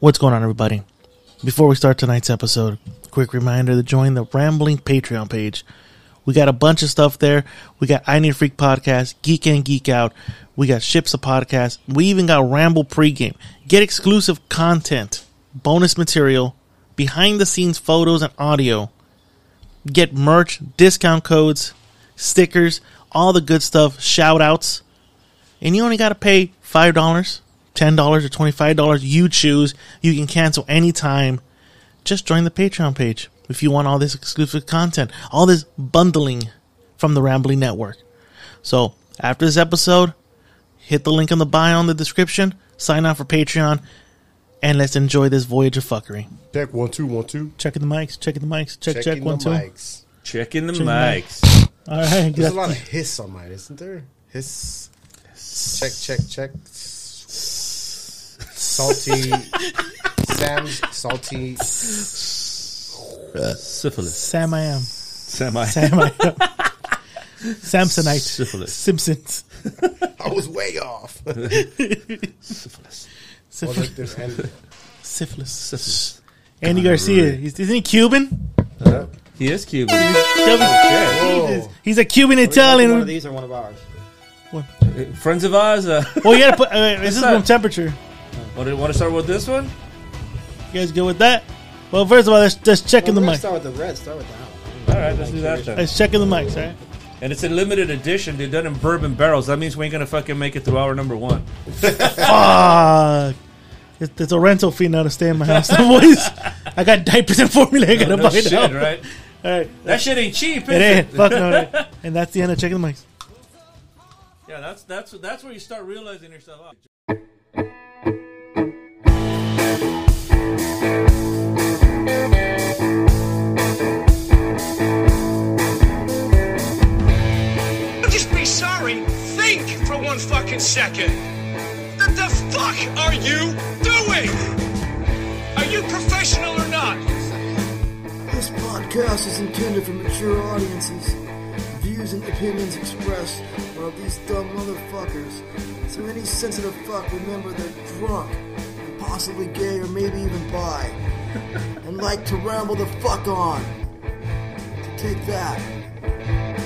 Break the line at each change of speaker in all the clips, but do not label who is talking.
What's going on, everybody? Before we start tonight's episode, quick reminder to join the Rambling Patreon page. We got a bunch of stuff there. We got I Need Freak Podcast, Geek and Geek Out. We got Ships of Podcast. We even got Ramble Pregame. Get exclusive content, bonus material, behind the scenes photos and audio. Get merch, discount codes, stickers, all the good stuff, shout outs and you only got to pay five dollars, ten dollars, or twenty-five dollars. You choose. You can cancel anytime. Just join the Patreon page if you want all this exclusive content, all this bundling from the Rambling Network. So after this episode, hit the link in the bio in the description, sign up for Patreon, and let's enjoy this voyage of fuckery.
Check one two one two.
Checking the mics, checking the mics, check check
Checking
one
the
two.
mics.
Checking the
Checking the
mics.
All right,
There's a
that's-
lot of hiss on mine, isn't there? Hiss. Check check check. Salty. Sam's salty.
Syphilis.
Sam I am.
Semi.
Sam I am. Samsonite.
Syphilis.
Simpsons.
I was way off. well,
Syphilis.
Syphilis.
like this, and
Syphilis.
Syphilis.
Andy Garcia. Is- Isn't he Cuban? Oh.
He is Cuban.
whoa.
He's a Cuban
One of
Italian.
these or one of ours.
Friends of ours. Uh,
Well, you gotta put. Uh, this is
that?
room temperature.
want to start with this one?
You guys good with that? Well, first of all, let's, let's check in the
Well,
mic.
Start with the red. Start with the owl.
All right, let's do that then.
Let's check in the mics, all right?
And it's a limited edition, dude. Done in bourbon barrels. That means we ain't gonna fucking make it through hour number one.
Fuck. Ah, It's, it's a rental fee now to stay in my house. boys. I got diapers and formula. I gotta
No
buy
shit,
now.
right?
All right.
That shit ain't cheap. Is
It ain't. Fuck no. it ain't. And that's the end of checking the mics.
Yeah, that's that's that's where you start realizing yourself. Oh,
Just be sorry. Think for one fucking second. What the fuck are you doing? Are you professional or not?
This podcast is intended for mature audiences. Views and opinions expressed are of these dumb motherfuckers. So any sensitive fuck remember they're drunk, and possibly gay or maybe even bi, and like to ramble the fuck on. So take that.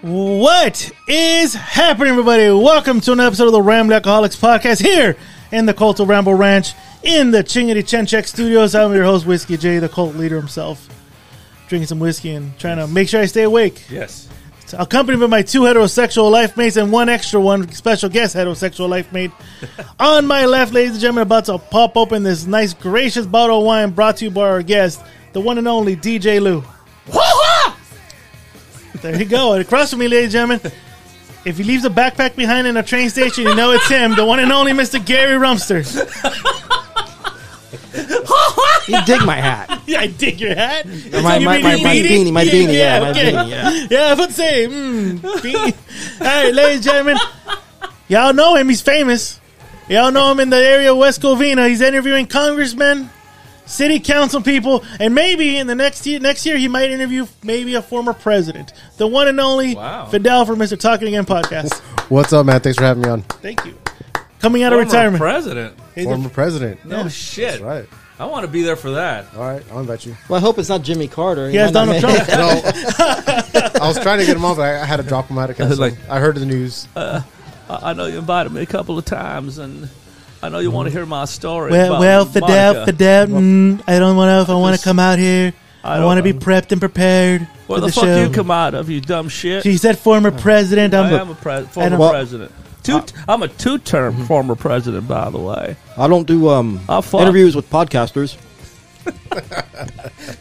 What is happening, everybody? Welcome to an episode of the Ramble Alcoholics Podcast here in the Cult of Ramble Ranch in the Chingity Chenchek Studios. I'm your host, Whiskey J, the cult leader himself, drinking some whiskey and trying to make sure I stay awake.
Yes.
Accompanied by my two heterosexual life mates and one extra one special guest heterosexual life mate. On my left, ladies and gentlemen, about to pop open this nice, gracious bottle of wine brought to you by our guest, the one and only DJ Lou. There you go. And across from me, ladies and gentlemen, if he leaves a backpack behind in a train station, you know it's him, the one and only Mr. Gary Rumster.
You dig my hat.
Yeah, I dig your hat.
my- my- my- my beanie, my beanie, yeah, my beanie,
yeah. Yeah, I would say, mm, beanie. All right, ladies and gentlemen, y'all know him. He's famous. Y'all know him in the area of West Covina. He's interviewing congressmen, city council people, and maybe in the next year, next year he might interview maybe a former president. The one and only
Wow.
Fidel from Mr. Talking Again podcast.
What's up, man? Thanks for having me on.
Thank you. Coming out of
Former
retirement.
president.
He's a-
Former president.
No shit.
Right.
I want to be there for that.
All right. I'll invite you.
Well, I hope it's not Jimmy Carter.
he has
might not
Donald
make-
Trump.
No. I was trying to get him on, but I, I had to drop him out of council.
Like-
I heard the news.
I know you invited me a couple of times, and I know you want to
Mm-hmm.
hear my story.
Well, well, Fidel, Fidel, mm, I don't know if I want to
Just-
come out here. I,
don't
want to be
know.
prepped and prepared
Where
for
the,
the,
fuck
show.
you come out of, you dumb shit?
she said, "Former president."
I
I'm
am a pres- former
don't- Well-
president. Two, I'm a two-term
Mm-hmm.
former president, by the way.
I don't do um
I'll fuck.
interviews with podcasters.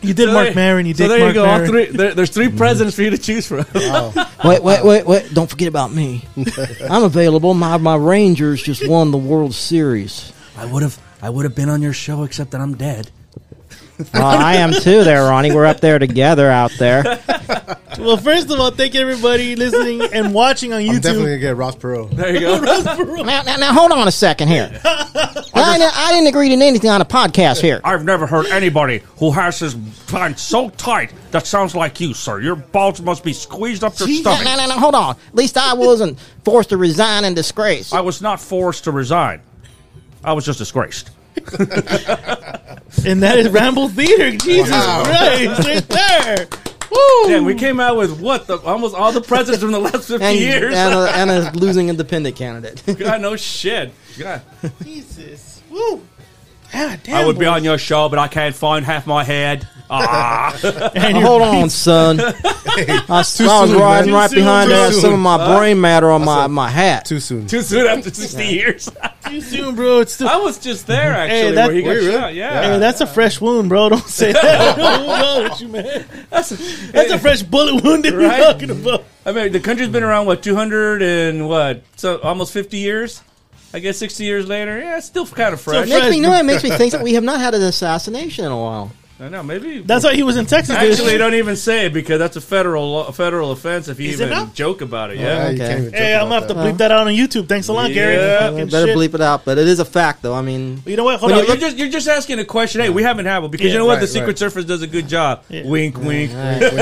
you did Mark Maron. You
so
did
there
Mark
you go. All
Maron.
three, there, there's three
Mm-hmm.
presidents for you to choose from.
Wait, wait, wait, wait! Don't forget about me. I'm available. My my Rangers just won the World Series.
I would have I would have been on your show except that I'm dead.
Well, I am too, there, Ronnie. We're up there together out there.
Well, first of all, thank everybody listening and watching on
I'm
YouTube.
definitely gonna get Ross Perot.
There you go.
Now, now, now, hold on a second here. I, didn't- I didn't agree to anything on a podcast here.
I've never heard anybody who has his pants so tight that sounds like you, sir. Your balls must be squeezed up your
No, no,
stomach.
no, no, hold on. At least I wasn't forced to resign in disgrace.
I was not forced to resign. I was just disgraced.
And that is Ramble Theater. Jesus Christ, right there.
Damn, we came out with what the almost all the presidents from the last fifty
And,
years.
and, a, and a losing independent candidate.
God, no shit. God.
Jesus. Woo. God damn.
I would be
boy.
on your show, but I can't find half my head. Ah,
And
hold on, son. I, s- I was
soon,
riding
man.
right
Too
behind
soon,
there.
too
Some of
soon.
my brain matter on my, my hat.
Too soon.
too soon after sixty years.
Too soon, bro. It's still.
I was just there actually
that-
where he got
were you
shot.
really?
Yeah,
Hey, that's a fresh wound, bro. Don't say that. I don't know what you meant.
that's,
That's a fresh bullet wound that
Right?
you're talking about.
I mean, the country's been around what two hundred and what so almost fifty years. I guess sixty years later, yeah, it's still kind of
It
fresh.
makes me know. It makes me think that we have not had an assassination in a while.
I know maybe
That's why he was in Texas. dude.
actually don't even say it because that's a federal law- a federal offense if you
Is it
even
now?
joke about it.
Yeah,
Yeah,
you can't even
Hey, I'm
joke
gonna have
about
to bleep that out on YouTube. Thanks a lot,
Yeah.
Gary.
We
Fucking
better
shit.
bleep it out, but it is a fact, though. I mean,
You know what? Hold
When
on.
Oh, No, you're just you're just asking a question. Hey, we haven't had one because
Yeah,
you know what?
right,
the Secret
right.
Service does a good job.
Yeah.
Wink, wink.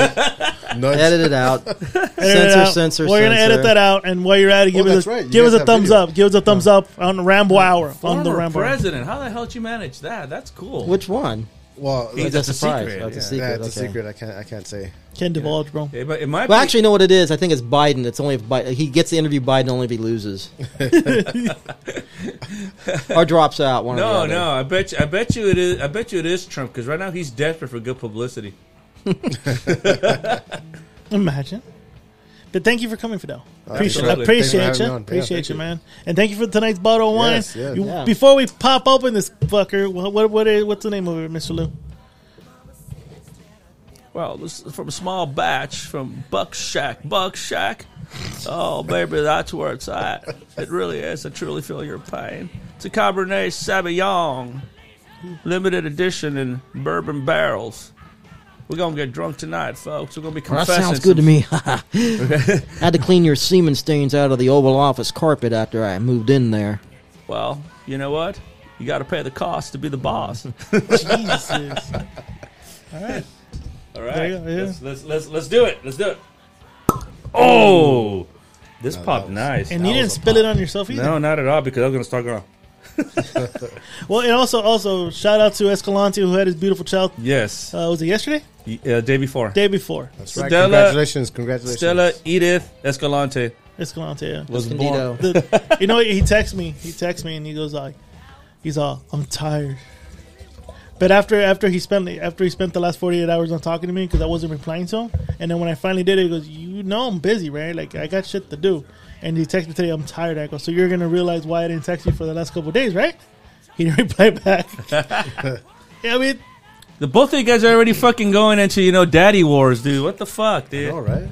that. Nuts.
edit it out.
Edit it
Censor,
out.
censor,
We're gonna
censor.
edit that out, and while you're at it, give us
Oh, that's
a,
right. You
give us
guys
a
have
thumbs
video.
up. Give us a thumbs up on the Ramble Hour on the
Former
Ramble. Hour.
president. How the hell did you manage that? That's cool.
Which one?
Well,
He's
that's,
a
surprise.
secret,
Oh, it's a
yeah.
secret.
that's a
okay.
secret. I can't. I can't say.
Can't divulge, bro.
It, might- it might
Well,
be-
actually, you know what it is? I think it's Biden. It's only if Biden, he gets to interview Biden only if he loses, or drops out. One
No,
or the other.
no. I bet you. I bet you it is. I bet you it is Trump because right now he's desperate for good publicity.
Imagine. But thank you for coming, Fidel. Appreciate,
Absolutely.
appreciate
Thanks for
you.
having me on. Yeah,
appreciate
thank
you,
you.
man. And thank you for tonight's bottle of wine.
Yes, yes.
You-
Yeah.
Before we pop open this fucker, what, what, what is, what's the name of it, Mr. Lou?
Well, this is from a small batch from Buck Shack. Buck Shack. Oh, baby, that's where it's at. It really is. I truly feel your pain. It's a Cabernet Sauvignon, limited edition in bourbon barrels. We're gonna get drunk tonight, folks. We're gonna be
Well, that
confessing.
sounds good to me. I had to clean your semen stains out of the Oval Office carpet after I moved in there.
some- Well, you know what? You got to pay the cost to be the boss.
Jesus.
All
There
right,
you go, yeah.
let's, let's let's let's do it. Let's do it. Oh, this popped nice.
And you didn't spill it on yourself either.
No, not at all because I was gonna start going.
Well, and also, also shout out to Escalante who had his beautiful child.
Yes,
Uh, was it yesterday?
Y- uh, day before.
Day before.
That's right.
Stella-
Congratulations. Congratulations.
Stella Edith Escalante
Escalante. Yeah.
was born.
Candido.
The- you know, he texts me. He texts me, and he goes like, "He's all, I'm tired." But after after he spent after he spent the last 48 hours on talking to me because I wasn't replying to him, and then when I finally did it, he goes, "You know, I'm busy, right? Like I got shit to do." And he texted me today, "I'm tired." I go, "So you're gonna realize why I didn't text you for the last couple of days, right?" He didn't reply back. yeah, I mean,
The both of you guys are already fucking going into you know daddy wars, dude. What the fuck, dude?
All right.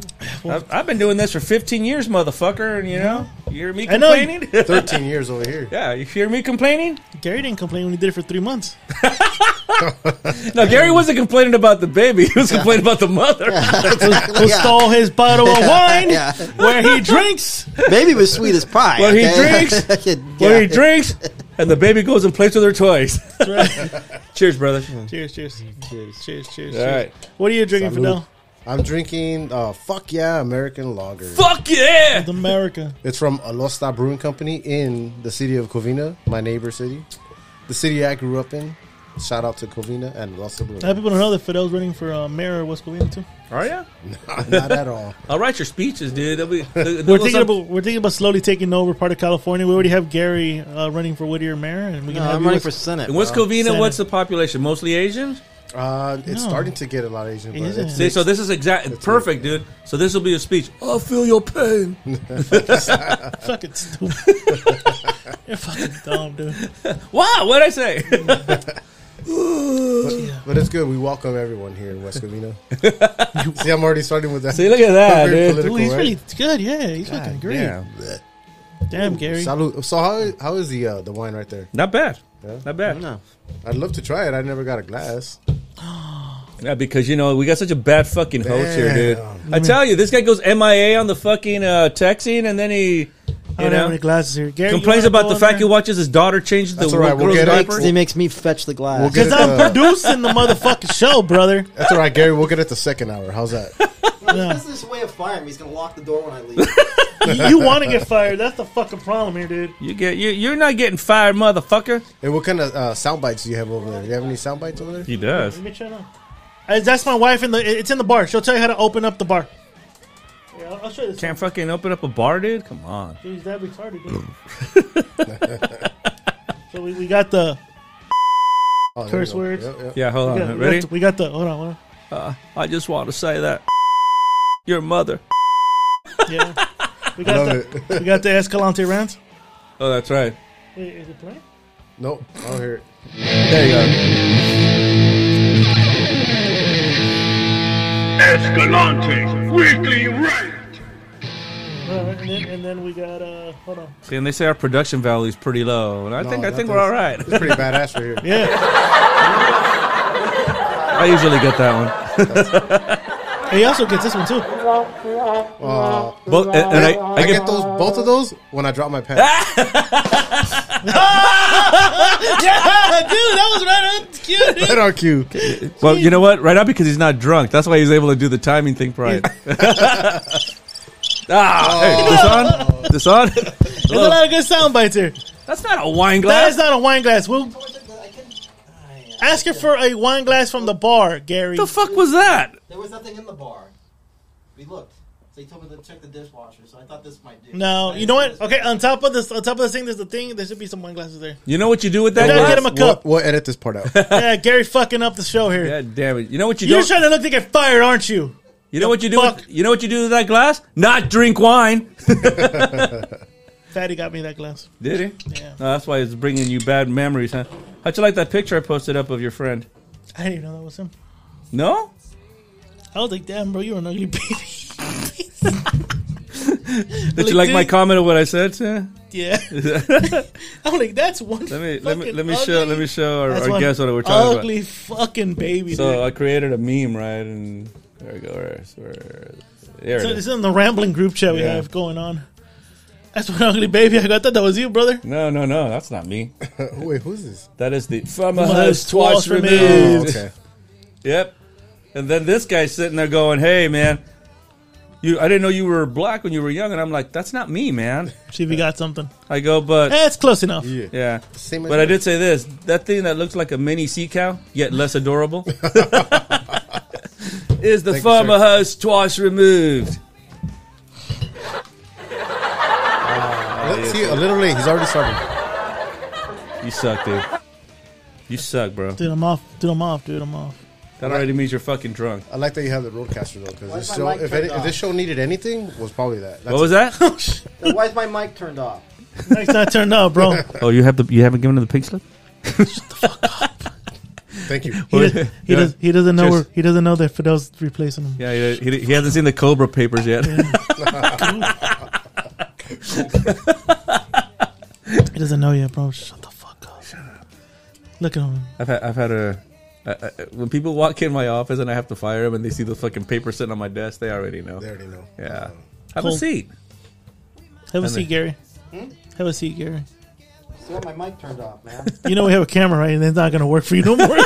I've, I've been doing this for 15 years, motherfucker, and you know you hear me
I know.
complaining.
Thirteen years over here.
yeah, you hear me complaining.
Gary didn't complain when he did it for three months.
No, Gary wasn't complaining about the baby. He was complaining about the mother.
Who stole his bottle of wine
Yeah.
where he drinks?
Baby was sweet as pie.
Well, he
okay?
drinks.
Yeah.
Well, he drinks, and the baby goes and plays with her toys.
That's right.
Cheers, brother.
Cheers, cheers, cheers, cheers, cheers.
All right.
What are you drinking,
Salud.
Fidel?
I'm drinking. Uh, fuck yeah, American lager.
Fuck yeah!
America.
It's from Alosta Brewing Company in the city of Covina, my neighbor city, the city I grew up in. Shout out to Covina and Alosta Brewing.
A lot of people don't know that Fidel's running for uh, mayor of West Covina too.
Are ya?
Not at all.
I'll write your speeches, dude. They'll be, they'll-
We're
they'll
thinking
some-
about we're thinking about slowly taking over part of California. We already have Gary uh, running for Whittier mayor, and we can
No,
have
I'm
you
running for
with-
Senate.
In West
bro.
Covina,
Senate.
what's the population? Mostly Asians?
Uh, it's
No.
starting to get a lot of Asian, but
Is
it's,
See, so this is exact, perfect, dude. So this will be a speech. I feel your pain.
fucking stupid. You're fucking dumb, dude.
Wow, what'd I say?
but it's good. We welcome everyone here in West Covina. See, I'm already starting with that.
See, look at that,
Very
dude.
Dude,
political,
he's
right?
really good. Yeah, he's looking great.
Yeah.
Damn, Gary.
Salud. So how how is the uh, the wine right there?
Not bad.
Yeah.
Not bad.
No.
I'd love to try it. I never got a glass.
Yeah, because you know we got such a bad fucking host here, dude.
Damn.
I tell you, this guy goes MIA on the fucking uh, texting, and then he,
I
you
don't have any
know,
glasses here. Gary you
complains
wanna
about
go
the
in
fact
there?
he watches his daughter change the
That's all right, we'll
girl's
get it.
diaper.
He makes me fetch the glass.
We'll get
Because
it,
I'm
uh,
producing the motherfucking show, brother.
That's all right, Gary. We'll get it the second hour. How's that?
This is his way of firing me. He's gonna lock the door when I leave.
You, want to get fired. That's the fucking problem here, dude.
You get you. You're not getting fired, motherfucker.
Hey, what kind of uh, sound bites do you have over there? Do you have any sound bites over there?
He does.
Let me try now. Uh, That's my wife in the. It's in the bar. She'll tell you how to open up the bar. Yeah, I'll- I'll show you this.
Can't fucking open up a bar, dude. Come on.
Jeez, that retarded. dude. so we, we got the
Oh, there
Curse
you go.
words.
Yep, yep.
Yeah, hold
we
on.
got, we got
Ready?
the- we got the hold on, hold on.
Uh, I just want to say that your mother.
Yeah, we got
love
the we got the Escalante rounds.
Oh, that's right.
Wait, is it playing?
Nope. I don't hear it.
There you go.
Escalante Weekly Rant.
All right, and, then, and then we got uh, hold on.
See, and they say our production value is pretty low, and I
No,
think I
nothing's-
think we're all right.
Oh, It's pretty badass right here.
Yeah,
I usually get that one.
And he also gets this one too.
Aw.
Both, and, and I, I
I
get
get those both of those when I drop my pants.
that was right on cue.
Right on cue.
well, you know what? Right now because he's not drunk. That's why he's able to do the timing thing right. ah, hey, this on, this on.
There's a lot of good sound bites here.
That's not a wine
That
glass.
is not a wine glass. We'll ask her for a wine glass from the bar, Gary.
what the fuck was that?
There was nothing in the bar. We looked. So he told me to check the dishwasher. So I thought this might do.
No, you know what? Okay, on top of this, on top of this thing, there's a thing. There should be some wine glasses there.
You know what you do with that
We gotta
glass?
get him a
We'll,
cup.
we'll edit this part out. Uh,
yeah, Gary fucking up the show here.
God damn it! You know what you
You're
do?
trying to look to get fired, aren't you?
You know what you do?
fuck.
With, you know what you do with that glass? Not drink wine.
Fatty got me that glass.
Did he?
Yeah.
No, that's why it's bringing you bad memories, huh? How'd you like that picture I posted up of your friend?
I didn't even know that was him.
No.
I was like, damn, bro, you're an ugly baby.
Did you like my
dude-
comment of what I said? To?
yeah. I'm like, that's one.
Let me let me
fucking
let me
ugly-
show let me show our,
That's
our
one
guests what we're talking about.
Ugly fucking baby.
So uh,
dude.
I created a meme, right? And there we go. Where, where, there
So
it
this
is.
is in the rambling group chat we
Yeah.
have going on. That's one ugly baby. I got that. That was you, brother.
No, no, no. That's not me.
Wait, who's this?
That is the from a
From
house
house
twice
twice
removed.
Oh,
removed.
okay.
Yep. And then this guy's sitting there going, "Hey, man, you. I didn't know you were black when you were young." And I'm like, "That's not me, man."
See if you got something.
I go, "But
That's close enough.
Yeah.
yeah."
Same as
But I
me.
did say this: that thing that looks like a mini sea cow, yet less adorable, is the
Thank you, sir.
farmer house twice removed.
Let's see, a little late. He's already started.
You suck, dude. You suck, bro.
Dude, I'm off. Dude, I'm off. Dude, I'm off.
That already means you're fucking drunk.
I like that you have the roadcaster though, because
Why is
this
my
show,
mic
if,
turned
any, if this show needed anything, was probably that. That's
What was
Oh,
that?
Then why is my mic turned off?
Next time I turned up, bro.
oh, you have the you haven't given him the pink slip. Oh,
Thank you.
He, does, he,
Yeah.
does, he doesn't know.
Cheers.
Where, he doesn't know that Fidel's replacing him.
Yeah, he, he, he hasn't seen the Cobra papers yet.
He doesn't know yet, bro. Shut the fuck up. Shut up. Look at him.
I've had, I've had a. I, I, when people walk in my office and I have to fire them and they see the fucking paper sitting on my desk, they already know.
They already know.
Yeah. Have a
Cool.
seat.
Have a
And
seat,
the-
Gary. Have a seat, Gary.
So Hmm? what my mic turned off, man.
You know we have a camera, right? And it's not gonna work for you no more.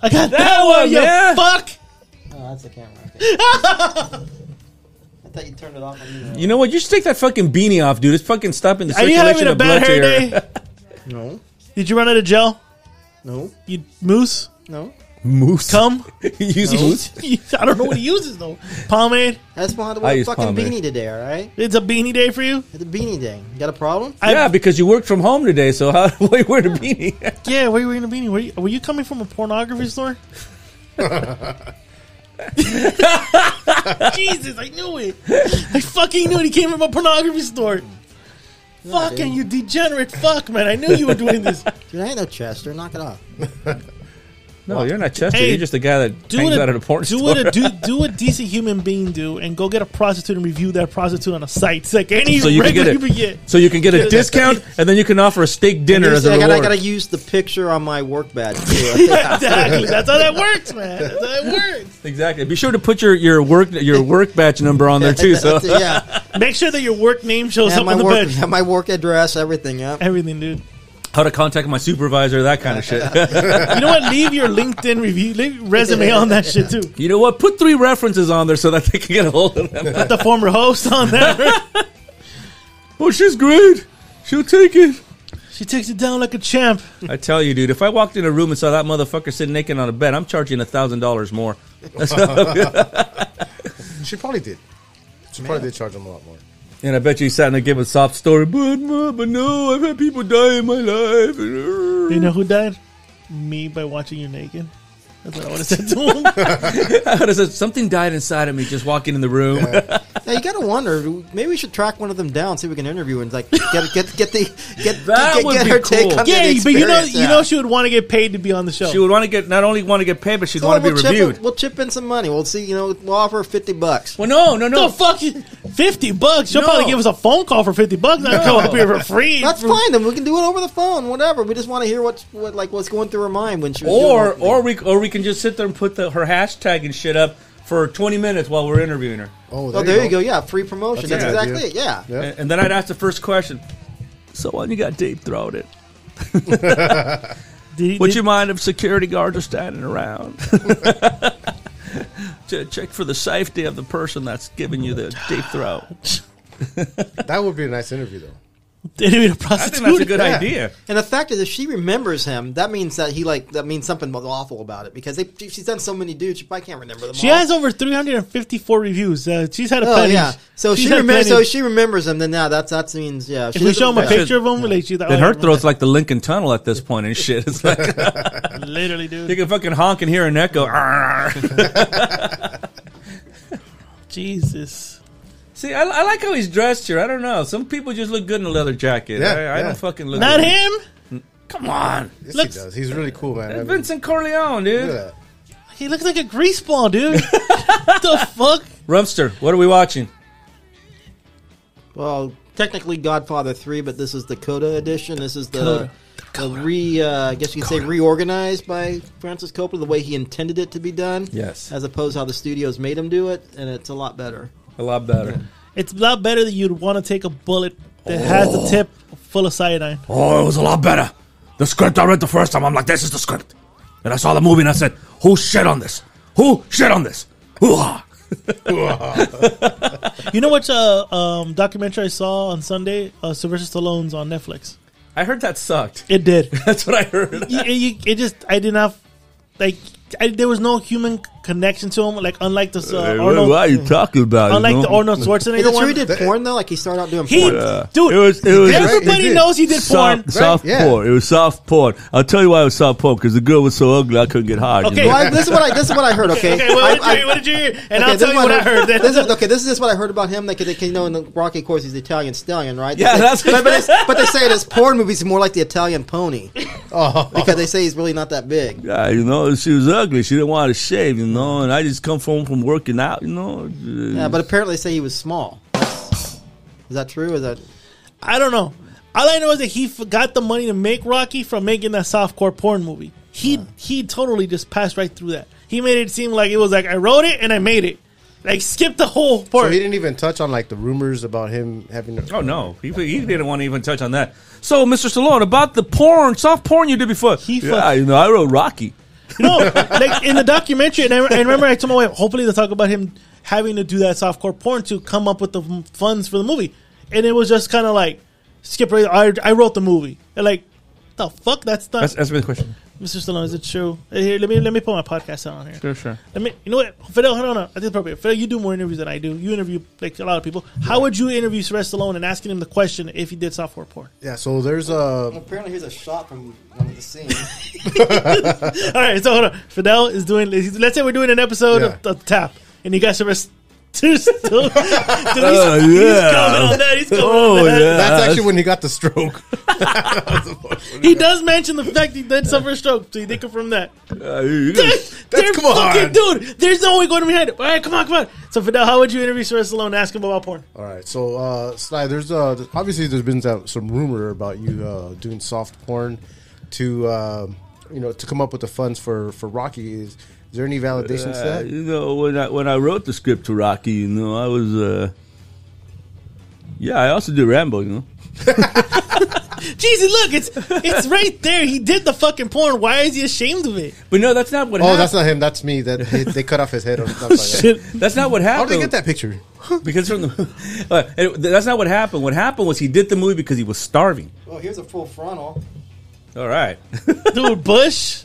I got that, one,
one,
you
yeah.
fuck.
Oh, that's the camera. Okay. I thought you turned it off. On
You know what? You should take that fucking beanie off, dude. It's fucking stopping the
Are you
circulation
having a
of blood
bad
to
hair
your.
day?
No,
Did you run out of gel?
no,
You moose?
no.
Moose.
Cum?
Use moose.
I don't know what he uses though. Pomade?
That's why I had to
I
wear a
use
fucking
pomade.
beanie today. All right,
It's a beanie day for you?
it's a beanie day. You got a problem?
I-
yeah, because you worked from home today, so how why wear the beanie?
Yeah, where you wearing a beanie? Were you, were you coming from a pornography store? Jesus, I knew it. I fucking knew it. He came from a pornography store. fucking, you degenerate fuck, man. I knew you were doing this.
Dude, I ain't no Chester. Knock it off.
No, you're not Chester.
Hey,
you're just the guy that
Do
hangs
what,
out
a,
at a porn
do,
store.
what a, do, do what decent human being do and go get a prostitute and review that prostitute on a site. It's like any
so you can get
regular
a,
people get.
So you can get a discount, and then you can offer a steak dinner as a
I,
reward.
gotta, I gotta use the picture on my work badge. Too. I think
Exactly. That's how that works, man. That's how that works.
Exactly. Be sure to put your, your work your work batch number on there too. So
that's it, yeah,
Make sure that your work name shows
have
up
my
on the
work,
badge.
have my work address, everything. Yeah,
Everything, dude.
how to contact my supervisor, that kind of shit.
You know what? Leave your LinkedIn review, leave your resume on that shit too.
you know what? Put three references on there so that they can get a hold of them.
Put the former host on there.
oh, she's great. She'll take it.
She takes it down like a champ.
I tell you, dude. If I walked in a room and saw that motherfucker sitting naked on a bed, I'm charging a thousand dollars more.
She probably did. She probably did charge him a lot more.
And I bet you he sat in there giving a soft story. But, ma, but no, I've had people die in my life.
You know who died? Me by watching you naked. That's what I would have said to him.
I would've said, something died inside of me just walking in the room.
yeah you gotta wonder. Maybe we should track one of them down, see if we can interview and like get get get the get
That
get,
would
get
be
her
cool.
take on
yeah,
the
but you know,
experience,
you
yeah.
know, she would want to get paid to be on the show.
She would want to get not only want to get paid, but she'd
So
want to
we'll
be
chip in-
reviewed.
we'll chip in some money. We'll see. You know, we'll offer her fifty bucks.
well, no, no, no.
the fuck, you- fifty bucks. She'll
No.
probably give us a phone call for fifty bucks. Not come up here for free.
That's fine. Then we can do it over the phone. Whatever. We just want to hear what's what like what's going through her mind when she was
or
doing it.
or we or we can just sit there and put the, her hashtag and shit up for 20 minutes while we're interviewing her.
Oh,
Oh, there you go. Yeah, free promotion.
That's
That's,
a good
exactly it. Yeah.
Yeah.
And, and then I'd ask the first question. So when you got deep throated,
Did he-
would
did-
you mind if security guards are standing around? to check for the safety of the person that's giving you the deep throat.
That would be a nice interview, though.
did he meet a
I
prostitute?
think that's a good
Yeah.
idea.
And the fact is, if she remembers him, that means that he like that means something awful about it because they, she's done so many dudes, she probably can't remember them.
She
all.
has over 354 reviews. Uh, she's had a
Oh
plenty.
yeah. So
she's
she
had
remembers. So
plenty.
she remembers him. Then now that's that means yeah.
if we show him a
yeah.
picture of him, like she's like,
Then
oh,
her
yeah,
throat's like the Lincoln Tunnel at this point and shit. It's like
literally, dude.
you can fucking honk and hear an echo.
Jesus.
See, I, I like how he's dressed here. I don't know. Some people just look good in a leather jacket.
Yeah,
I, I
yeah.
don't fucking look.
Not
good.
him.
Come on,
Yes,
Looks-
he does. He's really cool, man. I mean,
Vincent Corleone,
look at
dude.
that.
He looks like a grease ball, dude. what the fuck?
Rumster, what are we watching?
Well, technically Godfather three, but this is the Coda edition. This is the, the re. Uh, I guess you could say reorganized by Francis Coppola the way he intended it to be done.
Yes.
as opposed to how the studios made him do it, and it's a lot better.
A lot better.
It's a lot better that you'd want to take a bullet that has the tip full of cyanide.
Oh, it was a lot better. The script I read the first time, I'm like, this is the script. And I saw the movie and I said, who shit on this? Who shit on this? Hoo-ha.
You know what uh, um, documentary I saw on Sunday? Uh, Sylvester Stallone's on Netflix.
I heard that sucked.
It did.
That's what I heard.
You- you- it just I did not like. I, there was no human connection to him. Like unlike the uh, Arnold,
are you talking about?
unlike the Arnold
Is
Schwarzenegger
it true he
one.
did porn though? Like he started out doing
He,
porn.
dude,
It was- it was-
everybody
He did.
knows he did porn.
soft yeah. porn.
It was soft porn. I'll tell you why it was soft porn because the girl was so ugly I couldn't get hard.
you Okay. know?
Well, I, this is what I this is what I heard. Okay,
Okay, what,
I-
did you, what did you hear? And
Okay,
I'll
this
tell
is
you what I heard. Then.
This is, okay, this is just what I heard about him. Like, they, you know, in the Rocky, of course, he's the Italian stallion, right? They
Yeah,
say-
that's-
but, but, it's- but they say in his porn movies, he's more like the Italian pony
Oh.
because they say he's really not that big.
Yeah, you know, she was ugly. She didn't want to shave, you know, and I just come home from working out, you know.
Yeah, Uh, but apparently, they say he was small. That's- Is that true? Is that
I don't know. All I know is that he f- got the money to make Rocky from making that softcore porn movie. He he totally just passed right through that. He made it seem like it was like I wrote it and I made it. Like skip the whole
So
part.
he didn't even touch on like the rumors about him having.
Oh no, he, he didn't want to even touch on that. So, Mr. Stallone, about the porn, soft porn you did before.
He
yeah,
fuck-
you know, I wrote Rocky.
no, like in the documentary, and I, I remember I told my wife, hopefully they'll talk about him having to do that softcore porn to come up with the m- funds for the movie. And it was just kind of like skip right. I, I wrote the movie. And like the fuck, that's not
That's that's the question.
Mr. Stallone. Is it true? Here, let me let me put my podcast on here.
Sure, sure.
Let me. You know what, Fidel? Hold on. I think it's appropriate. Fidel, you do more interviews than I do. You interview like a lot of people. How would you interview Sylvester Stallone and asking him the question if he did software porn?
Yeah, so there's uh, a.
apparently here's a shot from one of the scenes?
All right, so hold on. Fidel is doing. Let's say we're doing an episode
Yeah.
of, of Tap, and you got Sylvester Dude, still, dude, he's,
Oh,
he's
yeah.
coming on that. He's coming
Oh,
on that.
yeah.
That's actually when he got the stroke.
He does mention the fact he did suffer a stroke, so you think from that.
Uh, you-
They're, they're
come on.
fucking dude. There's no way going behind it. All right, come on, come on. So Fidel, how would you interview Sylvester Stallone? and Ask him about porn.
All right, so uh, Sly, there's uh, th- obviously there's been some some rumor about you uh, doing soft porn to uh, you know to come up with the funds for for Rocky. Is, is there any validation to
Uh,
that?
you know, when I when I wrote the script to Rocky, you know, I was uh yeah, I also did Rambo, you know.
Jesus, look, it's it's right there. He did the fucking porn. Why is he ashamed of it?
But no, that's not what
Oh,
happened.
that's not him. That's me. That they, they cut off his head. Or something like that.
Shit.
That's not what
How
happened.
did they get that picture?
Because from the uh, it- that's not what happened. What happened was he did the movie because he was starving.
Oh, here's a full frontal.
All right.
Dude, Bush.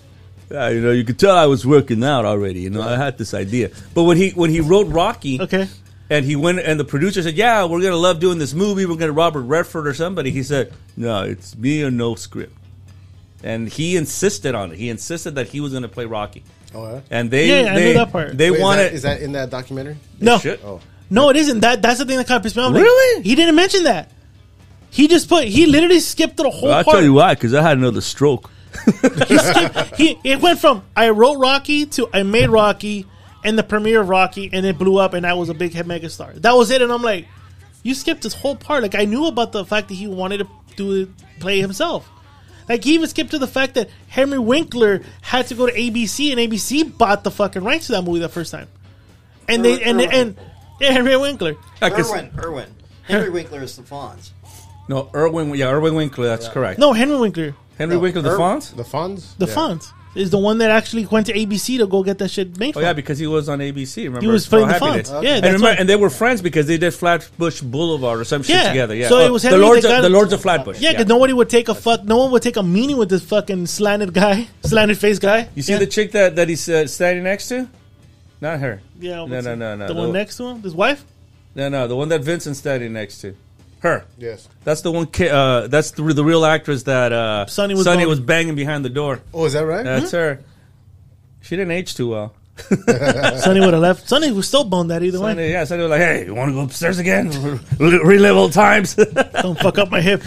Yeah, you know, you could tell I was working out already. You know, I had this idea. But when he when he wrote Rocky,
Okay.
and he went and the producer said, "Yeah, we're gonna love doing this movie. We're gonna Robert Redford or somebody." He said, "No, it's me or no script." And he insisted on it. He insisted that he was gonna play Rocky.
Oh, yeah.
And they
Yeah, I
they,
knew that part.
they
Wait, is,
wanted
that, is that in that documentary?
No,
shit.
Oh,
no, it isn't. That that's the thing that kind of pissed me off. Like,
Really?
he didn't mention that. He just put. He literally skipped the
Oh.
whole
Well, I'll
part.
tell you why, because I had another stroke.
he skipped. He it went from I wrote Rocky to I made Rocky and the premiere of Rocky and it blew up and I was a big mega star. That was it. And I'm like, you skipped this whole part. Like I knew about the fact that he wanted to do it, play himself. Like he even skipped to the fact that Henry Winkler had to go to ABC and ABC bought the fucking rights to that movie the first time. And they and and yeah, Henry Winkler.
I guess-
Irwin, Irwin. Henry Winkler is the Fonz.
no, Erwin. Yeah, Erwin Winkler. That's correct.
No, Henry Winkler.
Henry Winkler, the
Er-
Fonz.
the Fonz,
The
Yeah.
font is the one that actually went to ABC to go get that shit made.
Oh
for
yeah,
him.
because he was on ABC. Remember,
he was
Oh,
playing the
Happy
font.
Days.
Yeah,
And,
that's
remember,
why-
and they were friends because they did Flatbush Boulevard or some shit
Yeah.
together. Yeah. Oh,
So it was
the
Henry
Lords,
that
of,
got
the
it.
Lords of Flatbush.
Yeah, because nobody would take a fuck. No one would take a meeting with this fucking slanted guy, slanted face guy.
You see
yeah.
the chick that that he's uh, standing next to? Not her.
yeah,
No,
what's
no,
it?
no, no.
The one next to him, his wife.
No, no, the one that Vincent's standing next to. Her.
Yes.
That's the one. Ki- uh, that's the, the real actress that uh,
Sonny was Mm-hmm.
Sonny
going-
was banging behind the door.
Oh, is that right?
That's her. She didn't age too well.
Sonny would have left. Sonny was still boned that either way.
Sonny, yeah, Sonny was like, "Hey, you want to go upstairs again? Re- Relive old times."
Don't fuck up my hip.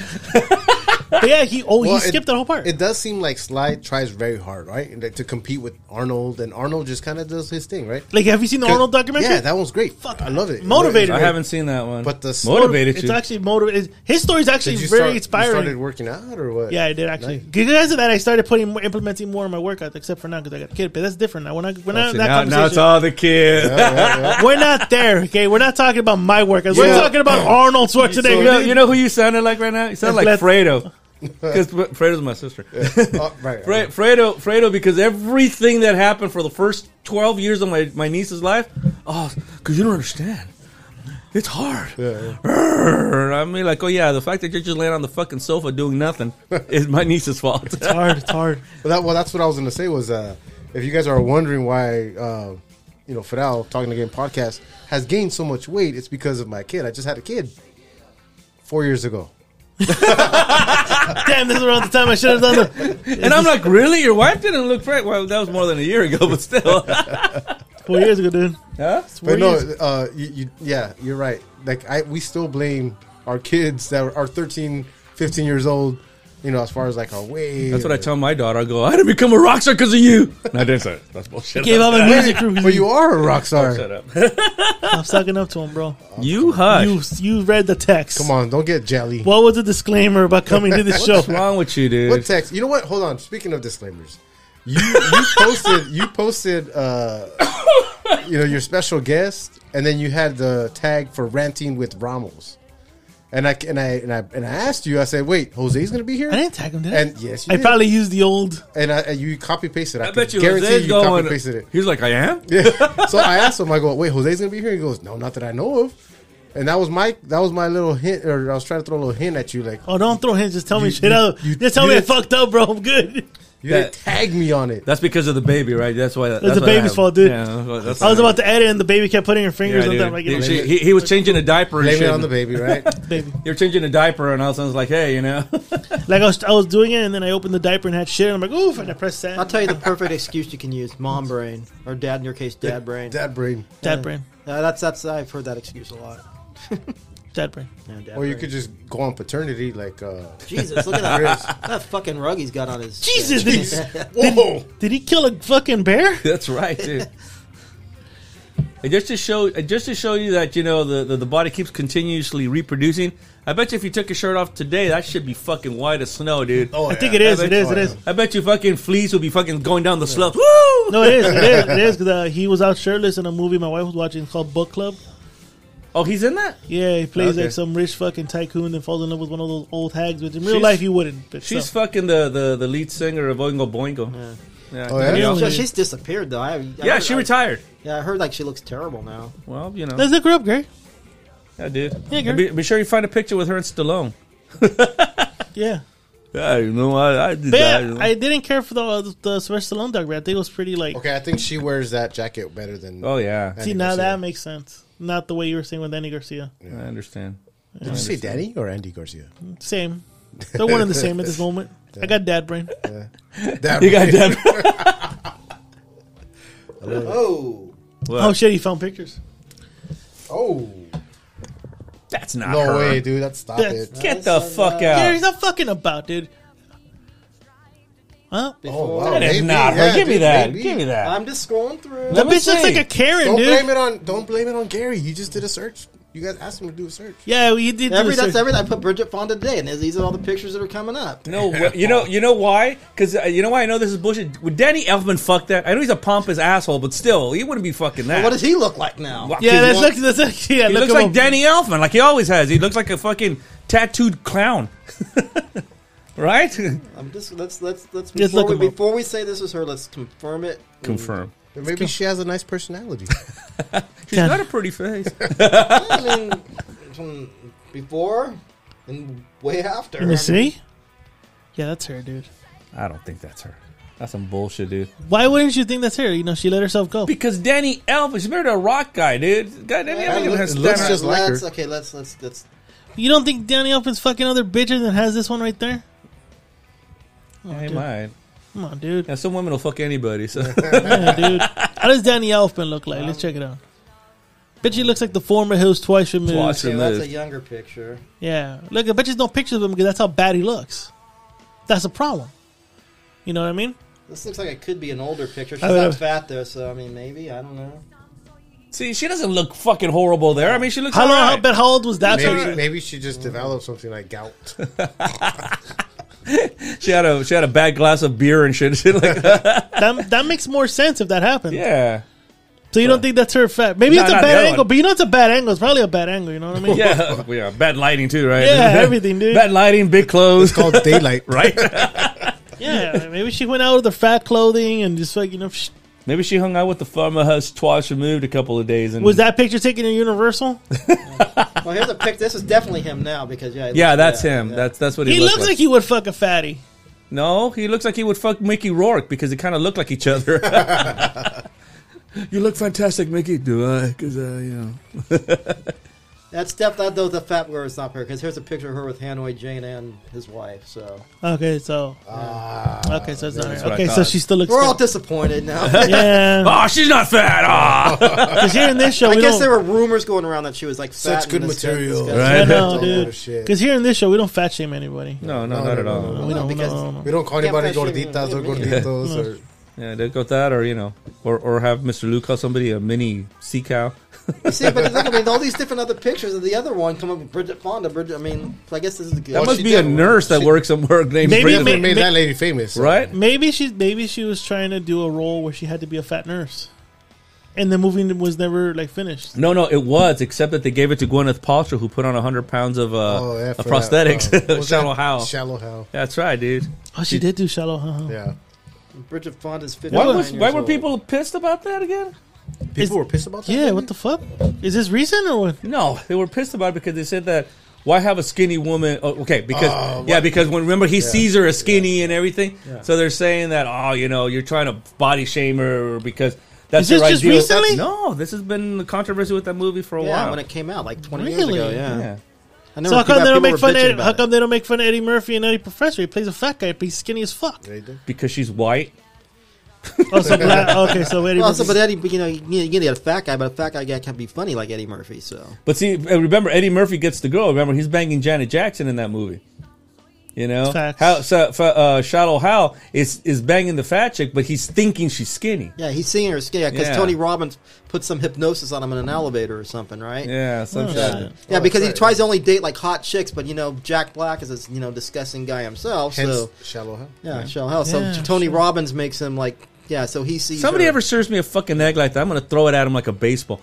but yeah, he oh
Well,
he skipped that whole part.
It does seem like Sly tries very hard, right? And that- to compete with Arnold, and Arnold just kind of does his thing, right?
like, have you seen the Arnold documentary?
Yeah, that one's great.
Fuck,
I love it.
motivated.
I haven't seen that one.
But the-
motivated
it's
you.
actually motivated. His story's actually
Did you
very
start, you
inspiring.
started working out or what?
yeah, I did actually. Because of that, I started putting more, implementing more of my workouts, except for now because I got a kid. But that's different. Now we're not we're not
So
in that
now,
conversation.
now it's all the kids.
we're not there. Okay, we're not talking about my workouts. We're
Yeah.
talking about Arnold Schwarzenegger.
you, know, you know who you sounded like right now? You sound like
Let's-
Fredo. Because Fredo's my sister.
Oh, right.
Fre- Fredo, Fredo, because everything that happened for the first 12 years of my, my niece's life, oh, because you don't understand. It's hard. Brrr. I mean, like, oh, yeah, the fact that you're just laying on the fucking sofa doing nothing is my niece's fault.
It's hard. It's hard.
Well, that, well, that's what I was going to say was uh, if you guys are wondering why, uh, you know, Fidel, Talking to Game podcast, has gained so much weight, it's because of my kid. I just had a kid four years ago.
Damn, this is around the time I should have done it.
and I'm like, really? Your wife didn't look pregnant? Well, that was more than a year ago, but still.
Four years ago, dude.
huh?
Four
But no,
years.
uh, you, you, yeah, you're right. Like, I, we still blame our kids that are 13, 15 years old, you know, as far as like our weight.
That's what I tell my daughter. I go, I didn't become a rock star because of you. No, I didn't say that. That's bullshit.
Gave up a music crew.
But you are a rock star.
Shut up.
I'm sucking up to him, bro.
You hush.
You you read the text.
Come on, don't get jelly.
What was the disclaimer about coming to this show?
What's wrong with you, dude?
What text? You know what? Hold on. Speaking of disclaimers, you you posted you posted uh, you know your special guest, and then you had the tag for ranting with Ramos, and I and I and I and I asked you. I said, "Wait, Jose's going to be here?"
I didn't tag him, did I?
And yes, you
I
did.
probably used the old.
and, I, and you copy pasted. I,
I
can
bet you
guarantee
Jose's
you
going.
copy pasted it.
He's like, I am.
Yeah. so I asked him. I go, "Wait, Jose's going to be here?" He goes, "No, not that I know of." And that was my that was my little hint, or I was trying to throw a little hint at you, like
Oh, don't throw hints. Just tell me
You-
shit
you-
out.
you-
Just tell
you
me I
didn't-
fucked up, bro. I'm good.
You didn't tag me on it.
That's because of the baby, right? That's why. that's
the
why I
baby's
have-
fault, dude.
Yeah, that's-
I was about to edit, and the baby kept putting her
yeah,
fingers on
dude.
that. Like,
He-
"Look,
she- he, he was changing a diaper. and
Blame it
shit.
on the baby, right?
baby.
You're changing a diaper, and all of a sudden, it's like, hey, you know,
Like I was, I was doing it, and then I opened the diaper and had shit, and I'm like, oof, and I pressed send.
I'll tell you the perfect excuse you can use: mom brain or dad. In your case, dad brain.
Dad brain.
Dad brain,
Uh, that's that's I've heard that excuse a lot.
dad brain.
Yeah, dad
Or you
brain.
could just go on paternity, like uh,
Jesus, look at that that fucking rug he's got on his.
Jesus, did he,
whoa.
did he kill a fucking bear?
that's right, dude. And just to show, and just to show you that you know the, the, the body keeps continuously reproducing. I bet you if you took your shirt off today, that should be fucking white as snow, dude.
Oh,
I think it is. It is. It is.
I bet you fucking fleas will be fucking going down the slope. Woo!
No, it is. It is. It is. 'cause, uh, he was out shirtless in a movie my wife was watching It's called Book Club.
Oh, he's in that.
Yeah, he plays
Okay.
like some rich fucking tycoon and falls in love with one of those old hags, which in real
She's-
life you wouldn't. But
She's
so.
fucking the, the, the lead singer of Oingo Boingo. Yeah,
Oh, yeah?
Yeah.
So she's disappeared though. I, I
Yeah,
heard-
she
I-
retired.
Yeah, I heard like she looks terrible now.
Well, you know,
Let's look her up, Gary.
yeah, dude.
Yeah, girl.
And be, be sure you find a picture with her and Stallone.
Yeah.
Yeah, you know, I, I did
But yeah, I didn't care for the uh, the Sylvester Stallone dog, but I think it was pretty like.
Okay, I think she wears that jacket better than.
oh yeah,
See,
Andy
now
Garcia.
that makes sense. Not the way you were saying with Andy Garcia.
I understand.
Did you say Danny or Andy Garcia?
Same. They're one and the same at this moment. I got dad brain.
That
You got that?
Oh,
Oh shit, he found pictures.
Oh
That's not
no
her.
way, dude! That's stop
That's-
it.
Get the fuck
Yeah,
out.
he's not fucking about, dude. Huh?
Oh wow,
That is
maybe,
not her.
yeah,
Give me
dude,
that.
maybe.
Give me that.
I'm just scrolling through.
That
Let me
bitch looks
see.
like a Karen,
Don't
dude.
blame it on. Don't blame it on Gary. You just did a search. You guys asked him to do a search.
Yeah, we did. do
Every
a
that's
search.
every I put Bridget Fonda today, and these are all the pictures that are coming up.
No, way. you know, you know why? Because uh, you know why I know this is bullshit. Would Danny Elfman fuck that? I know he's a pompous asshole, but still, he wouldn't be fucking that.
What does he look like now?
Wow.
Yeah,
Dude,
that's
he
look. That's look. Yeah,
He
look
looks
him
like
up.
Danny Elfman, like he always has. He looks like a fucking tattooed clown, right?
I'm just let's let's let's
Just
before,
look
we,
him up.
before we say this is her, let's confirm it.
Confirm.
Maybe she has a nice personality.
She's got a pretty face.
I mean, from before and way after.
Let me see. Yeah, that's her, dude.
I don't think that's her. That's some bullshit, dude.
Why wouldn't you think that's her? You know, she let herself go.
Because Danny Elfman, she's married to a rock guy, dude. God damn,
Yeah,
yeah,
it
has
looks
Danny-
just like her.
let's okay. Let's let's let's.
You don't think Danny Elfman's fucking other bitches and has this one right there?
Yeah, he might.
Come on, dude.
Yeah, some women will fuck anybody. So
Yeah, dude. How does Danny Elfman look like? Let's check it out. Bet you looks like the former Hills twice removed.
Twice
Okay, that's a
removed.
younger picture.
Yeah. Look, I bet you there's no pictures of him because that's how bad he looks. That's a problem. You know what I mean?
This looks like it could be an older picture. She's
I don't
not
know.
fat though, so I mean, maybe I don't know.
see, she doesn't lolook fucking horrible there. I mean, she looks.
How long? How,
alright.
but how old was that?
Maybe,
picture?
maybe she just developed something like gout.
She had a she had a bad glass of beer and shit, shit like that.
That, that makes more sense if that happened.
Yeah,
So you don't think that's her fat? Maybe
No,
it's a
not the
bad
other
angle,
one.
but you know it's a bad angle. It's probably a bad angle. You know what I mean?
yeah, yeah. Bad lighting too, right?
Yeah, everything, dude.
Bad lighting, big clothes,
It's called daylight,
right?
Yeah, maybe she went out with her fat clothing and just like you know. Sh-
Maybe she hung out with the farmer's twice removed a couple of days. And
was that picture taken at Universal?
Well, here's a pic. This is definitely him now because yeah. he
Yeah,
looks-
that's
yeah,
him.
yeah.
That's that's what he,
He looks like he would fuck a fatty.
No, he looks like he would fuck Mickey Rourke because they kind of look like each other.
You look fantastic, Mickey. Do I? Because uh, you know.
that's def that though the fat girl is not her because here's a picture of her with Hanoi Jane and his wife. So
Okay, so okay, so it's not her.
what I
Okay, so
thought.
she still looks.
we're all
fat.
disappointed now.
yeah,
oh, she's not fat. Ah,
because here in this show
I
we
guess
don't.
there were rumors going around that she was like fat
Such
and
good
this
material,
this
I
right?
know,
Oh,
dude.
shit.
Because here in this show we don't fat shame anybody.
No, no,
No,
not
no,
at
no,
all.
no,
we
no,
don't.
because-
no, no, no.
We don't call
Yeah,
anybody
fresh shit,
gorditas or
yeah,
gorditos or
Yeah, they go with that, or you know, or or have Mr. Luke call somebody a mini sea cow.
You see, but look, I mean, all these different other pictures of the other one come up with Bridget Fonda. Bridget, I mean, I guess this is the good.
That
Well,
must
she
be a
did.
nurse that
She-
works somewhere named
Maybe-
Bridget,
That's what
may-
made
may-
that lady famous, so.
right?
Maybe she maybe she was trying to do a role where she had to be a fat nurse, and the movie was never like finished.
No, no, it was, except that they gave it to Gwyneth Paltrow, who put on 100 pounds of, uh,
Oh, yeah,
of
for that.
prosthetics.
Uh, what was
Shallow
that?
Hal.
Shallow Hal.
That's right, dude.
Oh, she did do shallow, huh?
Yeah.
Bridget Fonda's fifty.
Why, was, why were people pissed about that again?
People were pissed about that.
Yeah, what the fuck? Is this recent or what?
No, they were pissed about it because they said that, why have a skinny woman? Oh, okay, because yeah, because when remember he sees her as skinny and everything, so they're saying that oh, you know, you're trying to body shame her because that's
Is this
her
just
ideal-
recently?
No, this has been the controversy with that movie for a
yeah,
while.
when it came out like 20 years
Really?
ago. Yeah.
yeah.
I never
So how
people-
come they don't
people
make
were
fun? Of
bitching
Eddie,
about
how
it.
come they don't make fun of Eddie Murphy and Eddie Professor? He plays a fat guy, but he's skinny as fuck.
They do.
because she's white.
Oh, so black. Okay, so Eddie.
Well, so,
Murphy-
but Eddie, you know, you you get a fat guy, but a fat guy can be funny like Eddie Murphy. So
But see, remember Eddie Murphy gets the girl. Remember he's banging Janet Jackson in that movie. You know,
Facts.
how so, fa- uh, Shadow Hal is is banging the fat chick, but he's thinking she's skinny.
yeah, he's singing her skinny because
Yeah.
Tony Robbins put some hypnosis on him in an elevator or something, right?
Yeah, some
Oh,
shit.
shit.
Yeah,
Oh,
because
that's
he
right.
tries to only date like hot chicks, but you know Jack Black is this you know disgusting guy himself.
Hence,
so
shallow hell.
yeah, shall hell. So
Yeah,
Tony Robbins makes him like yeah. So he sees
Somebody
her-
ever serves me a fucking egg like that, I'm gonna throw it at him like a baseball.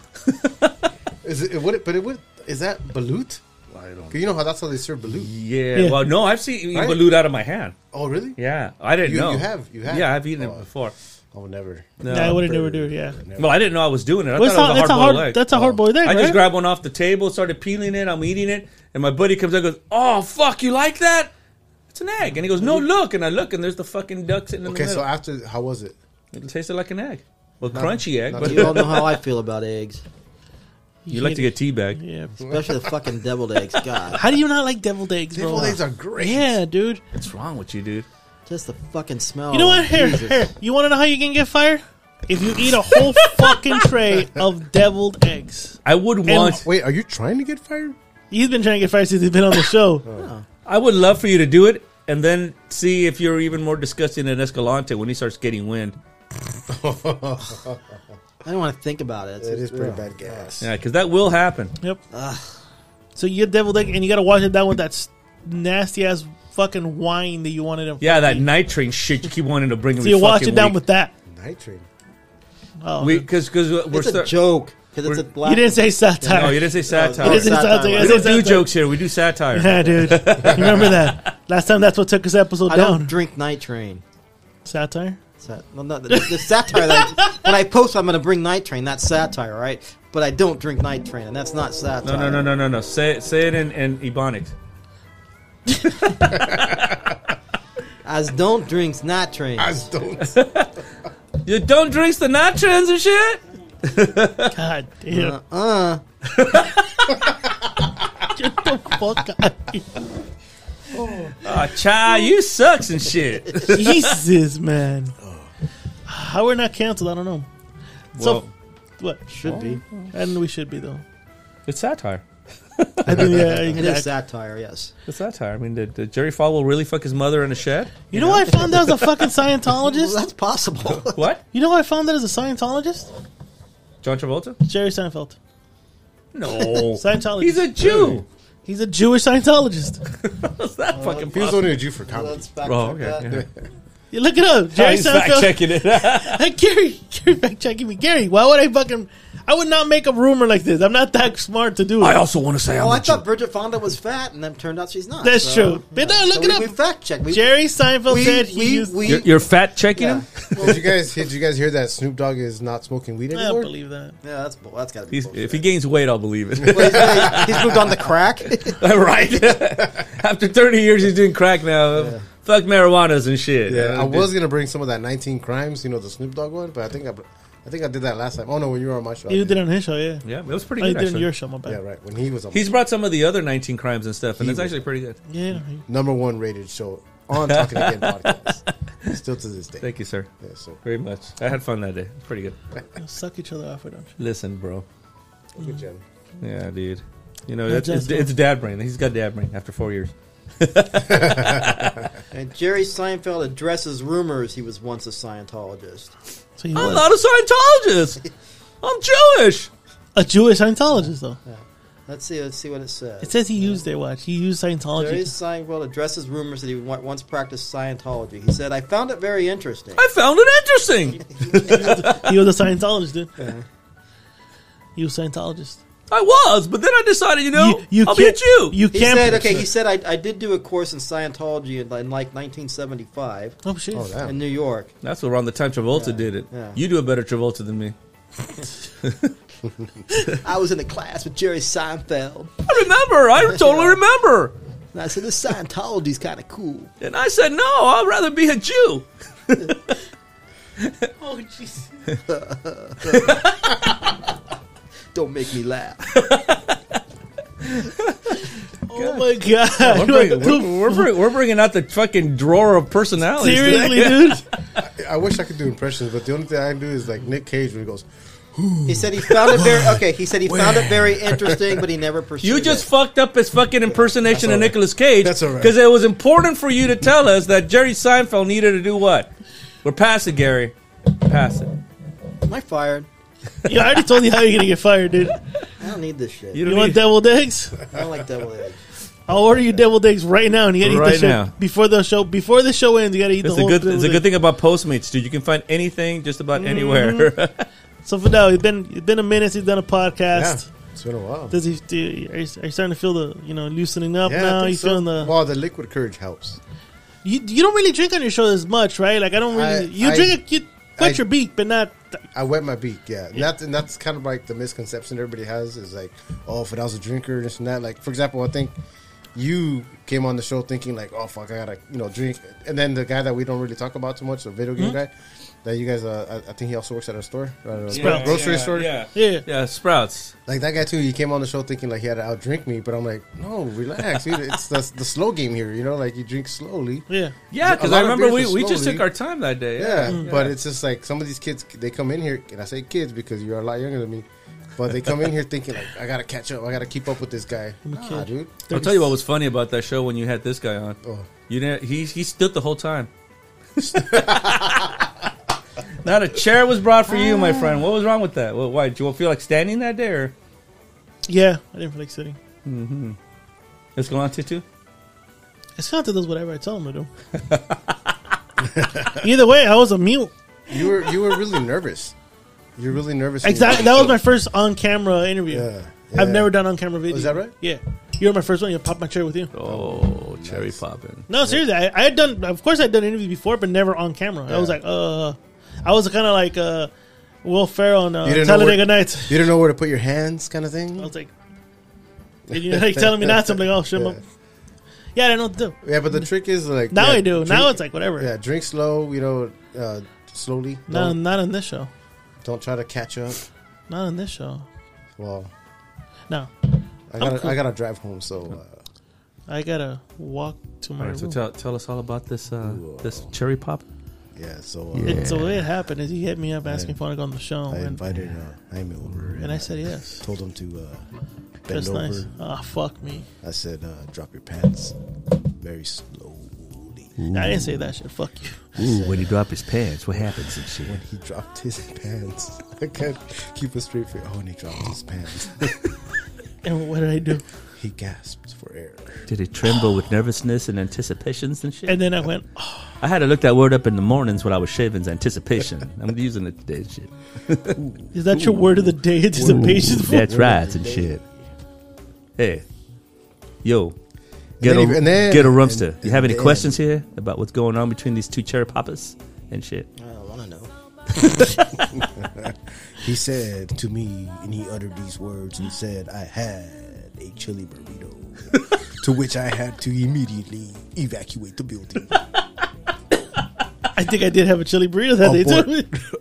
Is it, would it? But it would. Is that balut? I don't. You know how that's how they serve balut.
Yeah.
Yeah.
Well, no, I've seen you
Right?
balut out of my hand.
Oh, really?
Yeah, I didn't
You-
know.
you have- you have.
Yeah, I've eaten
Oh.
it before.
I would never.
No.
Yeah, I wouldn't never do it. Yeah.
well, I didn't know I was doing it. I
Well, it's
thought
not-
it was
that's
a
a
hard
hard.
boiled egg. Oh.
That's a hard boiled egg.
I
right?
just grabbed one off the table, started peeling it. I'm eating it, and my buddy comes out, and goes, "Oh fuck, you like that? It's an egg." And he goes, "No, look." And I look, and there's the fucking duck sitting in
Okay,
the
so
middle.
after how was it?
it tasted like an egg, well, crunchy egg.
not
But
You all know how I feel about eggs,
you like to get teabagged.
Yeah.
especially the fucking deviled eggs. God,
How do you not like deviled eggs, bro?
Deviled eggs are great.
Yeah, dude.
What's wrong with you, dude?
just the fucking smell.
You know what? Here,
Oh, Jesus.
here. You want to know how you can get fired? If you eat a whole fucking tray of deviled eggs.
I would want.
Wait, are you trying to get fired?
He's been trying to get fired since he's been on the show.
I would love for you to do it, and then see if you're even more disgusting than Escalante when he starts getting wind.
I don't want to think about it. It's
It
just-
is pretty bad gas.
Yeah, because that will happen.
Yep. So you get deviled egg, and you got to wash it down with that s- nasty ass fucking wine that you wanted him.
Yeah, that nitrate shit you keep wanting to bring.
So you wash it down with that.
Nitrate.
Oh,
because because we're
it's a
start-
joke because it's a
we're-
black.
you didn't say satire.
No, you didn't say satire.
You didn't say
Satire.
satire. You
We
didn't
don't
say
do
satire.
jokes here. We do satire.
Yeah, dude. Remember that. Last time, that's what took this episode
I
down.
don't drink night train.
satire.
Sat- well, not the, the satire that I, when I post, I'm going to bring Night Train. That's satire, right? But I don't drink Night Train, and that's not satire.
No, no, no, no, no, no. Say it, say it in, in Ebonics.
As don't drinks Night Train.
I just don't.
You don't drink the nitrans and shit.
God damn.
Uh, uh,
Get the fuck out of here.
Ah, chai, you sucks and shit.
Jesus, man. How we're not canceled, I don't know.
Well,
What?
should be.
And we should be, though.
it's satire.
I think, yeah,
It is
exactly.
satire, yes.
It's satire. I mean, did, did Jerry Falwell really fuck his mother in a shed?
You know, what I found out as a fucking
Well,
Scientologist?
that's possible.
What?
You know, what I found out as a Scientologist?
John Travolta?
Jerry Seinfeld.
No.
Scientologist.
He's a Jew.
He's a Jewish Scientologist.
What's that fucking
He was
possible?
only a Jew for comedy.
Let's fact
Oh,
check
okay.
that.
yeah.
You look it up. Jerry
He's fact
Seinfeld.
checking it.
Hey, Gary, Gary, fact checking me. Gary, why would I fucking. I would not make a rumor like this. I'm not that smart to do it.
I also want to say I'm
Oh,
a
I
Jew.
thought Bridget Fonda was fat, and then turned out she's not.
That's
so-
true. But no,
So
look
we,
it up.
we fact checked. We,
Jerry Seinfeld
we,
said he
we,
used.
we-
You're, you're fat checking
yeah.
him?
Did you guys? Did you guys hear that Snoop Dogg is not smoking weed
I don't
anymore?
believe that.
yeah, that's bull. That's got to be.
He's,
bullshit.
if he gains weight, I'll believe it.
Well, he's- he's, moved on the crack.
right? After 30 years, he's doing crack now. Fuck marijuanas and shit.
yeah, I
Uh,
was gonna bring some of that 19 crimes, you know, the Snoop Dogg one, but I think I, br- I think I did that last time. Oh no, when you were on my show. I
You did
did.
it on his show, yeah.
Yeah, it was pretty
I
good.
did it on
actually.
your show, my bad.
Yeah, right. When he was on
He's brought some of the other 19 crimes and stuff, and
He
it's
was-
actually pretty good.
Yeah, he-
number one rated show on Talking Again podcast, still to this day.
Thank you, sir.
Yeah, so
Very much. I had fun that day. Pretty good.
you'll suck each other off, why don't you?
Listen, bro.
good job.
Yeah, dude. You know, it's, it's,
Justin.
it's dad brain. He's got dad brain after four years.
and Jerry Seinfeld addresses rumors he was once a Scientologist.
So he
I'm
was
not a Scientologist. I'm Jewish.
a Jewish Scientologist, though.
Let's see. Let's see what it says.
It says he used their watch. He used
Jerry
Scientology.
Seinfeld addresses rumors that he wa- once practiced Scientology. He said, "I found it very interesting."
I found it interesting.
He was a Scientologist, dude. He was Scientologist.
I was, but then I decided, you know,
you, you
I'll be a
can't.
Jew.
You
He
can't.
said, "Okay." He said, I, "I did do a course in Scientology in, in like 1975
oh shit.
Oh, damn.
in New York."
That's around the time Travolta did it.
yeah.
You do a better Travolta than me.
I was in a class with Jerry Seinfeld.
I remember. I totally remember.
And I said, this Scientology's kind of cool.
And I said, no, I'd rather be a Jew.
Oh, jeez. Don't make me laugh.
Oh my god!
We're, bringing, we're, we're, bring- we're bringing out the fucking drawer of personalities. today.
Seriously, dude.
I wish I could do impressions, but the only thing I can do is like Nick Cage when he goes,
He said he found it very okay. He said he found it very interesting, but he never pursued.
You just
it.
fucked up his fucking impersonation of Nicolas Cage.
That's all right.
Because it was important for you to tell us that Jerry Seinfeld needed to do what? We're past it, Gary. Pass it.
Am I fired?
Yeah, I already told you how you're gonna get fired, dude.
I don't need this shit.
You want deviled eggs?
I don't like double A.
I'll order you deviled eggs right now, and you gotta eat
Right
this shit
now.
before the show. Before the show ends, you gotta eat
It's
the
a
whole.
good. It's a
deviled
good
egg.
thing about Postmates, dude. You can find anything just about anywhere.
So for now, it's been it's been a minute since you've done a
"Yeah,
podcast.
it's been a while."
Does he? Do, are, you, are you starting to feel the you know loosening up
Yeah, I
now?
think
You
so.
feeling the?
Well, the liquid courage helps.
You, you don't really drink on your show as much, right? Like I don't really.
I-
you
I-
drink, a, you wet
I-
your beak, but not.
I wet my beak, yeah. And, that, and that's kind of like the misconception everybody has is like, oh, if I was a drinker, this and that. Like, for example, I think you came on the show thinking like, oh fuck, I gotta you know drink. And then the guy that we don't really talk about too much, the video
Hmm?
game guy, that you guys, uh, I, I think he also works at a store, uh,
Sprouts.
grocery store.
Yeah.
Yeah.
Yeah. Sprouts.
Like that guy too. He came on the show thinking like he had to outdrink me, but I'm like, no, relax. dude. It's the, the slow game here. You know, like you drink slowly.
Yeah.
Yeah,
A
because
lot
I
of
remember we,
beers are
we just
slowly.
took our time that day.
Yeah,
Mm.
but it's just like some of these kids, they come in here, and I say kids because you're a lot younger than me, but they come in here thinking like, I gotta catch up, I gotta keep up with this guy. Nah, dude.
I'll tell you what was funny about that show when you had this guy on.
Oh.
You didn't, he he stood the whole time. Not a chair was brought for you, my
Ah.
friend. What was wrong with that? What, why did you feel like standing that day, or
Yeah, I didn't feel like sitting.
Escalante too?
Escalante does whatever I tell him to do. Either way, I was a mute.
You were you were really nervous. You're really nervous. when you
Exactly.
did the
That was
show.
my first on camera interview.
Yeah,
I've
yeah.
never done on camera video.
Was that right?
Yeah. You were my first one. You popped my chair with you.
Oh, cherry popping.
No, seriously. I, I had done, of course, I'd done interviews before, but never on camera. I was like, uh, I was kind of like uh, Will Ferrell on
You
uh,
didn't know
Talladega
where-
Nights.
You don't know where to put your hands, kind of
I
thing.
was like, and you're like telling me not something. Oh, shit,
Yeah.
mom. Yeah, I don't know what to do.
Yeah, but the trick is like
Now
yeah,
I do.
drink-
now it's like, whatever.
yeah, drink slow. You know, uh, slowly.
No,
Don't,
not on this show.
don't try to catch up.
Not on this show.
Well,
No.
I gotta I gotta drive home, so uh,
I gotta walk to my
All right, so
room.
tell, tell us all about this uh, this cherry pop.
yeah. So uh,
And so what had happened is he hit me up asking if I want to go on the show,
I
and,
invited uh, Jaime over,
and I said yes.
told him to uh, bend
That's
over.
nice. Ah, fuck me.
I said, uh, drop your pants very slowly.
I didn't say that shit. Fuck you.
Ooh, when he dropped his pants, what happens and shit?
He dropped his pants. I can't keep a straight face. Oh, and he dropped his pants.
And what did I do?
he gasped for air.
Did it tremble with nervousness and anticipations and shit?
And then I went, oh,
I had to look that word up in the mornings when I was shaving's anticipation. I'm using it today and shit.
"Is that your word of the day? Anticipation." for
That's right and shit. Hey, yo, get
then
a
he- and then-
get a rumster.
and-
You have any
and then-
questions here about what's going on between these two cherry poppers and shit?
I don't want to know.
He said to me, and he uttered these words and said, I had a chili burrito. to which I had to immediately evacuate the building.
I think I did have a chili burrito that day
abort,
too.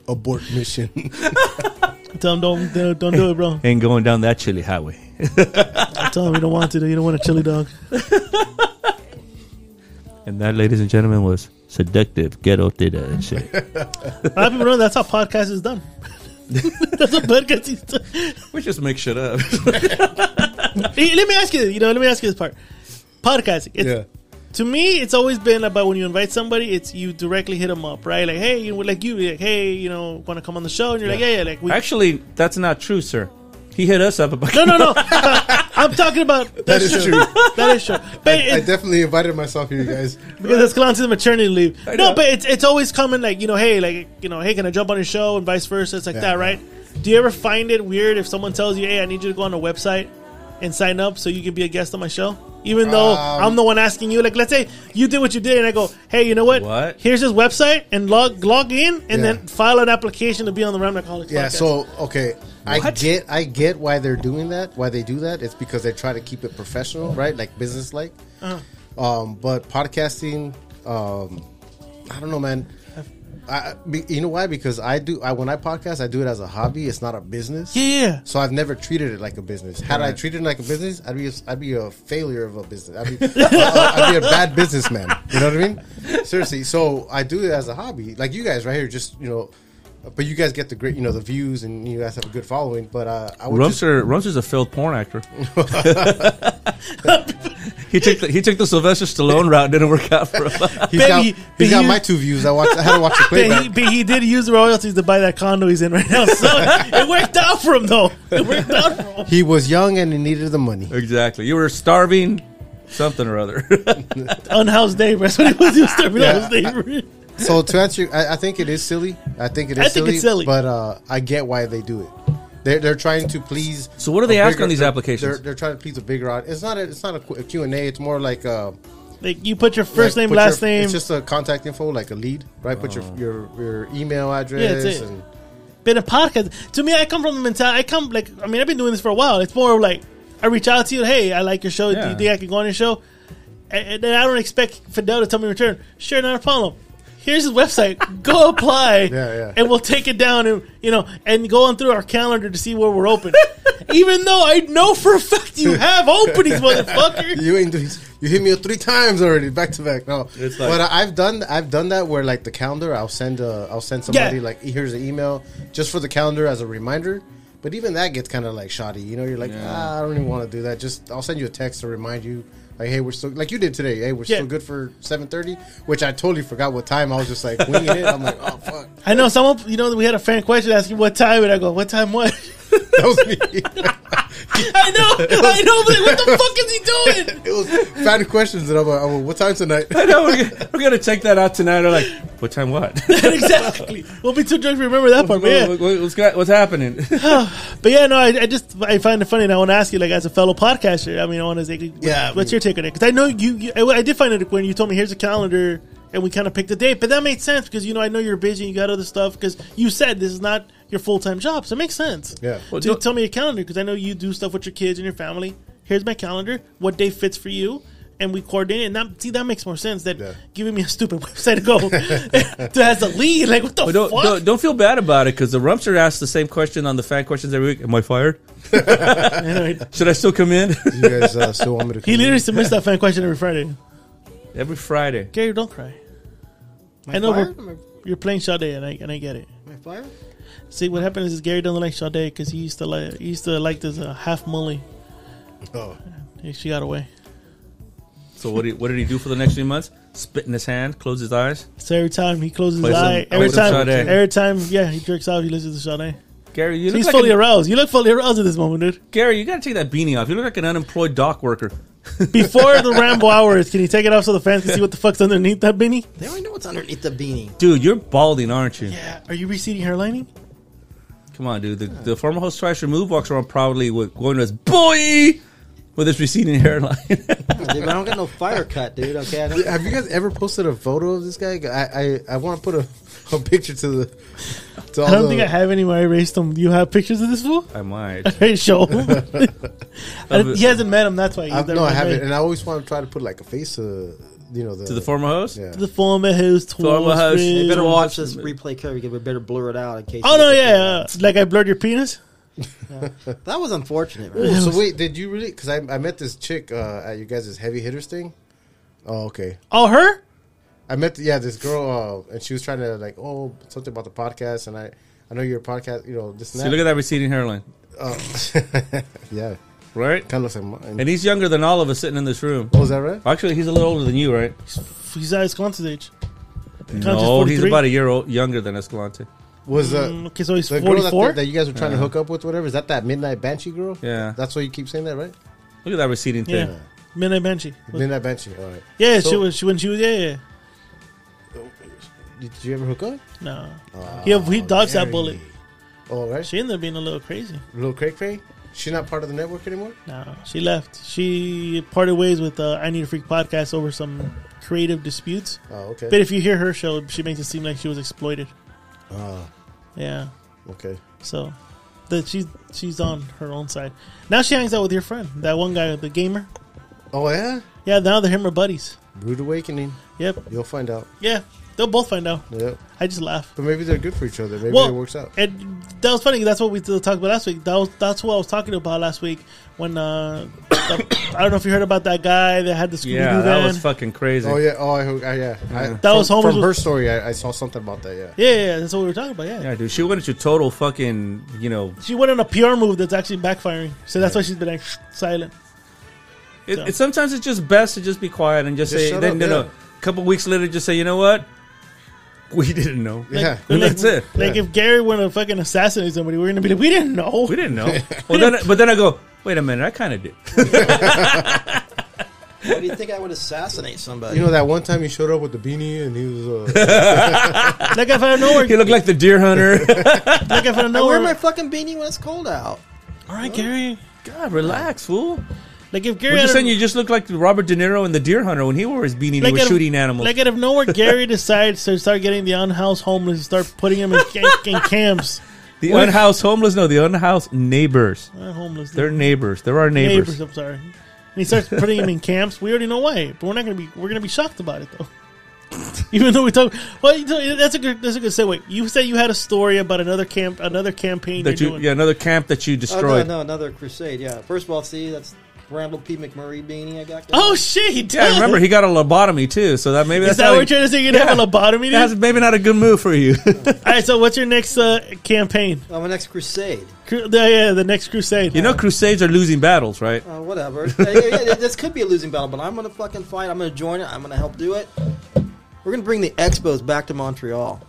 abort mission.
Tell him don't, don't don't do it, bro.
Ain't going down that chilly highway.
Tell him you don't want to. do- You don't want a chili dog.
And that, ladies and gentlemen, was seductive ghetto theater and shit.
A lot of people know that's how podcast is done. that's how podcast is done.
We just make shit up.
Hey, Let me ask you. You know, let me ask you this part. Podcasting. It's, to me, it's always been about when you invite somebody, it's you directly hit them up, right? Like, hey, you like you, like, hey, you know, want to come on the show? And you're like, yeah, yeah, like we.
Actually, that's not true, sir. He hit us up about
no, no, no. I'm talking about that,
is true.
That is true. But
I
it,
definitely invited myself here, you guys.
because Escalante's maternity leave. No,
know.
but it's it's always coming like you know, hey, like you know, hey, can I jump on your show and vice versa? It's like
Yeah,
that,
yeah.
right? Do you ever find it weird if someone tells you, hey, I need you to go on a website? and sign up so you can be a guest on my show? Even though
Um,
I'm the one asking you, like, let's say you did what you did, and I go, hey, you know what?
What?
Here's his website, and log log in, and
Yeah.
then file an application to be on the Ramnacolics.
Yeah,
podcast.
so okay, I get I get why they're doing that, why they do that. It's because they try to keep it professional, right? Like business like.
Uh-huh.
Um, but podcasting, um, I don't know, man. I, be- you know why? Because I do. I when I podcast, I do it as a hobby. It's not a business.
yeah, yeah.
So I've never treated it like a business. Had I treated it like a business, I'd be a, I'd be a failure of a business. I'd be, uh, I'd be a bad businessman. You know what I mean? Seriously. So I do it as a hobby, like you guys right here. Just you know, but you guys get the great, you know, the views, and you guys have a good following. But uh, I would just,
Rumster Rumster's a failed porn actor. he took the, he took the Sylvester Stallone route. Didn't work out for him.
he's got,
Baby,
he's got
baby.
my two views. I watched. I had to watch the
But he,
playback.
but he did use the royalties to buy that condo he's in right now, so it worked out for him though. It worked out for him.
He was young and he needed the money.
exactly. You were starving, something or other.
Unhoused neighbor. That's what he was. He was starving
Yeah,
unhoused neighbor.
so to answer, you, I, I think it is silly. I think it is
I think
silly,
it's silly.
But uh, I get why they do it. They're, they're trying to please.
So what do
a
they ask
bigger-
on these
they're-
applications?
They're, they're trying to please a bigger audience. It's not a it's not a Q- a Q and A. It's more like uh,
like you put your first
like
name,
put
last
your-
name,
It's just a contact info, like a lead, right? Put
Oh.
your your your email address.
Yeah, that's it.
And,
been a podcast. To me, I come from the mentality. I come like I mean, I've been doing this for a while. It's more of like I reach out to you. Hey, I like your show. Do
Yeah.
you think I can go on your show? And, and then I don't expect Fidel to tell me in return. Sure, not a problem. Here's his website. Go apply,
Yeah, yeah.
and we'll take it down and you know and go on through our calendar to see where we're open. Even though I know for a fact you have openings, motherfucker.
you ain't doing. You hit me up three times already, back to back. No,
It's like-
but I've done I've done that where like the calendar, I'll send a I'll send somebody
Yeah.
like here's an email just for the calendar as a reminder. But even that gets kind of like shoddy, you know. You're like, ah, I don't even want to do that. Just I'll send you a text to remind you, like, hey, we're still like you did today. Hey, we're
Yeah.
still good for seven thirty, which I totally forgot what time. I was just like winging it. I'm like, oh fuck,
I know someone. You know, we had a fan question asking what time, and I go, "What time? What?"
that was me.
I know, I know. But what the fuck is he doing?
it was fan questions, and I'm like, oh, what time tonight?
I know we're, gonna- we're gonna check that out tonight. We're like, what time? What?
exactly. We'll be too drunk to remember that part. But yeah,
What- what- what's, got- what's happening?
but yeah no, I, I just I find it funny, and I want to ask you, like, as a fellow podcaster, I mean, I want to say, what-
Yeah, I
what's
mean-
your take on it? Because I know you, you I, I did find it when you told me here's a calendar, and we kind of picked a date, but that made sense because you know I know you're busy, and you got other stuff, because you said this is not your full time job, so it makes sense.
Yeah.
Well,
Well,
to tell me a calendar because I know you do stuff with your kids and your family. Here's my calendar. What day fits for you? And we coordinate, and that see that makes more sense than
Yeah.
giving me a stupid website to go to has a lead. Like what the
But don't,
fuck?
don't don't feel bad about it because the Rumster asks the same question on the fan questions every week. Am I fired?
I know, it-
Should I still come in?
You guys uh, still want me to?
He
come in?
literally submits that fan question every Friday.
every Friday.
Gary, don't cry. I know
Fire?
we're,
Am
you're playing Sade, and I and I get it.
I- am I fire?
See, what happened is, Gary doesn't like Sade because he used to like he used to like this uh, half mully.
Oh.
And She got away.
So what? Did, what did he do for the next few months? Spit in his hand, close his eyes.
So every time he closes
Play
his
some-
eye,
play
every
some
time,
Sade.
every time, yeah, he jerks out. He listens to Sade.
Gary, you
So
look
he's
like
fully
an-
aroused. You look fully aroused at this moment, dude.
Gary. You gotta take that beanie off. You look like an unemployed dock worker.
Before the ramble hours, can you take it off so the fans can see what the fuck's underneath that beanie?
They already know what's underneath the beanie.
Dude, you're balding, aren't you?
Yeah. Are you receding hair lining?
Come on, dude. The, the former host Thrasher Move walks around proudly with going to his boy with his receding hairline.
Dude, I don't got no fire cut, dude. Okay, I don't,
Have you guys ever posted a photo of this guy? I I, I want to put a, a picture to the. To all
I don't
the,
think I have any. Where I erased them. Do you have pictures of this fool?
I might.
Hey, show. him. I- he hasn't met him. That's why. he's
I've-
never
no, I
met
haven't,
him.
and I always want to try to put like a face to you know the
To the former host.
Yeah.
the former host,
Former
former
host.
you better
Don't
watch
watch
this
them.
replay cover because we better blur it out in case.
Oh no, yeah, yeah. like I blurred your penis.
that was unfortunate.
Ooh,
Man.
so wait, did you really? Because I, I met this chick uh, at you guys' heavy hitters thing. Oh okay.
Oh, her?
I met yeah this girl uh, and she was trying to like oh something about the podcast and I I know your podcast you know this and
See, look at that receding hairline,
that. Oh. yeah,
right?
kind of looks like mine.
And he's younger than all of us sitting in this room.
oh, is that right?
Actually, he's a little older than you, right?
He's at Escalante's age.
No, he's about a year old, younger than Escalante.
Was uh,
okay, so he's
the girl that,
Mm, forty-four.
that you guys were trying to hook up with whatever is that that midnight banshee girl?
Yeah.
that's why you keep saying that, right?
Look at that receding thing.
Yeah, Midnight Banshee.
Midnight banshee. All right.
Yeah, she
So-
was. She when she was. Yeah, yeah.
Did you ever hook up?
No, he he dodged that
Gary.
bullet.
Oh, right.
She ended up being a little crazy.
Little cray cray. She not part of the network anymore?
No, she left. She parted ways with uh, I Need a Freak podcast over some creative disputes.
Oh, okay.
But if you hear her show, she makes it seem like she was exploited.
Ah,
Yeah.
okay.
So that she's she's on her own side. Now she hangs out with your friend, that one guy, the gamer.
Oh yeah,
Yeah, now they're him or buddies.
rude awakening.
Yep.
You'll find out.
Yeah. They'll both find out.
Yep.
I just laugh.
But maybe they're good for each other. Maybe
Well, eh,
it works out.
And that was funny. That's what we still talked about last week. That was that's what I was talking about last week when uh, the- I don't know if you heard about that guy that had the Scooby Doo
Yeah,
van.
that was fucking crazy.
Oh yeah. Oh, I, hope- I yeah. I, that
was
from,
Homer's-
from her story. I, I saw something about that. Yeah.
yeah, yeah, yeah, that's what we were talking about. Yeah.
Yeah, dude, she went into total fucking, you know,
she went on a PR move that's actually backfiring. So that's why she's been like, "Shh, silent.
It,
So-
it sometimes it's just best to just be quiet and just,
Just
say.
shut
Then
up,
then
yeah.
a couple weeks later, just say, you know what, we didn't know.
Yeah.
Like,
That's it.
Like if Gary were to fucking assassinate somebody, we're gonna be like, we didn't know.
We didn't know. well, then, but then I go, wait a minute, I kind of did.
Why do you think I would assassinate somebody?
You know that one time he showed up with the beanie and he was. Uh,
That guy out of nowhere.
He looked like the deer hunter.
That guy out of
I
nowhere.
wear my fucking beanie when it's cold out.
All right, Gary.
God, relax, fool.
Like if Gary,
We're
out
just
of-
saying you just look like Robert De Niro in the Deer Hunter when he wore his beanie and he
out
was
of-
shooting animals.
Like out of nowhere, Gary decides to start getting the unhoused homeless and start putting them in, in, in camps.
the unhoused homeless, no, the unhoused neighbors.
Not Uh, homeless.
They're neighbors. They're our neighbors.
neighbors. I'm sorry. And he starts putting them in camps. We already know why, but we're not gonna be we're gonna be shocked about it though. Even though we talk, well, you know, that's a good that's a good segue. You said you had a story about another camp, another campaign
That
you're
you,
doing.
yeah, another camp that you
Oh,
destroyed.
no, no, another crusade. Yeah. First of all, see, that's Randall P. McMurray beanie I got.
Oh shit! He did.
Yeah, I remember he got a lobotomy too, so that maybe
Is
that's
that
how
what
he-
you're trying to say? You have a lobotomy? dude?
that's maybe not a good move for you.
All right. So, what's your next uh, campaign?
Oh, my next crusade.
Cru- the, yeah, the next crusade.
You know, Crusades are losing battles, right?
Uh, whatever. Uh, yeah, yeah, this could be a losing battle, but I'm going to fucking fight. I'm going to join it. I'm going to help do it. We're going to bring the Expos back to Montreal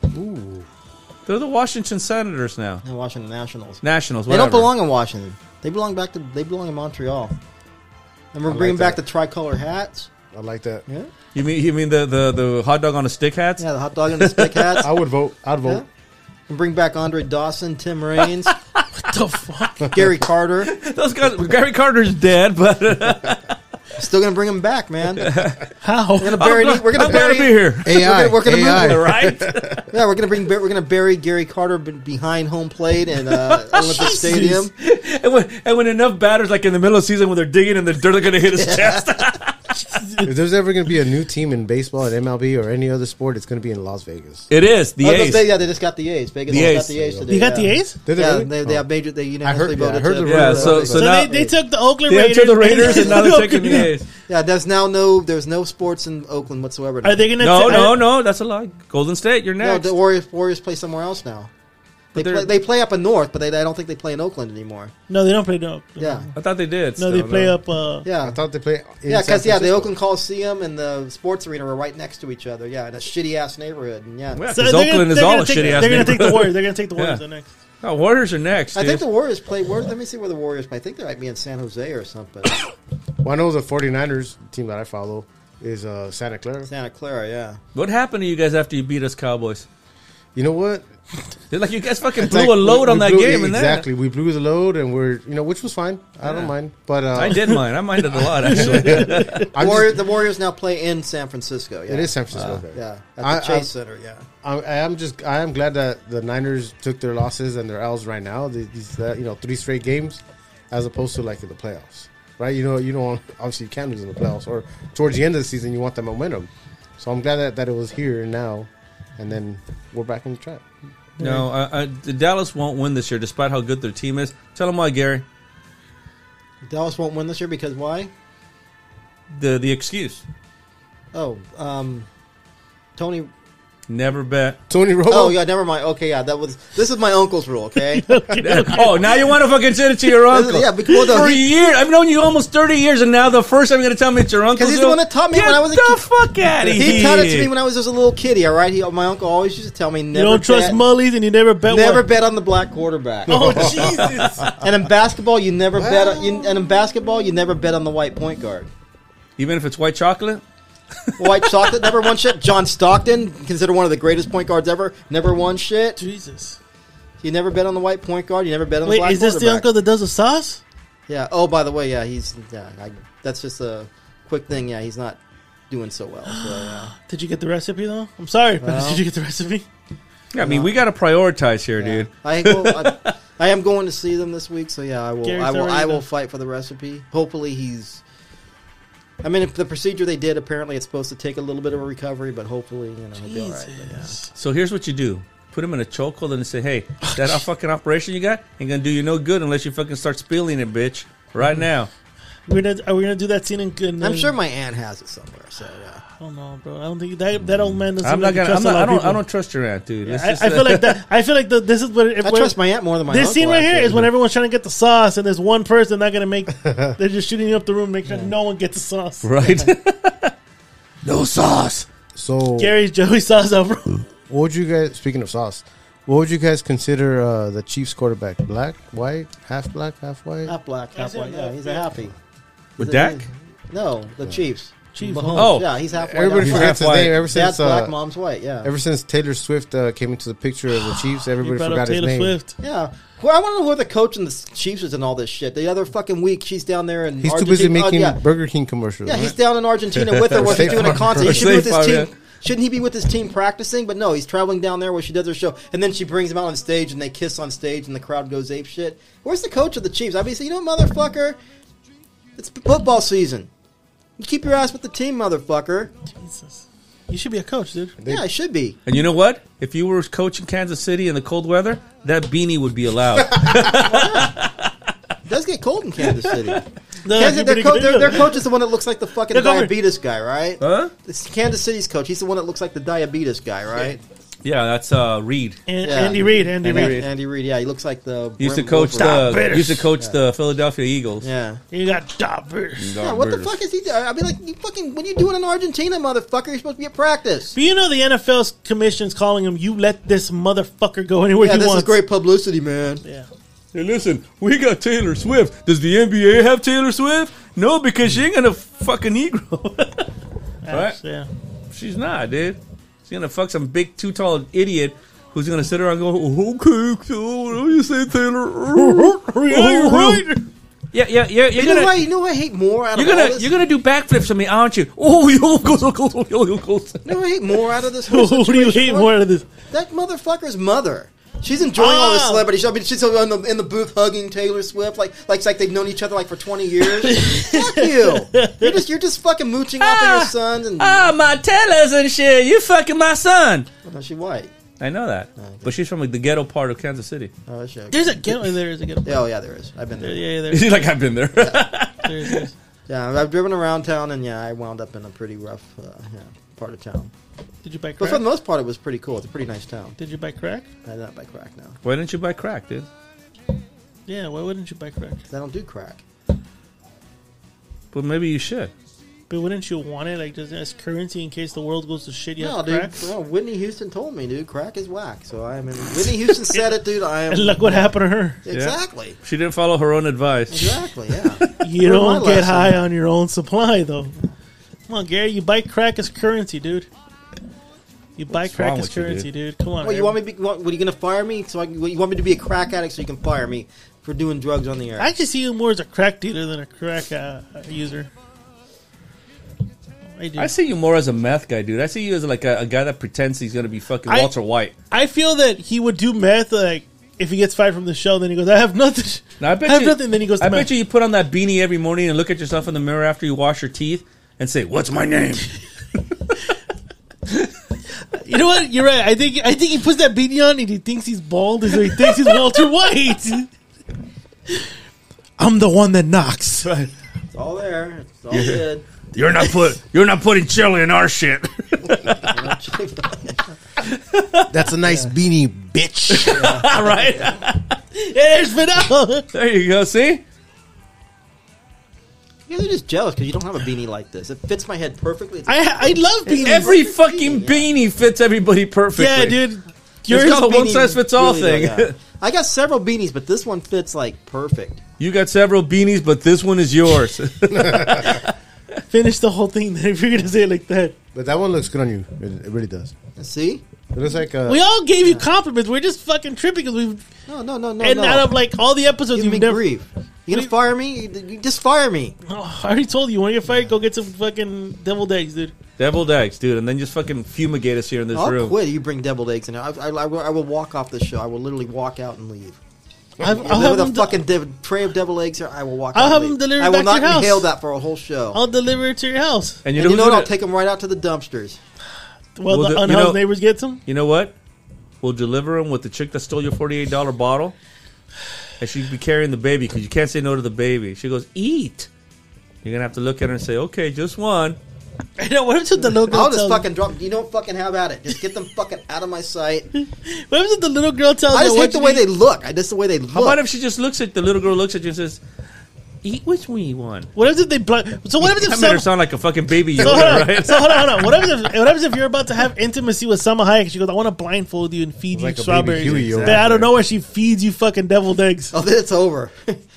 They're the Washington Senators now,
and Washington Nationals.
Nationals.
They
Whatever.
don't belong in Washington. They belong back to. They belong in Montreal. And we're bringing back the tricolor hats.
I like that.
Yeah,
You mean you mean the, the, the hot dog on a stick hats?
yeah, the hot dog and the stick hats.
I would vote. I'd
Yeah.
vote.
And bring back Andre Dawson, Tim Raines. what the fuck? Gary Carter.
Those guys. Gary Carter's dead, but
Still gonna bring him back, man. We're
how?
gonna bury. we're gonna
I'm glad
bury.
to be here.
AI.
we're gonna move
AI.
Right?
Yeah, we're gonna bring. We're gonna bury Gary Carter be- behind home plate in uh, Olympic Stadium.
and, when, and when enough batters, like in the middle of the season, when they're digging in the dirt, they're gonna hit his chest.
If there's ever going to be a new team in baseball, at MLB, or any other sport, it's going to be in Las Vegas.
It is the
Oh,
A's.
they, yeah, they just got the A's. Vegas
The
just
A's.
got the A's today.
You got the
um,
yeah.
Ace?
Did
Yeah,
really?
they, they have major. They unanimously
heard- yeah, I
voted.
heard
to-
the
yeah, so
So
so now
they, they took the Oakland
they
Raiders.
took the Raiders and now they're
Oakland-
taking the A's.
Yeah, there's now no there's no sports in Oakland whatsoever. now.
Are they gonna?
No,
ta-
no,
are-
no, that's a lie. Golden State, you're
no,
next.
the Warriors Warriors play somewhere else now. They
But they're-
play, they play up in north, but they, I don't think they play in Oakland anymore.
No, they don't play no.
Yeah,
I thought they did.
No,
so,
they play up. Uh,
yeah,
I thought they play. in
yeah. Because
San
yeah, the
Francisco.
Oakland Coliseum and the sports arena were right next to each other. Yeah, in a shitty ass neighborhood. And yeah,
Yeah, 'cause
so they're
Oakland
gonna-
is
they're
all
gonna
a
take-
shitty ass.
They're gonna take the Warriors. They're gonna take the Warriors
Yeah.
the next.
No, Warriors are next.
I
dude.
think the Warriors play. Where, let me see where the Warriors play. I think they might be in San Jose or something.
Well, I know the 49ers team that I follow is uh, Santa Clara.
Santa Clara. Yeah.
What happened to you guys after you beat us, Cowboys?
You know what?
They're like you guys fucking
It's
blew
like
a load
we-
on
we
that
blew-
game, and
exactly. We blew the load, and we're you know which was fine. I don't mind, but uh,
Then, I did mine. I minded a lot actually.
I'm
Warrior,
just-
the Warriors now play in San Francisco. Yeah.
it is San Francisco. okay.
Yeah, at the
I-
Chase
I'm-
Center. Yeah.
I, I am just I am glad that the Niners took their losses and their L's right now. These- These uh, you know three straight games, as opposed to like in the playoffs, right? You know you don't want, obviously you can lose in the playoffs or towards the end of the season you want that momentum. So I'm glad that, that it was here and now, and then we're back on the track.
no, I, I, the Dallas won't win this year, despite how good their team is. Tell them why, Gary.
Dallas won't win this year because why?
The the excuse.
Oh, um, Tony.
Never bet.
Tony Romo.
Oh, yeah. Never mind. Okay, yeah. That was. This is my uncle's rule. Okay.
oh, now you want to fucking send it to your uncle?
yeah, because- well, no,
for
he-
years I've known you almost thirty years, and now the first time you're gonna tell me it's your uncle.
'Cause he's the one that taught me when I was a
Get the
kid.
fuck out of here.
He taught it to me when I was just a little kitty. All right. He, my uncle always used to tell me
You
never
don't trust
bet-
mullies and you never bet.
Never
one.
bet on the black quarterback.
Oh Jesus!
And in basketball, you never bet. On, you, and in basketball, you never bet on the white point guard.
Even if it's white chocolate.
White chocolate never won shit. John Stockton, considered one of the greatest point guards ever, never won shit.
Jesus!
You never bet on the white point guard. You never bet on the
Wait,
black
is this the
quarterback.
uncle that does the sauce?
Yeah. Oh, by the way, yeah, he's yeah. I, that's just a quick thing. Yeah, he's not doing so well. So, yeah.
Did you get the recipe though? I'm sorry, but
Well-
did you get the recipe?
Yeah, I mean, we got to prioritize here,
Yeah.
dude.
I, go, I, I am going to see them this week, so yeah, I will.
Gary's
I will.
already
I will
done.
fight for the recipe. Hopefully, he's. I mean, if the procedure they did apparently it's supposed to take a little bit of a recovery, but hopefully, you know, he'll be all right. But, yeah.
So here's what you do: put him in a chokehold and say, "Hey, that fucking operation you got ain't gonna do you no good unless you fucking start spilling it, bitch,
Mm-hmm.
right now."
We're gonna are we gonna do that scene in good?
I'm sure my aunt has it somewhere. So yeah,
I don't know, bro. I don't think that that old man doesn't.
I'm not
really
gonna. I'm
trust
not,
a lot
I
of
don't.
people.
I don't trust your aunt, dude. Let's
I,
just-
I feel like that. I feel like the, this is what. If
I
we're-
trust my aunt more than my.
this
uncle,
scene right here
actually.
is when everyone's trying to get the sauce, and there's one person not gonna make. they're just shooting you up the room, make sure no one gets the sauce.
right?
No sauce.
So
Gary's Joey sauce over.
what would you guys? Speaking of sauce, what would you guys consider uh, the Chiefs quarterback? Black, white, half black, half white.
Uh,
half black, half white. Yeah, he's a happy.
With
He's a-
Dak?
No, the Chiefs.
Chiefs.
Mahomes.
Oh.
yeah, he's half white.
Everybody forgets
He's
half black.
his
half-white.
name ever
Dad's
since
black,
uh,
mom's white. Yeah,
ever since Taylor Swift uh, came into the picture of the Chiefs.
You
Everybody
brought up
forgot his
Taylor
name.
Swift.
Yeah. Well, I want to know where the coach and the Chiefs is and all this shit. The other fucking week, she's down there and
He's too
Oh,
busy making
yeah.
Burger King commercials.
yeah,
right?
he's down in Argentina with her where she's
Safe
doing a
harbor.
concert. He should be
Safe
with his
harbor,
team.
yeah.
Shouldn't he be with his team practicing? But no, he's traveling down there where she does her show, and then she brings him out on stage, and they kiss on stage, and the crowd goes ape shit. Where's the coach of the Chiefs? I'd be saying, you know, motherfucker, it's football season. You keep your ass with the team, motherfucker.
Jesus, you should be a coach, dude.
They-
yeah, I should be.
And you know what? If you were coaching Kansas City in the cold weather, that beanie would be allowed.
It does get cold in Kansas City.
No,
Kansas,
you
their,
better
co-
get
their,
into
their
it.
coach is the one that looks like the fucking
Look over.
diabetes guy, right?
huh?
It's Kansas City's coach. He's the one that looks like the diabetes guy, right?
Yeah, that's uh, Reed.
And,
Yeah.
Andy Reid. Andy
Andy,
Reid.
Reed. Andy Reid. Yeah, he looks like the
He used to
Brim
coach
Wolverine.
the he used to coach the Philadelphia Eagles.
Yeah.
You got Dobbers.
Yeah, what the fuck is he doing? I'd be like, you fucking, what are you doing in Argentina, motherfucker? You're supposed to be at practice.
But you know the NFL's commission's calling him. You let this motherfucker go anywhere
Yeah,
he
this
wants.
is great publicity, man.
Yeah.
Hey, listen, we got Taylor Swift. Does the NBA have Taylor Swift? No, because she ain't gonna fuck a Negro. Right?
Yeah.
She's not, dude. She's gonna fuck some big, too tall idiot who's gonna sit around going, "Okay, so what do you say, Taylor?" yeah, you're right. Yeah, yeah, yeah. You're
You know,
gonna,
why, you know who I hate more out
you're
of all
gonna,
this?
you're gonna do backflips on me, aren't you? Oh, yo, go, go, go, go, go, go.
you know who I hate more out of this whole
Who do you
situation?
hate more of this?
That motherfucker's mother. She's enjoying all this
Oh.
celebrity. shit. I mean, she's in the, in the booth hugging Taylor Swift, like like it's like they've known each other like for twenty years. Fuck you! You're just you're just fucking mooching off of your
Ah.
sons and
Ah, my Taylor's and shit. You fucking my son.
oh, she white.
I know that,
Ah,
but she's from like, the ghetto part of Kansas City.
Oh, shit.
There's a ghetto. There is a ghetto.
Yeah, oh yeah, there is. I've been there.
Yeah, there,
She's like, I've been there.
there is. There's,
Yeah, I've driven around town, and yeah, I wound up in a pretty rough uh, yeah, part of town.
did you buy
But
crack?
for the most part, it was pretty cool. It's a pretty nice town.
Did you buy crack?
I did not buy crack now.
Why didn't you buy crack, dude?
Yeah. Why wouldn't you buy crack?
'Cause I don't do crack.
But maybe you should.
But wouldn't you want it like just as currency in case the world goes to shit? You
No,
have
dude.
crack.
No, Whitney Houston told me, dude. Crack is whack. So I am. In, Whitney Houston said it, dude. I am.
And look what happened to her.
Exactly.
She didn't follow her own advice.
Exactly. Yeah.
You
Learn my
don't get
lesson.
high on your own supply, though. Come on, Gary. You buy crack as currency, dude. You buy
What's
crack
wrong
as
with you,
currency, dude. Come on.
What you want me? To be, what, what are you gonna fire me? So I, can- what, you want me to be a crack addict so you can fire me for doing drugs on the air?
I actually see you more as a crack dealer than a crack uh, user. I do.
I see you more as a meth guy, dude. I see you as like a, a guy that pretends he's gonna be fucking
I-
Walter White.
I feel that he would do meth like if he gets fired from the show, then he goes, "I have nothing.
Now, I bet
have
you,
nothing." Then he goes, to
I
meth.
bet you you put on that beanie every morning and look at yourself in the mirror after you wash your teeth and say, "What's my name?"
You know what? You're right. I think I think he puts that beanie on and he thinks he's bald, and so he thinks he's Walter White. I'm the one that knocks.
It's all there. It's all good.
You're not put. You're not putting chili in our shit.
That's a nice beanie, bitch.
All right,
There's Fidel.
there you go. See,
You guys are just jealous because you don't have a beanie like this. It fits my head perfectly. It's
I I love beanies.
every fucking beanie fits everybody perfectly.
yeah, dude.
It's
Yours,
called a
beanie
one size fits all
really
thing.
though, yeah. I got several beanies, but this one fits like perfect.
you got several beanies, but this one is yours.
finish the whole thing. Then if you're gonna say it like that,
but that one looks good on you. It, it really does.
See?
It looks like uh,
we
a.
all gave you compliments. We're just fucking tripping because we've
No, no, no, no,
and
no.
out of like all the episodes
Give
you've
me
never.
grief. You gonna fire me? You- you Just fire me.
Oh, I already told you. Want to get fired? Go get some fucking deviled eggs, dude.
Deviled eggs, dude, and then just fucking fumigate us here in this
I'll
room.
quit. You bring deviled eggs in. here. I, I, I, will, I will walk off the show. I will literally walk out and leave.
I've, I'll
I'll with
have
a
them. de-
fucking de- tray of deviled eggs here, I will walk
I'll have
out and
them
leave.
delivered
I will
back to
not
your house.
inhale that for a whole show.
I'll deliver it to your house.
And you
and
know,
you know
who's
what? I'll
gonna-
take them right out to the dumpsters.
Well, the,
Well, the- you
unhoused
know-
neighbors get some.
You know what? We'll deliver them with the chick that stole your forty-eight dollar bottle, and she'd be carrying the baby because you can't say no to the baby. She goes, "Eat." You're gonna have to look at her and say, "Okay, just one."
I know. What happens if the little girl?
I'll just
tells-
fucking drop. You don't fucking have at it. Just get them fucking out of my sight.
What happens if the little girl tells?
I
her
just
what
hate the
you
way
need?
they look. I just the way they look.
How about if she just looks at the little girl, looks at you, and says, "Eat which we one."
What happens if they? Bl- so what happens
That
if
made her
some,
sound like a fucking baby
So hold
Yoda,
on.
right?
So hold on, hold on. What happens if what happens if you're about to have intimacy with Selma Hayek? She goes, "I want to blindfold you and feed you
Like a baby
strawberries."
Huey over
Then out
there.
of nowhere, she feeds you fucking deviled eggs.
Oh, then it's over.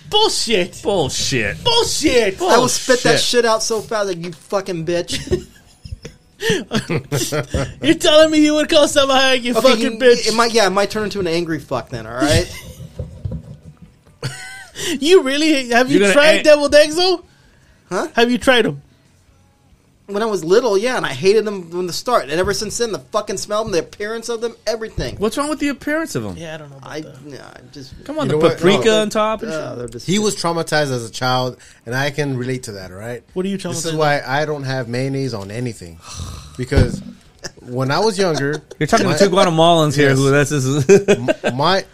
Bullshit.
Bullshit.
Bullshit.
I will spit that
shit.
shit out so fast, like you fucking bitch.
You're telling me you would call Selma Hayek you
Okay,
fucking
you-
bitch?
It might, yeah, it might turn into an angry fuck then. All right.
you really have you
You're gonna
tried
a-
deviled eggs though?
Huh?
Have you tried them?
when I was little, yeah, and I hated them from the start, and ever since then, the fucking smell, them, the appearance of them, everything.
What's wrong with the appearance of them?
Yeah, I don't know. About
I,
that.
nah, I just
Come on,
You know
the
what?
paprika
No.
on top. and
uh,
shit.
they're just
He was traumatized as a child, and I can relate to that. all right?
What are you
This
traumatized?
is why I don't have mayonnaise on anything, because when I was younger,
You're talking to two Guatemalans here.
Yes.
Who that's is?
my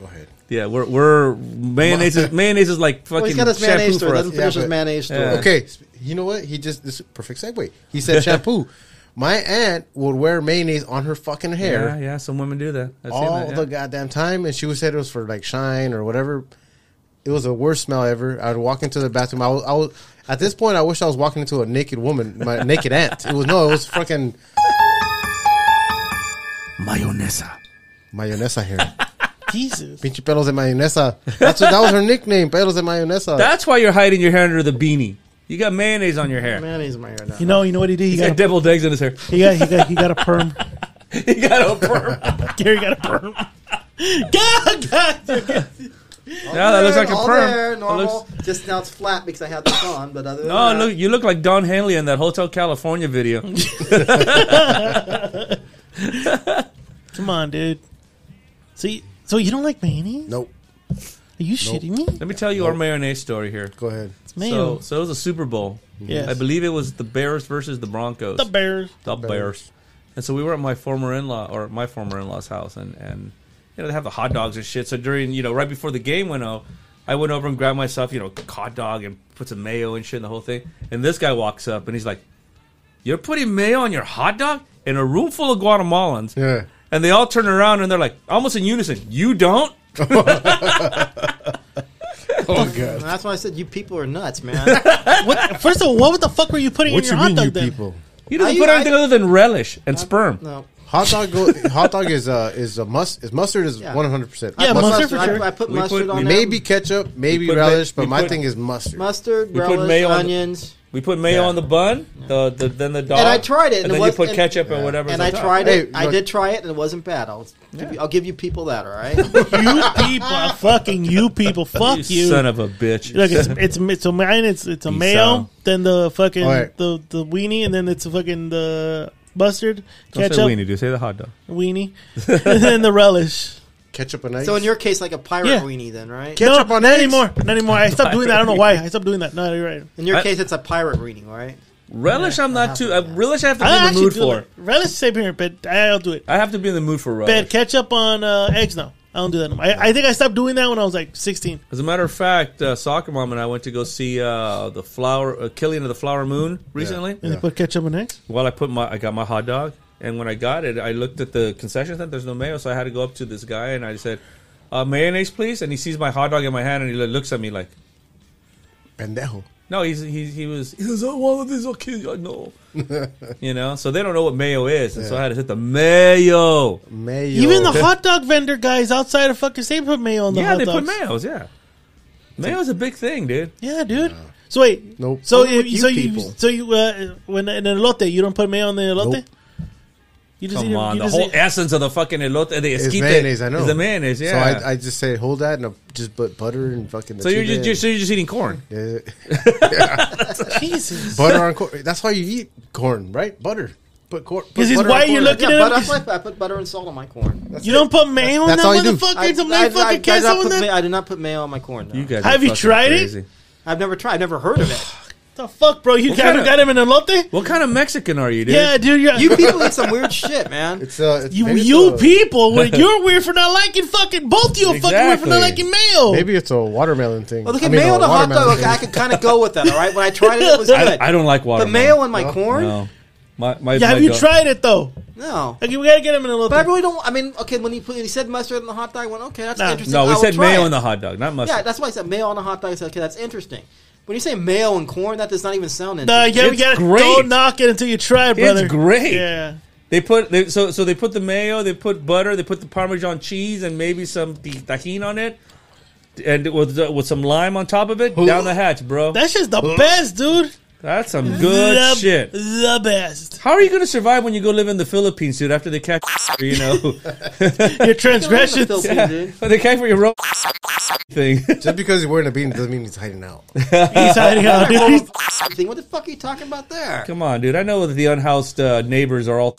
go ahead.
yeah, we're, we're mayonnaise. Is, mayonnaise is like
Well,
fucking
he's got his
shampoo
mayonnaise store.
for us.
Doesn't finish
Yeah,
his
but-
mayonnaise store.
Yeah.
Okay, sp- you know what? He just this is a perfect segue. He said shampoo. My aunt would wear mayonnaise on her fucking hair
Yeah, yeah. Some women do that. I've seen
all
that, yeah.
the goddamn time, and she would say it was for like shine or whatever. It was the worst smell ever. I would walk into the bathroom. I was, I was at this point. I wish I was walking into a naked woman, my naked aunt. It was no, it was fucking
Mayonesa.
mayonesa here.
Jesus.
Pinche pelos de mayonesa. That's what, that was her nickname, pelos de mayonesa.
That's why you're hiding your hair under the beanie. You got mayonnaise on your hair.
Mayonnaise in my hair now.
You know, you know what he did? He
You got
got, a,
deviled eggs in his hair.
he got, he got, he got a perm.
You got a perm.
Gary got a perm. God, God,
yeah, that looks like a
all
perm.
There,
That
normal.
looks-
Just now it's flat because I had this on, but other than
oh,
that,
look! You look like Don Henley in that Hotel California video.
Come on, dude. See, so you don't like mayonnaise?
nope.
Are you shitting me?
Let me tell you our mayonnaise story here.
Go ahead.
It's
So,
mayo.
so it was a Super Bowl.
Yes.
I believe it was the Bears versus the Broncos.
the Bears.
the Bears. And so we were at my former in law or my former in law's house, and and you know they have the hot dogs and shit. So during you know right before the game went out, I went over and grabbed myself you know a hot dog and put some mayo and shit in the whole thing. And this guy walks up and he's like, "You're putting mayo on your hot dog in a room full of Guatemalans."
Yeah.
And they all turn around and they're like, almost in unison, "You don't."
Oh god.
that's why I said you people are nuts, man.
What, first of all, what the fuck were you putting
What
in
you
your hot
mean,
dog
you
then?
people?
You didn't
I-
put
I-
anything other than relish and sperm.
no,
Hot dog. Go, hot dog is uh is a must. Is mustard is
Yeah.
one hundred percent.
Yeah,
Put
mustard for
I-
sure.
I, put
We
mustard
put-
on there.
Maybe ketchup, maybe
put ma-
relish,
we
but my
put-
thing is mustard.
mustard,
We put
relish,
mayo on the-
onions,
We put mayo on the bun, the, the then the dog,
I tried it, and
and, then
it
you
was-
put
and-
ketchup and whatever.
and I tried
Hey,
it. I
look-
did try it, and it wasn't bad. I'll give you, I'll give you people that. All right.
You people, fucking you people, fuck you.
son of a bitch.
Look, it's it's mi- so mine. It's it's a
You
mayo,
sound-
then the fucking
All right.
the the weenie, and then it's a fucking the mustard,
Don't
ketchup,
say weenie, dude. Say the hot dog.
weenie, and then the relish.
Ketchup and ice.
so in your case, like a pirate
Yeah.
weenie, then right?
no, not anymore. Not anymore. I stopped doing that. I don't know why. I stopped doing that. No, you're right.
In your
I-
case, it's a pirate reading, right?
Relish, I'm not too. Uh, relish, I have to be
I
in the
actually
mood
do
for.
like, relish. Same here, but I'll do it.
I have to be in the mood for relish.
Bad ketchup on uh, eggs. No, I don't do that. Anymore. I, I think I stopped doing that when I was like 16.
As a matter of fact, uh, soccer mom and I went to go see uh, the flower, uh, Killian of the Flower Moon recently.
And they put ketchup on eggs.
Well, I put my, I got my hot dog, and when I got it, I looked at the concession stand. There's no mayo, so I had to go up to this guy and I said, uh, "Mayonnaise, please." And he sees my hot dog in my hand, and he lo- looks at me like,
pendejo.
No, he's, he's he was he was oh, one of these are kids I know, you know. So they don't know what mayo is, and so I had to hit the mayo.
Mayo.
Even the hot dog vendor guys outside of fucking state put mayo on the
yeah,
hot
they
dogs.
put mayos. Yeah, mayo's a big thing, dude.
Yeah, dude. So wait,
Nope.
So
What
if,
with you
so you
people?
so you uh, when in an elote you don't put mayo on the elote.
Nope.
You just
Come
eat
on,
you
the
just
whole
eat-
essence of the fucking elote de
It's
esquite
mayonnaise, I know.
is the mayonnaise. Yeah.
So I, I just say hold that and I'll just put butter and fucking.
so you're
achiote
just, you're- so you're just eating corn.
and- Yeah. butter on corn. That's why you eat corn, right? Butter. Put corn. put
Is this
butter
why
on
you
corn.
look-
Yeah,
Look at
butter,
him.
that's why I put butter and salt on my corn.
You don't put mayo on that
That's all you do.
motherfucker. Some nice fucking
do not
queso in
put ma-
that.
I do not put mayo on my corn. No.
You guys, are
Have you
fucking
tried it?
crazy.
I've never tried. I've never heard of it.
The fuck, bro? You
What
got,
kind of-
got him in elote?
What kind of Mexican are you, dude?
Yeah, dude. You're,
You
you
people eat some weird shit, man.
It's, uh, it's,
you,
maybe it's a-
people. were- You're weird for not liking fucking both. You are fucking weird for not
Exactly.
liking mayo.
Maybe it's a watermelon thing.
Well, look
I
at
mean,
mayo on a hot
watermelon
dog.
thing.
Okay, I could kind of go with that. All right, when I tried it, it was
I,
good.
I don't like water.
But mayo on my corn? No.
No. My, my,
Yeah,
my
have you
dog-
tried it though? Okay, we gotta get him in elote.
But I really don't. I mean, okay, when he put, he said mustard on the hot dog, I went, okay, that's
Nah.
interesting.
No,
I
we
will
said
try
mayo
it.
on the hot dog, not mustard.
Yeah, that's why I said mayo on the hot dog. I said, okay, that's interesting. When you say mayo and corn, that does not even sound interesting.
Nah, yeah, we
It's
gotta
great.
don't knock it until you try it,
It's
brother.
great.
Yeah.
They put they, so so they put the mayo, they put butter, they put the Parmesan cheese, and maybe some t- tahine on it, and with the- with some lime on top of it. Down the hatch, bro.
That's just the best, dude.
That's some good
the,
shit.
The best.
How are you going to survive when you go live in the Philippines, dude? After they catch you, you know,
Your
Filipino,
transgressions.
dude.
when they catch for your ro- thing.
Just because you're wearing a beanie doesn't mean he's hiding out.
He's hiding out, dude. He's-
Thing, What the fuck are you talking about there?
Come on, dude. I know that the unhoused uh, neighbors are all.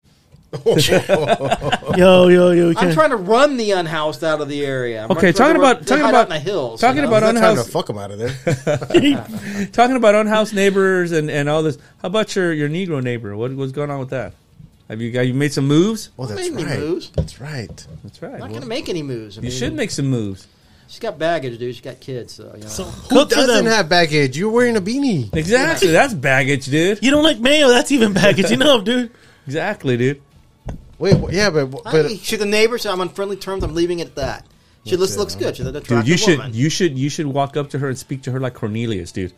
yo, yo, yo.
I'm
Okay.
trying to run the unhoused out of the area. I'm
Okay,
trying to
talking
run-
about-
they
talking
hide
about-
out in the hills.
talking
you know?
about
I'm not trying to
unhoused,
fuck him out of there.
talking about unhoused neighbors and, and all this. How about your, your Negro neighbor? What what's going on with that? Have you got you made some moves?
Well, that's
Made me
right.
moves.
That's right.
That's right.
I'm not
Well,
gonna make any moves. I
you
mean,
should make some moves.
She's got baggage, dude. She's got kids, so you know.
So,
Who
cook for them.
doesn't have baggage? You're wearing a beanie.
Exactly. That's baggage, dude.
you don't like mayo? That's even baggage. You know, dude.
Exactly, dude.
Wait, wh- yeah, but but
Hey, she the neighbor said I'm on friendly terms. I'm leaving it at that. She looks, looks good. She's an attractive
Dude, you should
woman.
you should you should walk up to her and speak to her like Cornelius, dude.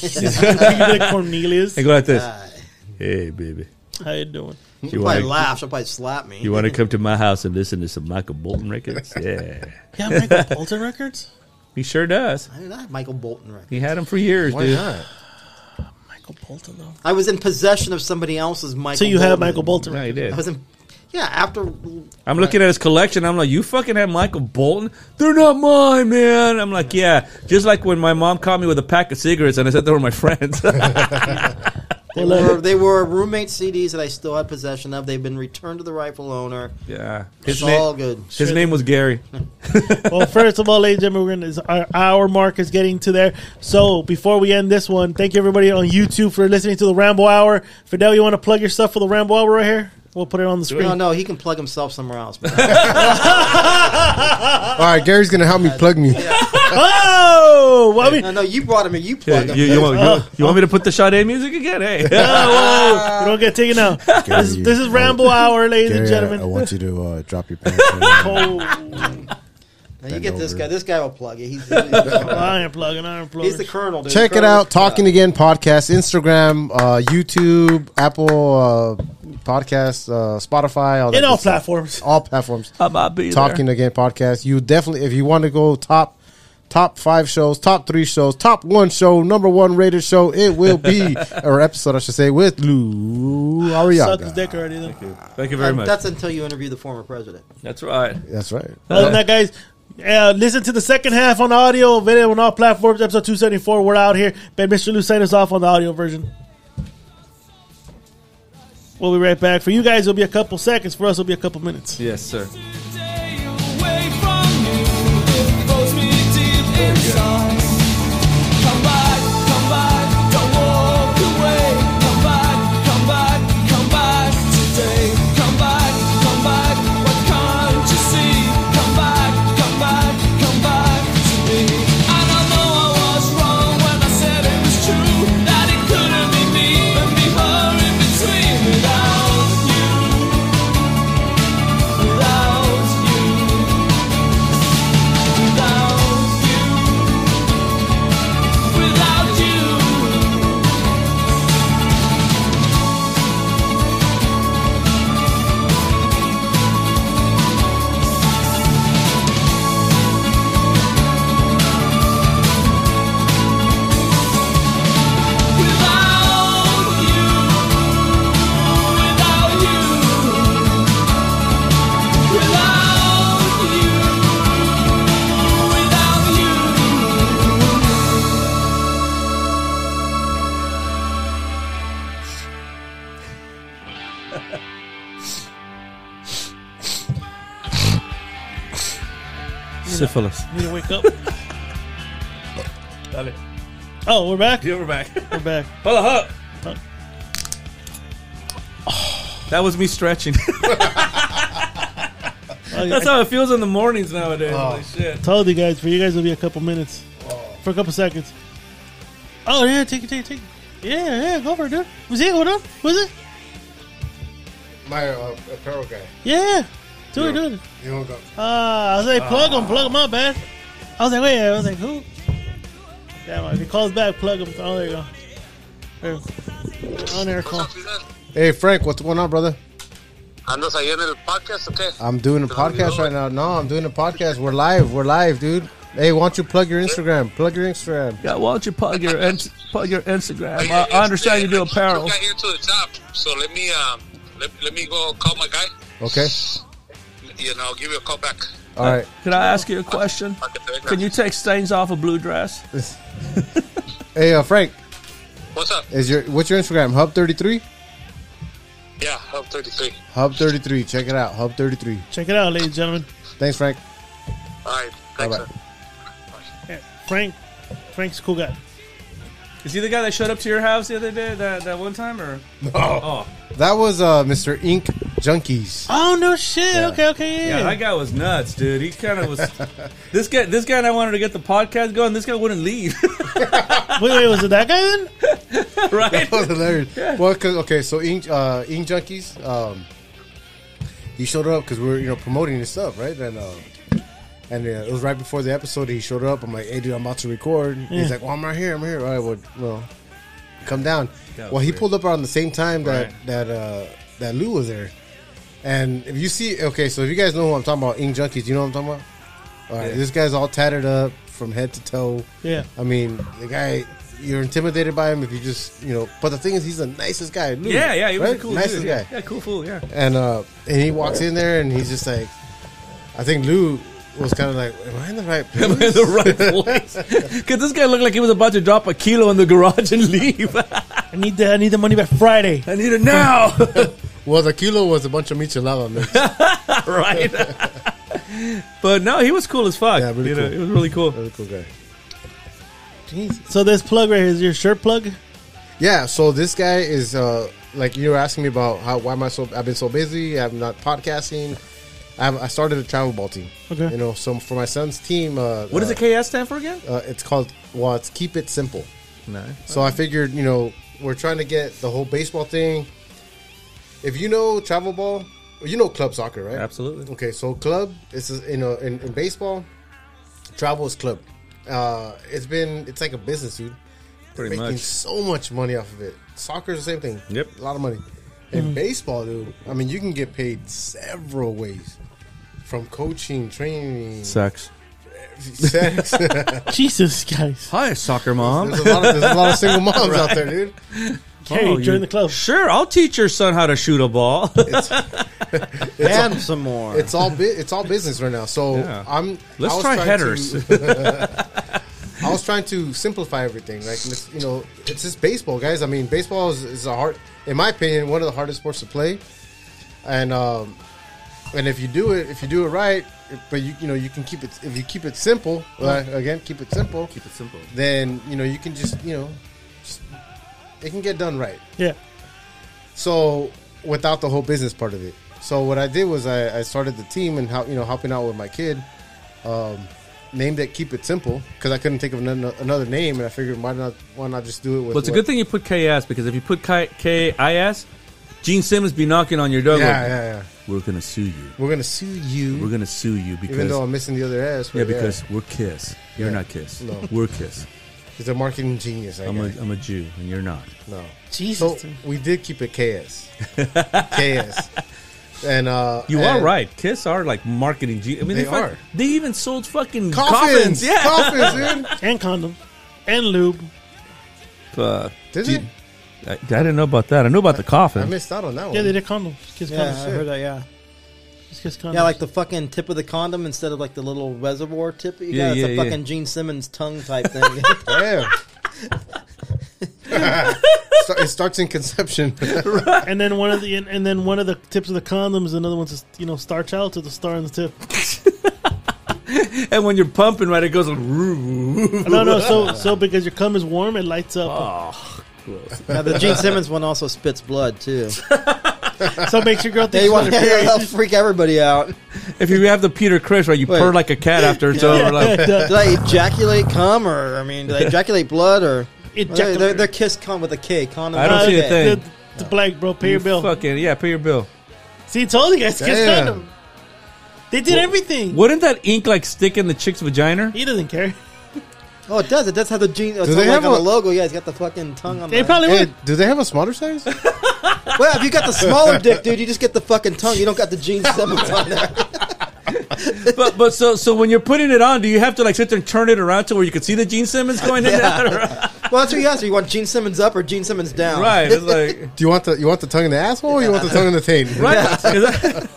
You like Cornelius.
And go like this.
Uh,
Hey, baby.
How you doing?
You
she'll probably
want
laugh. She'll probably slap me.
you want to come to my house and listen to some Michael Bolton records? Yeah,
Yeah, Michael Bolton records.
he sure does.
I didn't have Michael Bolton record.
He had them for years,
why
dude.
not?
Michael Bolton though.
I was in possession of somebody else's Michael.
So you
Bolton.
have Michael Bolton
No,
records.
he did.
I was in. Yeah, after
I'm looking at his collection. I'm like, you fucking have Michael Bolton? They're not mine, man. I'm like, yeah. Just like when my mom caught me with a pack of cigarettes and I said they were my friends.
they
uh,
were, they were roommate CDs that I still had possession of. They've been returned to the rifle owner.
yeah.
It's
His, na-
all good.
his name was Gary.
Well, first of all, ladies and gentlemen, we're gonna, our hour mark is getting to there. So before we end this one, thank you everybody on YouTube for listening to the Ramble Hour. Fidel, you want to plug your stuff for the Ramble Hour right here? We'll put it on the screen.
No, no, he can plug himself somewhere else. man.
All right, Gary's gonna help me plug me.
Oh, well, I mean,
no, no, you brought him in. You
Yeah,
plugged him.
you, you want, you want- you want me to put the Sade music again? Hey.
oh, whoa, whoa, whoa. you don't get taken out. This, is- this is
oh,
Ramble Hour, ladies and gentlemen.
want you to uh, drop your pants.
Oh,
Now, you get this
over.
guy. This guy will plug it. He's, he's,
Oh, I ain't plugging. I ain't plugging.
he's the colonel. Dude.
Check it
Colonel-
out. Talking again podcast, Instagram, uh, YouTube, Apple uh, podcast, uh, Spotify, all that
in all
good stuff.
platforms.
all platforms.
I might be
Talking again podcast. You definitely, if you want to go top, top five shows, top three shows, top one show, number one rated show, it will be or episode I should say with Lou
Suck his
Ariaga.
dick already. Though.
there. Thank you very much.
Um, That's until you interview the former president.
That's right.
That's right.
Other than that, guys, uh, listen to the second half on audio, video on all platforms. Episode two seventy four. We're out here. But Mr. Lou sign us off on the audio version. We'll be right back. For you guys, it'll be a couple seconds. For us, it'll be a couple minutes.
Yes, sir.
Without you, without you.
Syphilis.
Need to wake up.
Dale.
Oh, we're back.
Yeah, we're back.
We're back.
Hold up. That was me stretching.
Oh, yeah,
That's how it feels in the mornings nowadays.
Oh.
Holy shit.
I told you guys. For you guys, it'll be a couple minutes, for a couple seconds. Oh yeah, take it, take it, take it. Yeah, yeah, go for it, dude. Was it? What up? Was it?
My uh, apparel guy.
Yeah. Do it, do it.
You don't go.
Ah, I was like, plug him, plug him up, man. I was like, wait, I was like, who? Damn, if he calls back, plug him. Oh, there you go. There. On air call.
Hey Frank, what's going on, brother?
¿Andas ahí en el podcast o qué?
I'm doing a podcast right now. No, I'm doing a podcast. We're live. We're live, dude. Hey, why don't you plug your Instagram? Plug your Instagram.
Yeah, why don't you plug your ins- plug your Instagram? I, I understand you do
I
apparel.
got here to the top, so let me um, let, let me go call my guy.
Okay.
You know, I'll give you a call back.
All right.
Can I ask you a question?
I'll get back.
Can you take stains off a blue dress?
Hey, uh, Frank,
What's up?
is your what's your Instagram? Hub thirty three.
Yeah, Hub 33.
Hub thirty three. Check it out. Hub thirty three.
Check it out, ladies and gentlemen.
Thanks, Frank.
All right,
Bye
thanks.
bye.
sir.
Yeah, Frank, Frank's a cool guy.
Is he the guy that showed up to your house the other day, that, that one time, or? No. Oh,
That was uh, Mr. Ink Junkies.
Oh no, shit. Okay, okay, yeah.
yeah, that guy was nuts, dude. He kind of was. this guy, this guy, and I wanted to get the podcast going. This guy wouldn't leave,
wait, wait, was it that guy then?
right?
That was hilarious. Well, 'cause- okay, so Ink, uh, Ink Junkies, um, he showed up because we were you know promoting his stuff, right? And uh, and uh, it was right before the episode. He showed up. I'm like, hey, dude, I'm about to record. He's like, well, I'm right here. I'm here. All right, well, well come down.
That was
well, he
weird.
pulled up around the same time that
Right.
that uh, that Lou was there. And if you see, okay, so if you guys know who I'm talking about, Ink Junkies, you know what I'm talking about. All right,
Yeah.
this guy's all tattered up from head to toe.
Yeah.
I mean, the guy, you're intimidated by him if you just, you know. But the thing is, he's the nicest guy. Lou,
Yeah, yeah, he was
right?
a cool
nicest
dude.
guy.
Yeah, cool fool. Yeah,
And uh, and he walks in there and he's just like, I think Lou was kind of like, am I in the right place?
the right place. Cause this guy looked like he was about to drop a kilo in the garage and leave.
I need the I need the money by Friday.
I need it now,
Well, the kilo was a bunch of michelada mix.
right? but no, he was cool as fuck.
Yeah, really
you know,
cool. Uh,
it was really cool.
Really cool guy.
So this plug right here is your shirt plug.
Yeah. So this guy is uh, like you were asking me about how why am I so I've been so busy. I'm not podcasting. I've, I started a travel ball team.
Okay.
You know, so for my son's team, uh,
What does
uh,
the KS stand for again?
Uh, it's called. Well, it's keep it simple.
No.
So I figured, you know, we're trying to get the whole baseball thing. If you know travel ball, you know club soccer, right?
Absolutely.
Okay, so club is you know in, in baseball, travel is club. Uh, it's been it's like a business, dude. They're
Pretty
making
much.
so much money off of it. Soccer is the same thing.
Yep.
a lot of money. In baseball, dude, I mean, you can get paid several ways, from coaching, training,
Sex.
sex.
Jesus, guys.
Hi, soccer mom.
there's, a lot of, there's a lot of single moms out there, dude.
Oh,
Hey, join the club.
Sure, I'll teach your son how to shoot a ball.
Damn some more.
It's all bu- it's all business right now. So
Yeah.
I'm.
Let's
I was
try
trying
headers.
to- I was trying to simplify everything. Like let's- you know, it's just baseball, guys. I mean, baseball is, is a hard, in my opinion, one of the hardest sports to play. And um, and if you do it, if you do it right, but you you know you can keep it if you keep it simple. Uh, again, keep it simple.
Keep it simple.
Then you know you can just you know, just, it can get done right.
Yeah.
So without the whole business part of it. So what I did was I, I started the team and how you know helping out with my kid. Um, named it Keep It Simple because I couldn't think of another, another name, and I figured why not why not just do it with.
Well, it's a
what-
good thing you put KS because if you put K- KIS, Gene Simmons be knocking on your door.
Yeah,
going,
yeah, yeah.
We're gonna sue you.
We're gonna sue you,
We're gonna sue you
even though
because
I'm missing the other ass. but
yeah, because we're Kiss. You're
Yeah.
not Kiss.
No.
We're Kiss.
he's a marketing genius. I
I'm a
guess.
I'm a Jew and you're not.
no,
Jesus.
So we did keep it KS, KS, and uh,
You
and
are right. Kiss are like marketing. G- I mean,
They
fuck-
are.
They even sold fucking
Coffins,
coffins. Yeah.
coffins, dude.
And condom. And lube.
Fuck.
Did
Dude,
it?
Uh, I, I didn't know about that. I knew about the
I
coffin.
missed out on that one.
Yeah, they did condoms. Just kiss
yeah,
condoms.
I heard that. Yeah,
Just kiss condoms.
yeah, like the fucking tip of the condom instead of like the little reservoir tip. that You
Yeah,
got.
yeah,
it's
yeah.
a fucking Gene Simmons tongue type thing.
Yeah. Start- it starts in conception.
and then one of the and, and then one of the tips of the condoms, another one's a, you know star child to the star in the tip.
and when you're pumping, right, it goes like. "Roo."
No, no. So, so because your cum is warm, it lights up.
Now, the Gene Simmons one also spits blood too.
Oh.
So it makes your girl think
They
she's
want
on
to
her period.
freak everybody out.
If you have the Peter Chris, right, you
Wait.
purr like a cat after it's over. Like,
Do they ejaculate cum, or I mean, do they ejaculate blood, or well, they're, they're, they're kissed cum with a K? Condom.
I don't
with
see a
K.
thing.
The, the black bro, pay your bill.
Fucking yeah, pay your bill.
See, told you guys, kiss
Damn.
condom. They did everything.
Wouldn't that ink like stick in the chick's vagina?
He doesn't care.
Oh, it does. It does have the gene. uh, It's
Do they
like
have
on
a-
the logo. Yeah, it's got the fucking tongue on.
They
there.
probably
Hey,
would.
do they have a smaller size?
Well, if you got the smaller dick, dude, you just get the fucking tongue. You don't got the Gene Simmons on there.
But but so so when you're putting it on, do you have to like sit there and turn it around to where you can see the Gene Simmons going in
Yeah.
and out?
Well, that's what you asked. You want Gene Simmons up or Gene Simmons down?
Right, it's like
Do you want the you want the tongue in the asshole? or You want the tongue in the taint?
right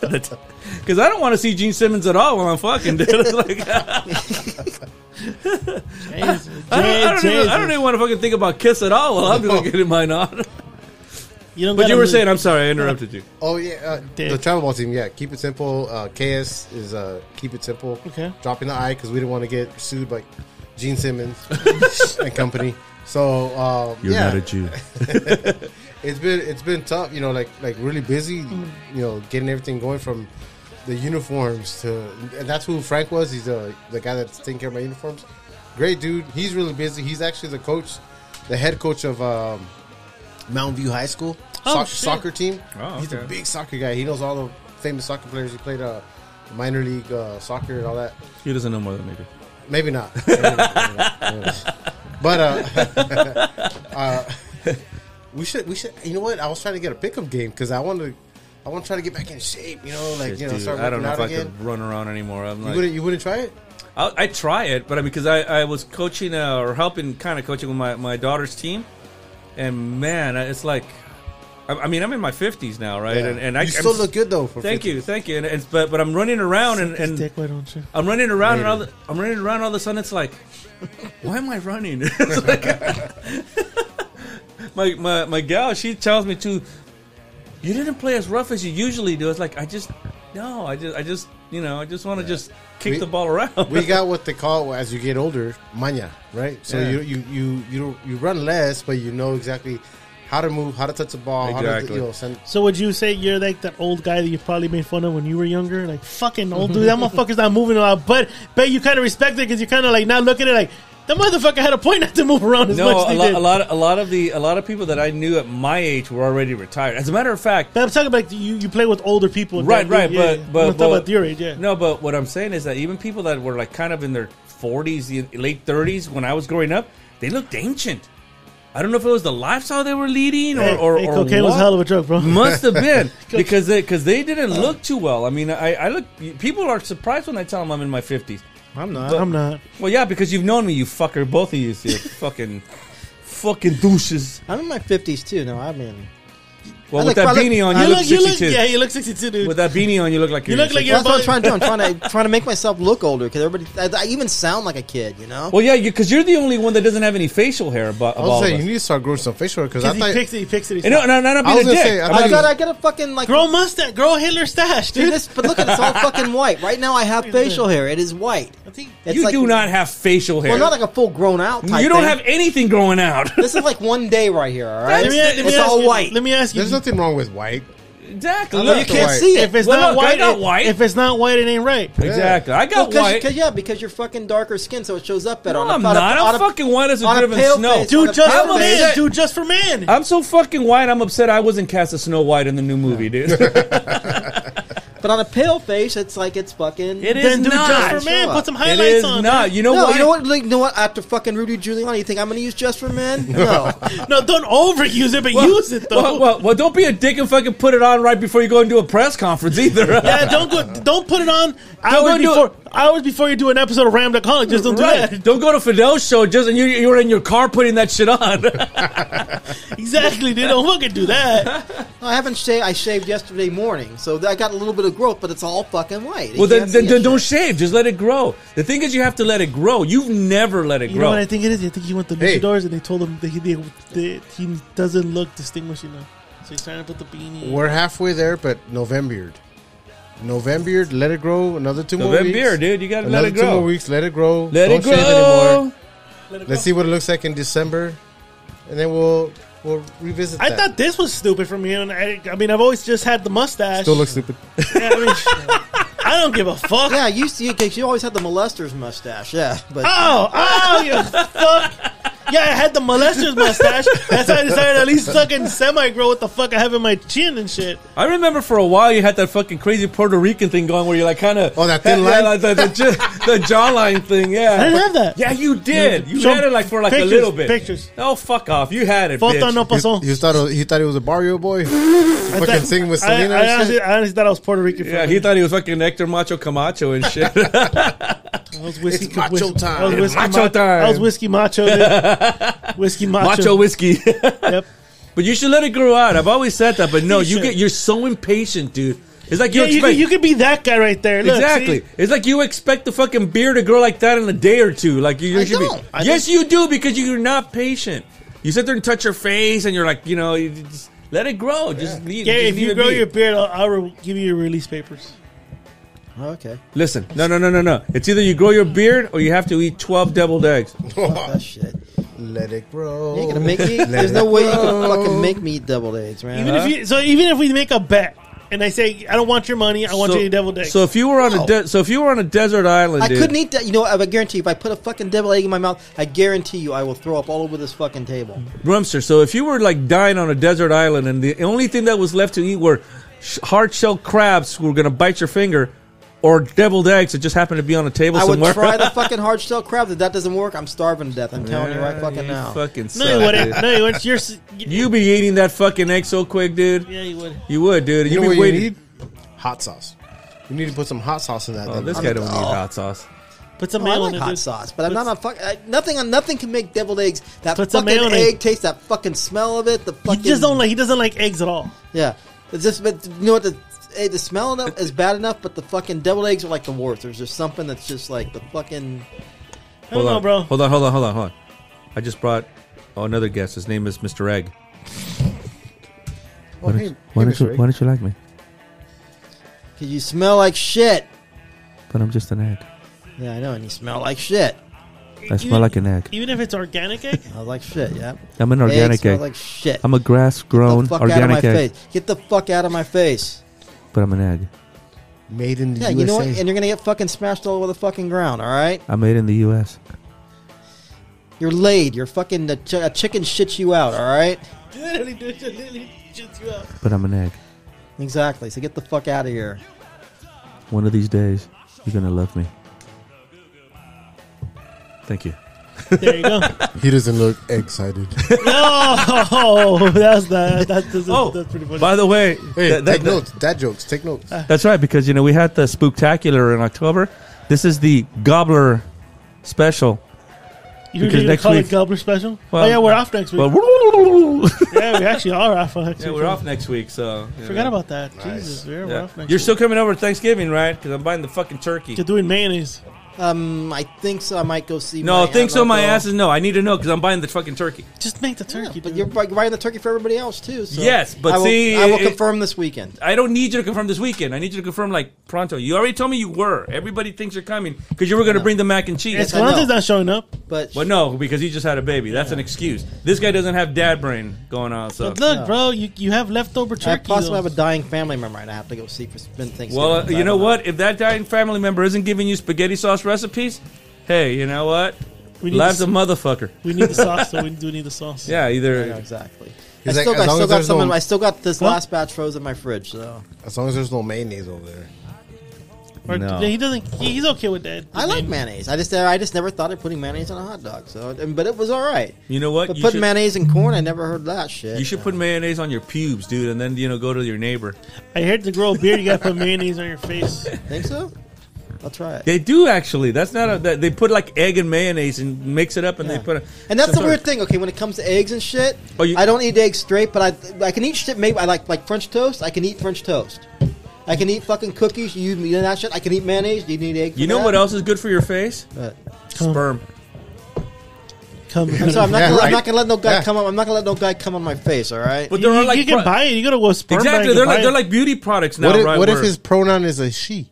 because I, don't want to see Gene Simmons at all while I'm fucking dude. It's like, I,
Jesus.
don't, I, don't even, I don't
Jesus.
even want to fucking think about kiss at all while I'm like, getting mine on.
You don't
But
gotta
you were
move.
saying, I'm sorry, I interrupted you.
Oh yeah, uh,
Dick.
the travel ball team. Yeah, keep it simple. Uh, KS is uh, keep it simple.
Okay.
dropping the I because we didn't want to get sued by Gene Simmons and company. So um, yeah,
Jew.
it's been it's been tough. You know, like like really busy.
Mm.
You know, getting everything going from the uniforms to and that's who Frank was. He's uh, the guy that's taking care of my uniforms. Great dude. He's really busy. He's actually the coach, the head coach of um, Mountain View High School
Oh,
soc-
shit.
soccer team.
Oh,
He's a
okay.
big soccer guy. He knows all the famous soccer players. He played uh, minor league uh, soccer and all that.
He doesn't know more than me.
Maybe not. Maybe not, maybe not, maybe not. But uh, uh, we should we should you know what? I was trying to get a pickup game because I want to I want to try to get back in shape. You know, like you know,
Dude,
start
I
working
don't know
out
if I
again.
could run around anymore. I'm
You
like,
wouldn't you wouldn't try it?
I, I try it, but I because I, I was coaching uh, or helping, kind of coaching with my, my daughter's team, and man, I- it's like, I, I mean, I'm in my fifties now, right?
Yeah.
And, and I
you still
am
look good though. For
Thank
50.
you, thank you. And it's, but but I'm running around and,
His
and
dick, why don't you?
I'm running around and all the, I'm running around all of a sudden it's like, why am I running? It's like- my, my my gal she tells me to, you didn't play as rough as you usually do. It's like I just no, I just I just you know I just want to just kick
We-
the ball around.
We got what they call as you get older, maña, right? So
Yeah.
you you you you don't- you run less, but you know exactly how to move, how to touch the ball, how to
Exactly.
you know send.
So would you say you're like that old guy that you probably made fun of when you were younger? Like fucking old dude, that motherfucker's not moving around. But but you kind of respect it because you're kind of like now looking at it like that motherfucker had a point not to move around as much
No,
as
a,
he
lot,
did.
a lot, a lot of the, a lot of people that I knew at my age were already retired. As a matter of fact,
But I'm talking about like, you. You play with older people,
right,
that-
right,
yeah, yeah.
but, but,
I'm
but-
talking about your age, yeah.
No, but what I'm saying is that even people that were like kind of in their 40s, the late 30s, when I was growing up, they looked ancient. I don't know if it was the lifestyle they were leading or
Hey,
or,
hey,
or
cocaine was a
what.
hell of a drug, bro.
Must have been because they, cause they didn't
Uh.
look too well. I mean, I, I look. People are surprised when I tell them I'm in my 50s.
I'm not. I'm not.
Well, yeah, because you've known me, you fucker. Both of you, you fucking, fucking douches.
I'm in my fifties too. No, I mean,
Well, with
I look-
that
I look-
beanie on, you,
You
look,
look. You look.
62.
Yeah, you look 62, dude.
With that beanie on, you look like
You
you're
look like
six-
you're-
well, that's what I'm trying to do. I'm trying to trying to make myself look older because everybody. I, I even sound like a kid, you know.
Well, yeah, because you're the only one that doesn't have any facial hair. But
I
of
was
all of
saying
us.
you need to start growing some facial because I
Because he
thought
picks it. He picks it.
And
He
no, no, no, not
I was
being a
gonna
dick.
say, I
I'm
thought
I
not-
you-
got I got a fucking like
grow mustache. Grow Hitler stash,
dude.
dude.
This, but look at it, it's all fucking white right now. I have facial hair. It is white.
I think
It's
you
like-
do not have facial hair.
Well, not like a full grown out. Type
you don't
thing.
have anything growing out.
This is like one day right here. All right,
Let me, let me
it's
ask
all
you-
white.
Let me ask you.
there's nothing wrong with white.
exactly.
Well, you
Look.
can't
White.
see it.
If it's
Well,
not
look, I
white,
got
it-
white.
if it's not white, it ain't right.
Exactly. I
Well,
got
'cause-
white.
'cause- yeah, because you're fucking darker skin, so it shows up better.
no,
on a-
I'm
on a-
not.
on
I'm
a-
fucking white as a
on a
driven
pale
snow.
face.
Do
Wanna
just
pile
for
on
man.
that?
Do just for man.
I'm so fucking white. I'm upset. I wasn't cast as Snow White in the new movie, dude. it
But on a pale face, it's like it's fucking.
It is
then do
not.
just for man.
Sure.
Put some
It
highlights
is
on.
not. You know
No,
why?
you know what? Like, you know what? After fucking Rudy Giuliani, you think I'm going to use just for men? No,
No, don't overuse it, but use it though.
Well, well, well, don't be a dick and fucking put it on right before you go and do a press conference either.
yeah, don't go. Don't put it on hours
go do
before hours before you do an episode of Ram the College. Just don't do
Right.
that.
Don't go to Fidel's show just and you, you were in your car putting that shit on.
Exactly. They don't fucking do that.
I haven't shaved. I shaved yesterday morning, so I got a little bit of growth, but it's all fucking white. You
well, then,
can't
then,
see
then
it.
don't shave. Just let it grow. The thing is, you have to let it grow. You've never let it
You know
grow.
what I think it is? I think he went to
Hey.
Luchadors and they told him that he they, that he doesn't look distinguished enough. So he's trying to put the beanie.
We're halfway there, but Novembered. November, let it grow. Another two more weeks.
November, dude. You gotta
Another
let it
two
grow.
more weeks. Let it grow.
Let
Don't
it
shave
grow.
anymore. Let's see what it looks like in December, and then we'll we'll revisit.
I
that.
thought this was stupid from you, and I, I mean, I've always just had the mustache.
still looks stupid.
Yeah, I, mean, I don't give a fuck.
Yeah, you see, because you always had the molester's mustache. Yeah, but
Oh, oh, you fuck. Yeah, I had the molester's mustache. That's how I decided to at least fucking semi-grow what the fuck I have in my chin and shit.
I remember for a while you had that fucking crazy Puerto Rican thing going where you're like kind of
Oh, that thin line?
the, the, ju- the jawline thing. Yeah,
I didn't have that.
Yeah, you did. You
Show
had it like for like
pictures,
a little bit.
pictures.
Oh, fuck off. You had it.
Foto
bitch.
no pasó.
You thought he thought he was a barrio boy.
I
fucking singing with
I,
Selena
I
and
honestly,
shit.
I honestly thought I was Puerto Rican.
Yeah, he thought he was fucking Hector Macho Camacho and shit.
I was whiskey
It's macho
whis-
time.
I was
It's
whiskey
macho
ma-
time.
I was whiskey macho. Dude. whiskey macho.
Macho whiskey.
Yep.
but you should let it grow out. I've always said that, but no,
You
you
should.
get you're so impatient, dude. It's like you
Yeah, you
expect
could, you could be that guy right there. Look,
exactly.
see?
It's like you expect the fucking beard to grow like that in a day or two. Like you, you
I
should
don't.
be.
I
yes, you do because you're not patient. You sit there and touch your face, and you're like, you know, you just let it grow. Just leave.
Yeah,
just
if
leave
you
it
grow
be.
your beard, I'll, I'll re- give you your release papers.
okay,
listen. No, no, no, no, no. It's either you grow your beard or you have to eat twelve deviled eggs.
that shit.
Let it grow.
You ain't gonna make me. There's no way you can fucking make me double eggs, man.
Even
Uh-huh.
if you, so, even if we make a bet, and I say I don't want your money, I want
so,
your deviled egg.
So if you were on a
No.
de- so if you were on a desert island,
I
dude,
couldn't eat that. You know, what, I would guarantee if I put a fucking devil egg in my mouth, I guarantee you I will throw up all over this fucking table.
Rumster. So if you were like dying on a desert island and the only thing that was left to eat were sh- hard shell crabs who were gonna bite your finger, or deviled eggs that just happened to be on a table
I would
somewhere.
try the fucking hard shell crab. If that doesn't work, I'm starving to death. I'm telling you right fucking
you
now.
Fucking
no, you
suck,
wouldn't.
dude.
No, you wouldn't. You're, s- you
You be eating that fucking egg so quick, dude.
yeah, you would.
You would, dude.
You
You
know
be
what
waiting.
you need? Hot sauce. You need to put some hot sauce in that.
Oh,
thing.
this guy don't need hot sauce.
Put some
Oh, I
mayo
like
in it.
hot
dude.
sauce, but I'm not a fuck. I, nothing on nothing can make deviled eggs. That
Put some
fucking
mayo in it.
egg taste, that fucking smell of it. The
He
fucking
just don't like. He doesn't like eggs at all.
Yeah, it's just but you know what the. Hey, the smell of it is bad enough, but the fucking deviled eggs are like the worst. There's just something that's just like the fucking.
I don't know,
on,
bro.
Hold on, hold on, hold on, hold on. I just brought oh, another guest. His name is Mr. Egg.
Oh, hey, hey, Mr. Ray.
don't you like me?
Cause you smell like shit.
But I'm just an egg.
Yeah, I know, and you smell like shit.
Even-
egg.
Even if it's organic egg,
I was like shit. Yeah,
I'm an
egg smells like shit.
a grass
Get the fuck out of my face. Get the fuck out of my face.
but I'm an egg.
made in the
Yeah,
USA.
you know what? And you're gonna get fucking smashed all over the fucking ground. All right,
I'm made in the U.S.
you're laid. You're fucking the ch- a chicken shits you out. All right,
literally, dude, it literally shits you up.
But I'm an egg.
exactly. So get the fuck out of here.
One of these days, you're gonna love me. Thank you.
There you go.
he doesn't look excited.
no, Oh, that's not. That's, that's,
Oh,
that's pretty funny.
by the way,
hey,
that-
take
that-
notes. Dad jokes. Take notes.
Ah.
that's right because you know we had the spooktacular in October. This is the Gobbler special.
you
because
really
next
next call
week-
it Gobbler special?
Well-
oh yeah, we're off next week.
Well,
yeah, we actually are off next
yeah,
week.
we're off next week, so you
Forgot
know.
about that. Jesus, we're, we're off
Yeah.
next
You're
week.
still coming over to Thanksgiving, right? Because I'm buying the fucking turkey.
You're doing mayonnaise.
Um, I think so. I might go see.
No,
my
I think
aunt
so.
and
My
uncle.
ass is no. I need to know because I'm buying the fucking turkey.
Just make the turkey.
Yeah, but
dude.
you're bu- buying the turkey for everybody else too. So
Yes, but
I will,
see,
I will
it- Uh,
confirm this weekend.
I don't need you to confirm this weekend. I need you to confirm like pronto. You already told me you were. Everybody thinks you're coming because you were going to bring the mac and cheese.
It's
I
Escalante's
know.
not showing up.
But
Well, no, because he just had a baby. That's an excuse. This guy doesn't have dad brain going on. So,
But look, bro, you, you have leftover turkey.
I possibly
though.
have a dying family member, and I have to go see for spend Thanksgiving.
well, uh,
so I
you know
don't
what? If that dying family member isn't giving you spaghetti sauce recipes, hey, you know what?
we need,
Life's a
the,
motherfucker.
we need the sauce, so we do need the sauce.
Yeah,
I know
either.
exactly. I
He's like,
still,
as
got, I
long
still
as
got
there's
some. in
no-
I still got this
Huh?
last batch frozen in my fridge. So
As long as there's no mayonnaise over there.
Or-
No.
yeah, he doesn't. He, he's okay with that.
I like mayonnaise. I just I just never thought of putting mayonnaise on a hot dog. So, and- but it was all right.
You know what?
But
You
putting
should-
mayonnaise in corn, I never heard that shit.
You should put mayonnaise on your pubes, dude, and then you know go to your neighbor.
I heard to grow a beard, you gotta put mayonnaise on your face.
think so. I'll try it.
They do actually. That's not a. that- They put like egg and mayonnaise and mix it up, and
Yeah.
they put. A,
And
some
that's the
sort
weird
of-
thing, okay? When it comes to eggs and shit,
Oh, you-
I don't eat eggs straight, but I I can eat shit. Maybe I like like French toast. I can eat French toast. I can eat fucking cookies. You eat that shit. I can eat mayonnaise. Do you need egg? for
You know
that?
what else is good for your face?
But-
Sperm.
come.
I'm sorry. I'm not,
Yeah,
gonna,
right.
I'm not gonna let no guy
Yeah.
come on. I'm not gonna let no guy come on my face. All right.
But
you,
there are
you
like
can
pro-
buy it. You go to a sperm
exactly.
bank
They're
and
like
buy
they're
it.
like beauty products now,
What if,
right?
what if
where-
his pronoun is a she?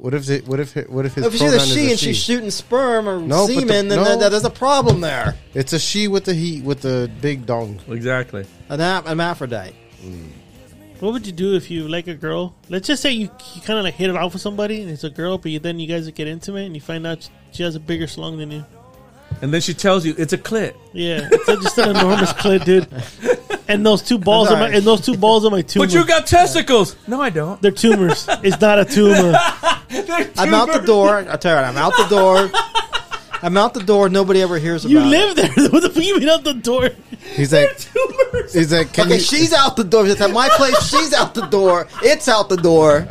What if it, what if it, what if his
If she's
pronoun
a
is
she
a
and she's shooting sperm or
No, but the-
semen, then
no.
that, that, there's a problem there.
It's a she with the heat with the big dong.
exactly?
An ap- hermaphrodite.
What would you do if you like a girl? Let's just say you, you kind of like hit it off with somebody, and it's a girl, but you, then you guys get intimate, and you find out she- she has a bigger slung than you.
And then she tells you it's a clit.
Yeah, it's just an enormous clit, dude. And those two balls, are my, and those two balls are my tumor.
But you got testicles. No, I don't.
They're tumors. It's not a tumor.
I'm out the door. I tell you, what, I'm out the door. I'm out the door. Nobody ever hears about
You
it.
live there. What the fuck you mean out the door?
He's like he's like can
Okay,
you
she's out the door. It's at my place. She's out the door. It's out the door.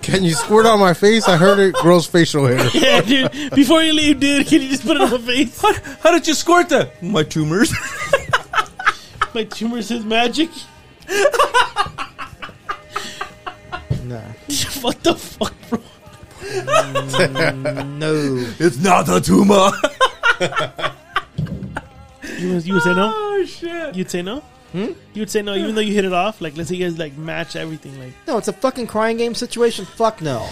can you squirt on my face? I heard it grows facial hair.
Yeah, dude. Before you leave, dude, can you just put it on my face?
How, how did you squirt that? My tumors.
My tumors is magic.
No,
what the fuck, bro?
no.
it's not a tumor.
You would, you would say no?
oh shit!
You'd say no? Hmm? You'd say no, even though you hit it off. Like, let's say you guys like match everything. Like,
No, it's a fucking crying game situation. Fuck no.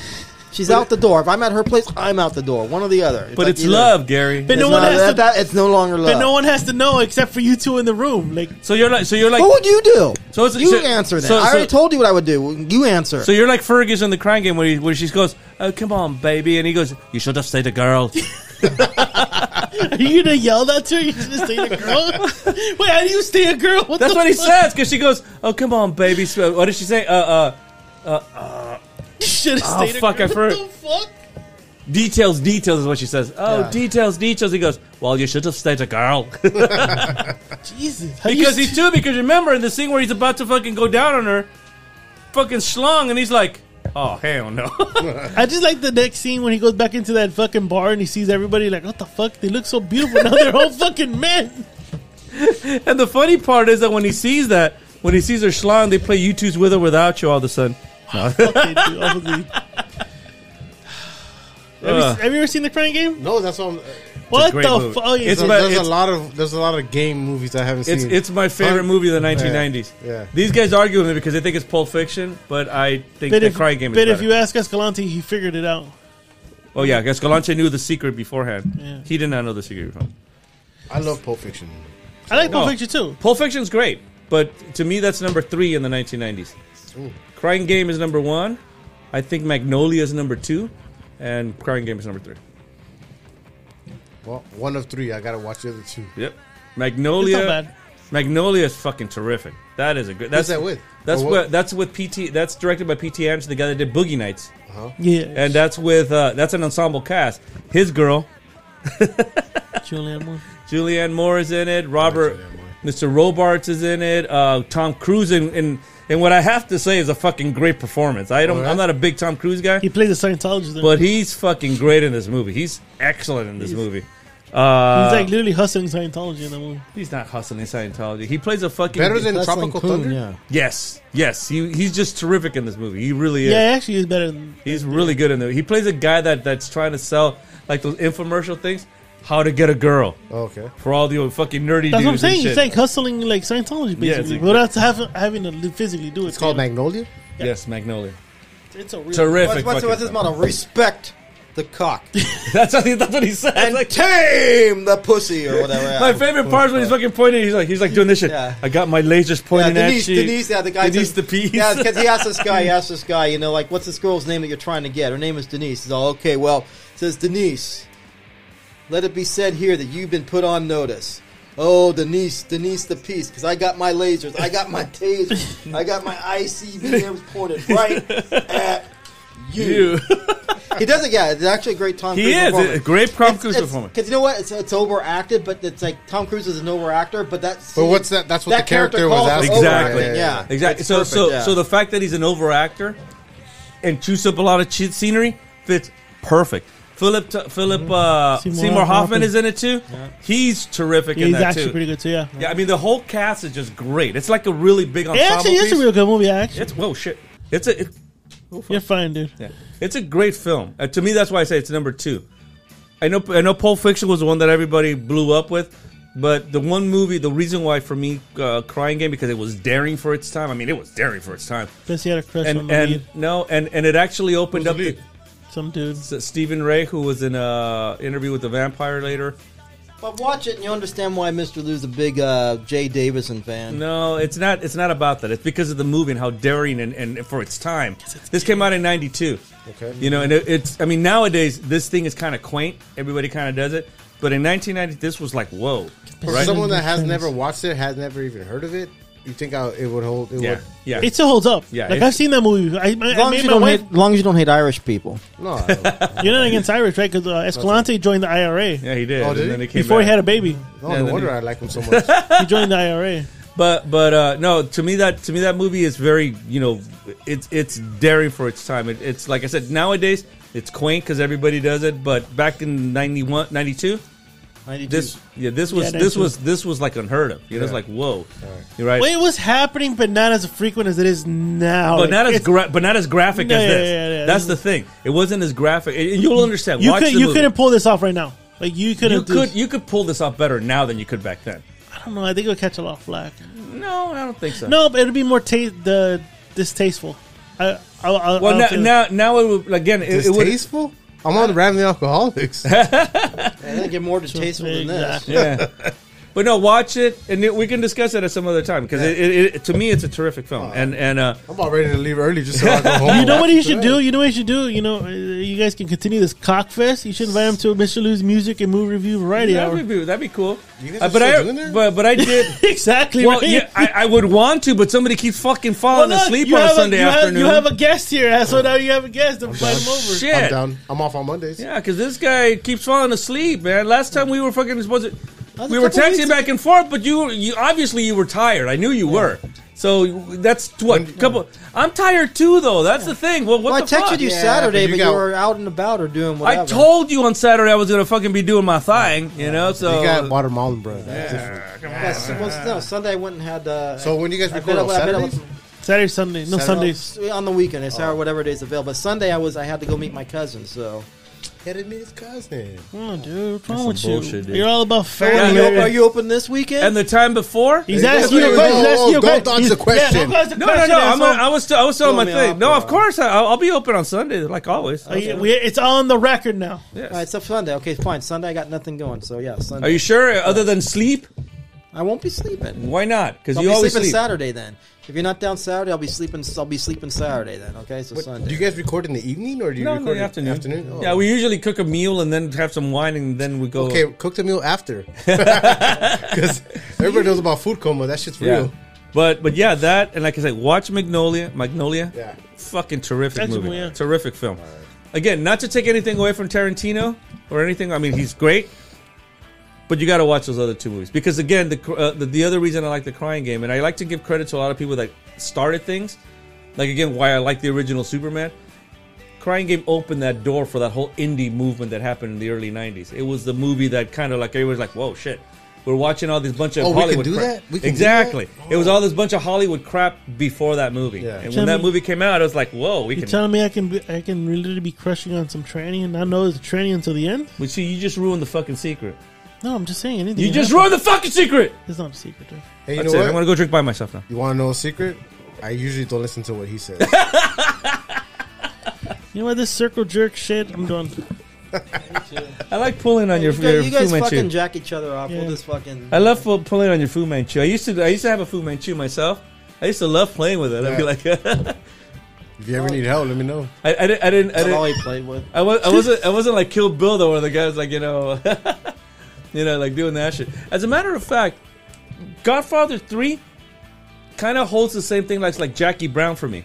She's out the door. If I'm at her place, I'm out the door. One or the other.
But
like
it's
either-
love, Gary.
but
It's,
no one
not-
has
that-
to.
that- it's no longer love.
but no one has to know except for you two in the room. Like,
so you're like, so you're like,
what would you do?
So it's-
you
so-
answer that.
so-
I
so-
already told you what I would do. You answer.
so you're like Fergus in the crying game where, he, where she goes, "Oh come on, baby," and he goes, "You should have stayed a girl."
are you gonna yell that to her? You just stay a girl? Wait, how do you stay a girl? What
That's
the
what he
fuck?
says because she goes, "Oh come on, baby." So, What did she say? Uh, uh,
You should have
Oh,
stayed
fuck,
a
I
girl. What
forgot.
the fuck?
details, details is what she says. Oh,
Yeah.
details, details. He goes, "Well, you should have stayed a girl."
Jesus. How do you
because
st-
he's too. Because remember in the scene where he's about to fucking go down on her, fucking schlong, and he's like, "Oh hell no."
I just like the next scene when he goes back into that fucking bar and he sees everybody like, what the fuck? They look so beautiful now. They're all fucking men.
And the funny part is that when he sees that, when he sees her schlong, they play "You Two's With or Without You" all of a sudden.
Fucking dude, obviously. Have, you,
Ugh.
have you ever seen the crying game?
No, that's what I'm,
What
great
the
movie.
fuck? Oh, yeah,
It's
so-
about-
there's
it's-
a lot of there's a lot of game movies I haven't
It's
seen.
it's my favorite
Huh?
movie of the 1990s.
Hmm. yeah.
These guys argue with me because they think it's Pulp Fiction, but I think
but
the
if,
crying game is
but
better.
if you ask Escalante, he figured it out.
oh yeah, Escalante knew the secret beforehand.
Yeah.
He did not know the secret beforehand.
I love Pulp Fiction.
I like Pulp
No.
Fiction too.
Oh. Pulp Fiction's great, but to me that's number three in the 1990s. Crying Game is number one. I think Magnolia is number two, and Crying Game is number three.
Well, one of three. I gotta watch the other two.
Yep.
It's
Magnolia.
not bad.
Magnolia is fucking terrific. That is a good. That's
that with?
That's
Or
what?
what-
That's with PT. That's directed by PT Anderson, the guy that did Boogie Nights,
Yeah.
and that's with uh, that's an ensemble cast. His girl, uh,
Julianne Moore.
Julianne Moore is in it. Robert, Mr. Robarts is in it. Uh, Tom Cruise in, in and what I have to say is a fucking great performance. I
Oh,
don't. I'm not a big Tom Cruise guy,
He plays a Scientologist. there.
but he's fucking great in this movie. He's excellent in this movie.
He's
Uh,
like literally hustling Scientology in the movie.
he's not hustling Scientology. He plays a fucking
Better than
That's like
Tropical
Coon,
Thunder.
Yeah.
Yes, yes, he, he's just terrific in this movie. He really is.
Yeah, he actually is better than.
He's really good in there. He plays a guy that that's trying to sell like those infomercial things, how to get a girl
Oh, okay.
for all the old fucking nerdy.
That's what I'm
dudes and
saying. He's
shit.
like hustling like Scientology
Yeah, it's
basically,
like-
without having, having to li- physically do it.
It's called Magnolia.
yes, Magnolia.
It's a real.
Terrific.
What's, what's,
fucking
what's his
film.
motto? Respect the cock
That's what he, that's what he said.
and
like,
tame the pussy or whatever.
my favorite part is when he's fucking pointing. He's like he's like doing this shit.
Yeah.
I got my lasers
Yeah,
pointing
Denise,
at you.
Denise, yeah, the guy.
Denise
says-
the piece.
Yeah, because he asked this guy, he asked this guy, you know, like, what's this girl's name that you're trying to get? Her name is Denise. He's all, okay, well, it says, Denise, let it be said here that you've been put on notice. Oh, Denise, Denise the piece, because I got my lasers, I got my tasers, I got my ICBMs pointed right at you.
You.
He does it, yeah, it's actually a great Tom
he
Cruise
is
performance.
a great Tom Cruise performance.
Because you know what? It's, it's overacted, but it's like Tom Cruise is an overactor, but that's.
But what's that? That's what the character, was asking.
for. Exactly.
Yeah, yeah, yeah.
Yeah.
Exactly.
It's
So
perfect,
so
yeah.
so the fact that he's an over actor and chews up a lot of shit scenery fits perfect. Philip T- Philip uh,
Mm-hmm. Seymour
Seymour,
Hoffman.
Hoffman is in it too. He's terrific
Yeah,
in
he's
that
actually
too.
pretty good too. Yeah.
Yeah, I mean the whole cast is just great. It's like a really big
It
ensemble
actually is
piece.
a real good movie. Actually,
it's whoa shit. It's a it,
you're fine, dude.
yeah. it's a great film. Uh, to me, that's why I say it's number two. I know I know Pulp Fiction was the one that everybody blew up with, but the one movie, the reason why for me, uh, Crying Game, because it was daring for its time. I mean, it was daring for its time,
Because he had a crush on
and
the
and
lead,
no, and and it actually opened up
lead?
some dude.
to Stephen Ray, who was in a interview with the vampire later.
But watch it and you understand why Mr. Lou's a big uh, Jay Davison fan.
No, it's not. It's not about that. It's because of the movie and how daring and, and for its time. This came out in '92.
Okay.
You know, and it, it's. I mean, nowadays this thing is kind of quaint. Everybody kind of does it, but in 1990, this was like whoa.
For someone that has never watched it, has never even heard of it, you think I, it would hold? It
Yeah,
would,
yeah.
It still holds up.
Yeah,
like
it's-
I've seen that movie. I, I,
As long
I
as,
made
you
my
don't
wife.
hate, as long as you don't hate Irish people.
no, I don't.
You're not against Irish, right? Because uh, Escalante joined the IRA
yeah, he did.
Oh, did
and
he?
then it came
before
back.
he had a baby.
no,
Yeah,
no
then
wonder
he-
I like him so much.
He joined the IRA.
But but uh, no, to me that to me that movie is very you know it's it's daring for its time. It, it's like I said nowadays it's quaint because everybody does it. But back in 91, 92,
92.
this yeah this was
Yeah,
this
92.
was this was like unheard of. You know, it's like whoa, you're right.
Well, it was happening, but not as frequent as it is now.
but not
Oh,
as
It's-
gra- but not as graphic
No,
as
yeah,
this.
yeah, yeah,
That's
this
the thing. It wasn't as graphic. And- and you'll understand.
you
Watch
could
the
you
movie.
couldn't pull this off right now. Like you
you
couldn't. do
could
this.
you could pull this off better now than you could back then.
I don't know. I think it'll catch a lot of flack.
No, I don't think so.
No, but it'll be more ta- the distasteful. I, I, I,
Well,
I
now,
don't
now, now it would, again, it, it would,
Distasteful? I'm on Rambling Alcoholics.
I think it's more distasteful than this.
yeah. But no, watch it, and it, we can discuss it at some other time because it, it, it, to me, it's a terrific film, and and uh,
I'm about ready to leave early just so I go home.
You know what you should do? You know what you should do? You know, uh, you guys can continue this cockfest. You should invite him to Mr. Lou's music and movie review variety hour.
that'd be that'd be cool.
You guys
Uh,
are
but
still
I
doing that?
but but I did.
exactly
well,
right.
yeah, I, I would want to, but somebody keeps fucking falling
look,
asleep
you
on a
have
Sunday
you have-
afternoon. Oh.
you have a guest here, so now you have a guest. Invite him over.
Shit.
I'm down. I'm off on Mondays.
Yeah, because this guy keeps falling asleep, man. Last time we were fucking supposed to,
was
we
a
were
couple
texting
weeks-
back and forth, but you, you obviously you were tired. I knew you were. So that's what couple. I'm tired too, though. That's the thing. Well, what
Well, I
the fuck?
texted you
Yeah,
Saturday,
but
but
you
you,
got-
were out and about or doing whatever.
I told you on Saturday I was gonna fucking be doing my thing, you know. So
You got watermelon bread.
Yeah, s- well, no, Sunday I went and had. Uh,
So when you guys
I
record
bet I-
on
I bet I
Saturdays?
Saturday, Sunday, no
Saturday.
Sundays.
went- on the weekend, it's or whatever days available. But Sunday I was I had to go meet my cousin, so.
Hit me his cousin.
Oh, dude, what's wrong
some
with you?
bullshit, dude.
You're all about
Are
family.
you, are you open this weekend?
and the time before.
He's
Hey,
asking you a
wait,
question. He's
wait, wait,
asking you a
wait, don't
question.
answer
He's- yeah,
question.
don't answer
No, no,
question,
no. I'm a,
asshole.
I was still, I was still on my
me
thing.
off,
No,
bro.
of course I, I'll, I'll be open on Sunday, like always.
Are you- we- it's on the record now.
Yes.
All right, so Sunday. Okay, fine. Sunday I got nothing going, so yeah, Sunday.
Are you sure? Other than sleep,
I won't be sleeping.
why not? Because
I'll
you
be
always
sleeping
sleep.
Saturday then. If you're not down Saturday, I'll be sleeping. I'll be sleeping Saturday then. Okay, so Sunday.
Do you guys record in the evening or do you
No, in
record
the afternoon.
afternoon? Oh.
Yeah, we usually cook a meal and then have some wine and then we go.
Okay, cook the meal after. Because everybody knows about food coma. That shit's
Yeah.
real.
But but yeah, that and like I said, watch Magnolia. Magnolia.
Yeah.
Fucking terrific
That's a
movie.
weird-
Terrific film. Again, not to take anything away from Tarantino or anything. I mean, he's great. But you got to watch those other two movies because again, the, cr- uh, the the other reason I like the Crying Game, and I like to give credit to a lot of people that started things. Like again, why I like the original Superman. Crying Game opened that door for that whole indie movement that happened in the early '90s. It was the movie that kind of like everybody's like, "Whoa, shit!" We're watching all this bunch of
Oh, we can
Hollywood
do
crap.
that? We can do
exactly.
that? Oh.
It was all this bunch of Hollywood crap before that movie.
Yeah.
And
Tell
when that
me-
movie came out, I was like, "Whoa, we
You're
can."
telling me I can be, I can literally be crushing on some tranny and not know it's a tranny until the end?
But see, you just ruined the fucking secret.
No, I'm just saying anything.
You
can
just
happen.
ruined the fucking secret.
It's not a secret. dude.
Hey, you
That's
know
it.
what?
I'm gonna go drink by myself now.
You want to know a secret? I usually don't listen to what he says.
You know what? This circle jerk shit. I'm done.
I like pulling on your,
You
your
guys, you guys
Fu
fucking
Manchu.
jack each other off.
Yeah.
We'll just fucking.
I love fu- pulling on your Fu Manchu. I used to. I used to have a Fu Manchu myself. I used to love playing with it. I'd be
Yeah.
like, I,
if you ever need help, let me know.
I, didn't. I didn't. I
That's
didn't
all he played with.
I, was, I wasn't I wasn't like Kill Bill though, where the guy's like you know, you know, like doing that shit. As a matter of fact, Godfather Three kind of holds the same thing like like Jackie Brown for me.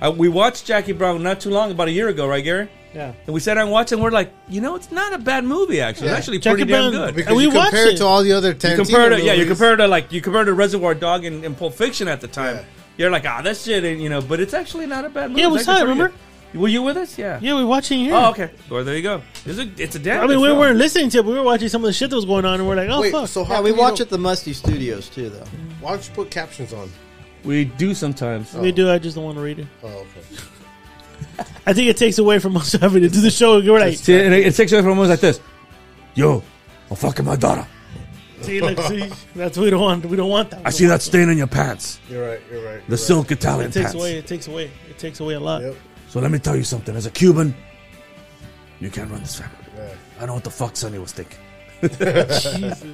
I, we watched Jackie Brown not too long, about a year ago, right, Gary?
Yeah.
And we sat down and watched, it and we're like, you know, it's not a bad movie actually. It's
Yeah.
actually
Jackie
pretty damn
Brown-
good.
Because
we
you
watched
compare it
it.
to all the other Tarantino
You compare to
movies.
yeah, you compare to like you compare to Reservoir Dog and, and Pulp Fiction at the time.
Yeah.
You're like, ah, this shit, ain't, you know, but it's actually not a bad movie.
Yeah,
It's
we
actually
saw it,
pretty
remember?
good. Were you with us? Yeah.
Yeah, we're watching here.
Oh, okay. Well, there you go. It's a, it's a damn.
I mean,
good
we
film.
weren't listening to it, but we were watching some of the shit that was going on, and we're like, oh,
Wait,
fuck.
so how
Yeah, we
come you
watch
don't-
at the Musty Studios too, though.
Why don't you put captions on?
We do sometimes.
we do, I just don't want to read it.
Oh, okay.
I think it takes away from us having to do the show. We're like,
See, it, it takes away from almost like this.
Yo, I'm fucking my daughter.
See, look, see, that's what we don't want. We don't want that.
I see that stain in your pants.
You're right. You're right.
The silk Italian
It takes
pants.
away. It takes away. It takes away a lot.
Yep.
So let me tell you something. As a Cuban, you can't run this family.
Yeah.
I know what the fuck Sonny was thinking.
Jesus.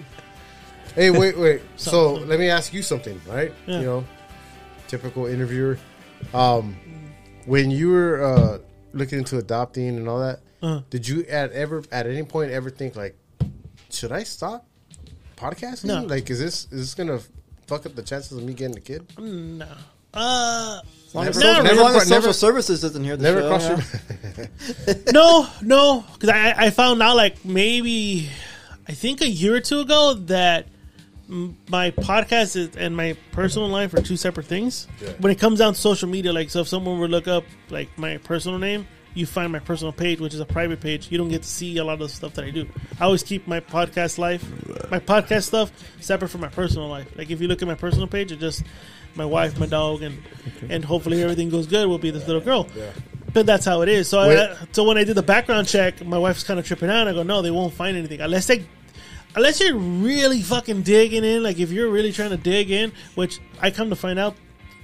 Hey, wait, wait. so let me ask you something, right?
Yeah.
You know, typical interviewer. Um, when you were uh, looking into adopting and all that,
Uh-huh.
did you at ever at any point ever think like, should I stop podcasting?
No.
Like, is this is this gonna fuck up the chances of me getting a kid?
No. Uh,
As long as,
Never-
social, as
never-
long as
never-
social services doesn't hear the
Never
show.
crossed
yeah.
your
no, no, because I, I found out like maybe I think a year or two ago that m- my podcast is, and my personal life are two separate things.
Yeah.
When it comes down to social media, like so, if someone were to look up like my personal name, you find my personal page, which is a private page. You don't get to see a lot of the stuff that I do. I always keep my podcast life, my podcast stuff, separate from my personal life. Like if you look at my personal page, it just my wife, my dog, and and hopefully everything goes good. Will be this little girl. But that's how it is. So,
Wait.
I, so when I did the background check, my wife's kind of tripping out. I go, no, they won't find anything unless they, unless you're really fucking digging in. Like if you're really trying to dig in, which I come to find out,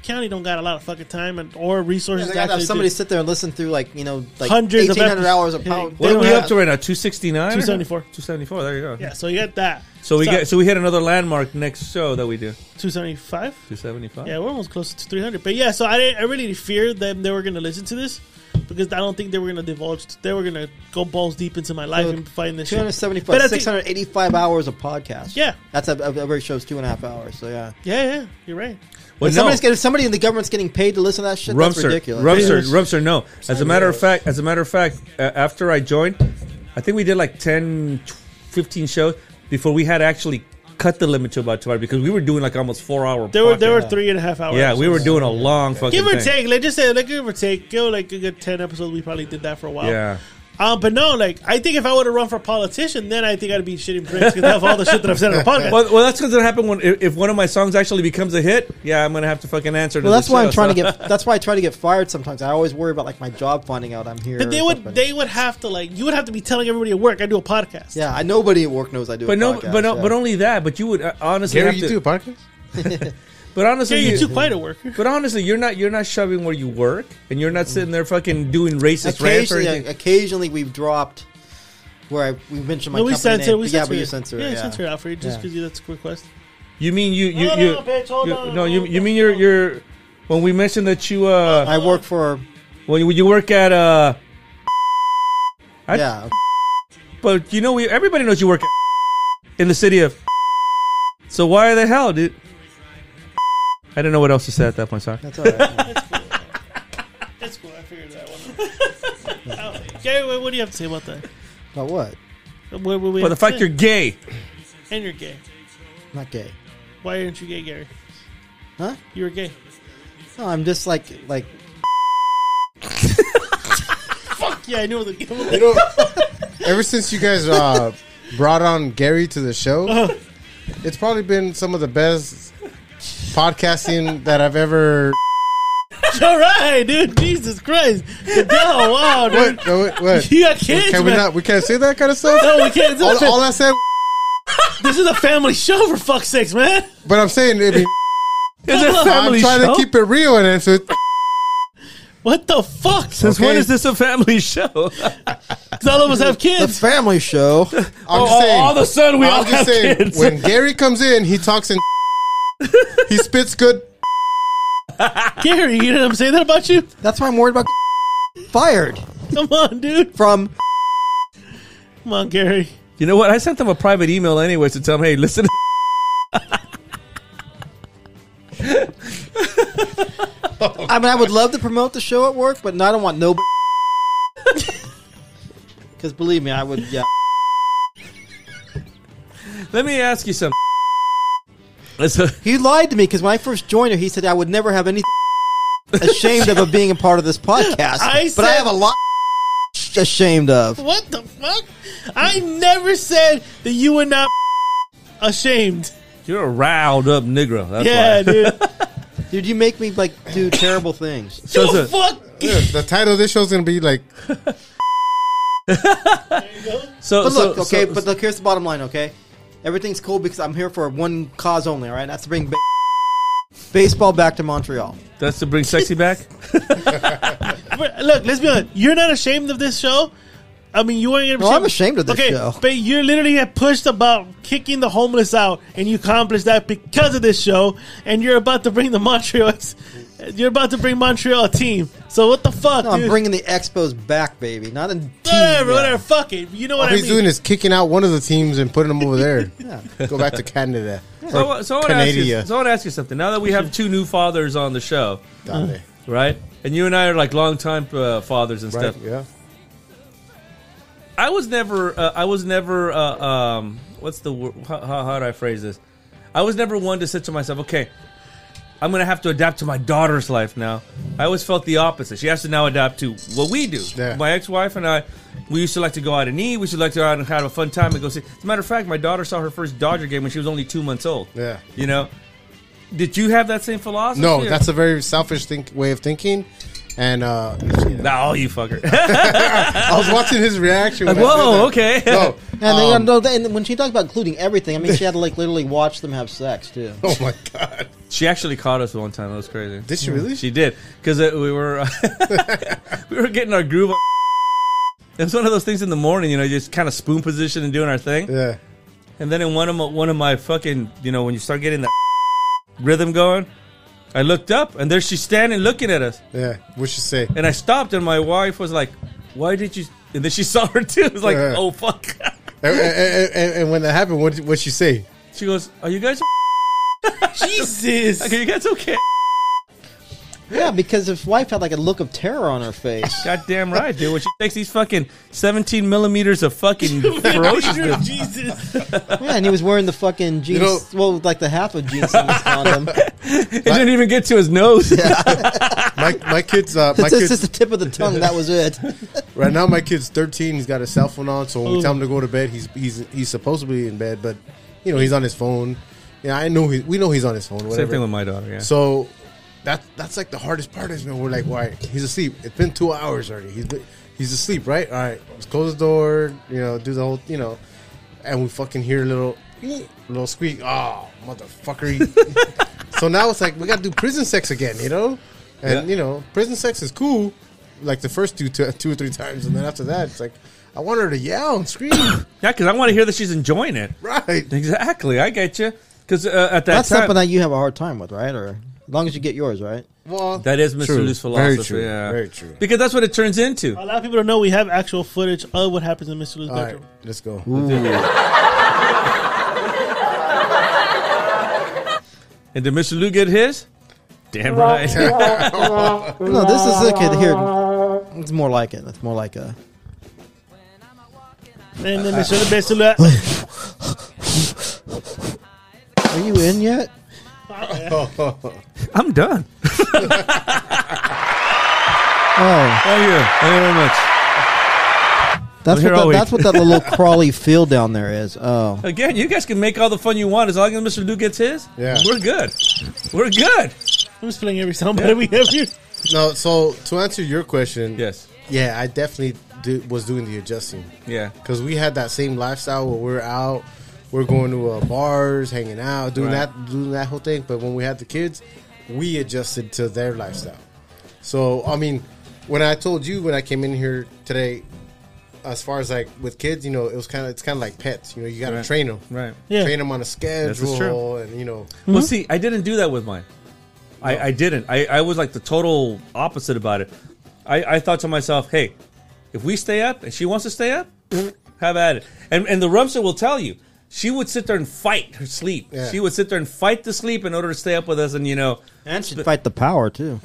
county don't got a lot of fucking time and or resources.
They
to
gotta have
actually
somebody
do.
sit there and listen through like you know like
Hundreds of
eighteen hundred
episodes.
hours of
Yeah,
pound.
they
What are
don't
we
have-
up to right now? 269?
274.
274, there you go.
Yeah, so you got that.
So we get so we hit another landmark next show that we do.
two seventy five.
275.
Yeah, we're almost close to 300. But yeah, so I didn't, I really feared that they were going to listen to this because I don't think they were going to divulge. They were going to go balls deep into my life
So,
and find this
Two
shit.
hundred
But I
seventy-five,
think-
six hundred eighty-five hours of podcast.
Yeah.
that's a, a- every show's two and a half hours. So yeah,
Yeah, yeah, you're right.
Well,
if,
no.
somebody's getting, if somebody in the government's getting paid to listen to that shit, that's
Rumser,
ridiculous.
Rumser,
Yes.
Rumser. No, as a matter of fact, as a matter of fact, uh, after I joined, I think we did like 10, 15 shows before we had actually cut the limit to about two hours because we were doing like almost four hour.
There were there were
podcasts.
three and a half hours.
Yeah, we were doing a long fucking.
give or
thing.
take. Like just say like give or take. Go like a good ten episodes. We probably did that for a while.
Yeah.
Um, but no, like I think if I would have run for politician, then I think I'd be shitting bricks because of all the shit that I've said on the podcast.
Well, well, that's because it happened when if if one of my songs actually becomes a hit. Yeah, I'm gonna have to fucking answer. To
Well, that's
the
why
show,
I'm trying to
so-
get. That's why I try to get fired sometimes. I always worry about like my job finding out I'm here.
but they
or
would
something.
they would have to like you would have to be telling everybody at work I do a podcast.
yeah, I, nobody at work knows I do. a
But no,
podcast,
but no,
yeah.
but only that. But you would uh, honestly
Gary,
have
you
to.
do a podcast?
But honestly,
yeah,
you-
you're too quiet at work.
But honestly, you're not you're not shoving where you work, and you're not sitting there fucking doing racist rants or
occasionally,
anything.
occasionally we've dropped where I, we mentioned my
No, we
company
censor.
name.
We
but yeah,
censor.
but you
it.
censor
yeah,
it. Yeah,
censor it out for you just
Yeah.
because that's a request.
You mean you you
Hold
you,
on, bitch, hold
you-
on,
no you
hold
you
on.
mean you're you're when we mentioned that you uh
I work for
when you, when you work at uh I-
yeah.
but you know we everybody knows you work at in the city of so why the hell dude I don't know what else to say at that point sorry
That's all right.
That's cool. I figured that one. out. oh, Gary, what, what do you have to say about that?
But what?
What, what, what
for the fact you're gay
and you're gay.
Not gay.
Why aren't you gay, Gary?
Huh?
You were gay.
No, I'm just like like
Yeah, I knew the game.
You know, ever since you guys uh, brought on Gary to the
Uh-huh.
show, it's probably been some of the best podcasting that I've ever.
All right, dude. Jesus Christ. No, wow, dude.
What? No, wait, what?
You got kids,
Can we
man.
not? We can't say that kind of stuff.
No, we can't. This, is
all,
a-
all I said,
this is a family show, for fuck's sakes, man.
but I'm saying it'd be,
is it a
I'm
family
trying
show
to keep it real and it's with
What the fuck?
since when
Okay.
is this a family show
'Cause all of us have
the
kids.
family show.
I'm
Oh,
just saying.
all of a sudden we all
I'm
have
just saying.
kids
When Gary comes in, he talks in. he spits good.
Gary, you didn't say that about you?
That's why I'm worried about fired
Come on, dude.
from.
Come on, Gary.
you know what I sent them a private email anyways to tell them hey listen.
I mean, I would love to promote the show at work, but no, I don't want no. Because believe me, I would. Yeah,
Let me ask you something. Let's-
he lied to me because when I first joined her, he said I would never have anything ashamed of of being a part of this podcast.
I
but I
said-
have a lot ashamed of.
What the fuck? I never said that you were not ashamed.
you're a riled up Negro. That's
yeah,
why.
dude.
Dude, you make me like do terrible things.
So
you
it's a-
fuck.
The title of this show is going to be like
So,
But
so-
look, okay,
so-
but look, here's the bottom line, okay? Everything's cool because I'm here for one cause only, all right? That's to bring ba- baseball back to Montreal.
that's to bring sexy back.
But look, let's be honest. You're not ashamed of this show. I mean, you ain't.
No, I'm ashamed of this show.
But you literally have pushed about kicking the homeless out, and you accomplished that because of this show. And you're about to bring the Montreal. You're about to bring Montreal a team. So what the fuck?
No, I'm
dude?
bringing the Expos back, baby. Not in
whatever, whatever. Fuck it. You know
All
Oh,
what I
he's
mean?
doing is kicking out one of the teams and putting them over there. Go back to Canada.
So, I wa- so I want to ask you.
Canada.
So I want to ask you something. Now that we have two new fathers on the show,
Down there.
right? And you and I are like longtime uh, fathers and
Right?
stuff.
Yeah.
I was never. Uh, I was never. Uh, um, what's the word? How, how, how do I phrase this? I was never one to say to myself, "Okay, I'm gonna have to adapt to my daughter's life now." I always felt the opposite. She has to now adapt to what we do.
Yeah.
My ex-wife and I, we used to like to go out and eat. We used to like to go out and have a fun time and go see. As a matter of fact, my daughter saw her first Dodger game when she was only two months old.
Yeah.
you know. Did you have that same philosophy?
No, that's a very selfish think, way of thinking. And uh,
Nah, you fucker.
I was watching his reaction. When I said
Whoa,
that.
okay.
No.
And, they,
um,
no, they- and when she talked about including everything, I mean, she had to like literally watch them have sex too.
oh my god!
She actually caught us one time. That was crazy.
Did she really?
She did because we were we were getting our groove. on. It was one of those things in the morning, you know, just kind of spoon position and doing our thing.
yeah.
And then in one of my, one of my fucking, you know, when you start getting that rhythm going, I looked up and there she's standing looking at us.
Yeah. What'd she say?
And I stopped and my wife was like, "Why did you?" And then she saw her too. It was like,
Yeah.
"Oh fuck."
and, and- and- and when that happened, what what she say?
She goes, "Are you guys
Jesus.
okay? You guys okay?"
Yeah, because his wife had like a look of terror on her face.
Goddamn right, dude. When she takes these fucking 17 millimeters of fucking ferociousness.
Jesus.
Yeah, and he was wearing the fucking jeans.
know-
well, like the half of jeans in his condom.
It didn't even get to his nose.
My my kids, uh, my
It's just, just
kids.
the tip of the tongue. That was it.
Right now, my kid's thirteen. He's got his cell phone on, so when
Oh.
we tell him to go to bed, he's he's he's supposed to be in bed, but you know he's on his phone. Yeah, I know. He, we know he's on his phone. Whatever.
Same thing with my daughter, yeah.
So that that's like the hardest part is when we're like, why he's asleep. It's been two hours already. He's been, he's asleep, right? All right, let's close the door. You know, do the whole you know, and we fucking hear a little little squeak. Oh, motherfucker! so now it's like we gotta do prison sex again, you know? And
Yeah.
you know, prison sex is cool, like the first two two two or three times, and then after that, it's like I want her to yell and scream,
yeah, because I want to hear that she's enjoying it.
right?
Exactly. I get you. Because uh, at that
That's
time,
something that you have a hard time with, right? Or as long as you get yours, right?
Well,
that is Miss
True.
Lulu's philosophy.
Very true.
yeah.
Very true.
Because that's what it turns into.
A lot of people don't know we have actual footage of what happens in Mr. Lou's
All right,
bedroom.
let's go.
And did Mr. Lou get his? Damn right.
No, this is okay. Here, it's more like it. It's more like a.
And
Uh,
then Mr. Mr. Lou,
Are you in yet?
I'm done.
Oh,
Thank you. Thank you very much.
that's
here are
what that,
we.
that's what that little crawly field down there is. Oh,
Again, you guys can make all the fun you want as long as Mr. Lou gets his.
Yeah.
We're good. We're good.
I'm just playing every sound that we have here.
No, so to answer your question,
Yes.
Yeah, I definitely do, was doing the adjusting
Yeah.
because we had that same lifestyle where we're out, we're going to uh, bars, hanging out, doing
Right.
that, doing that whole thing. But when we had the kids, we adjusted to their lifestyle. So I mean, when I told you when I came in here today, as far as like with kids, you know, it was kind of it's kind of like pets. You know, you got to 'em.
Right.
train them,
Right.
Yeah.
Train them on a
true.
schedule, and you know,
Well, see, I didn't do that with mine. I, I didn't. I, I was like the total opposite about it. I, I thought to myself, hey, if we stay up and she wants to stay up, have at it. And and the rumster will tell you, she would sit there and fight her sleep.
Yeah.
She would sit there and fight the sleep in order to stay up with us. And you know,
and she'd fight the power too.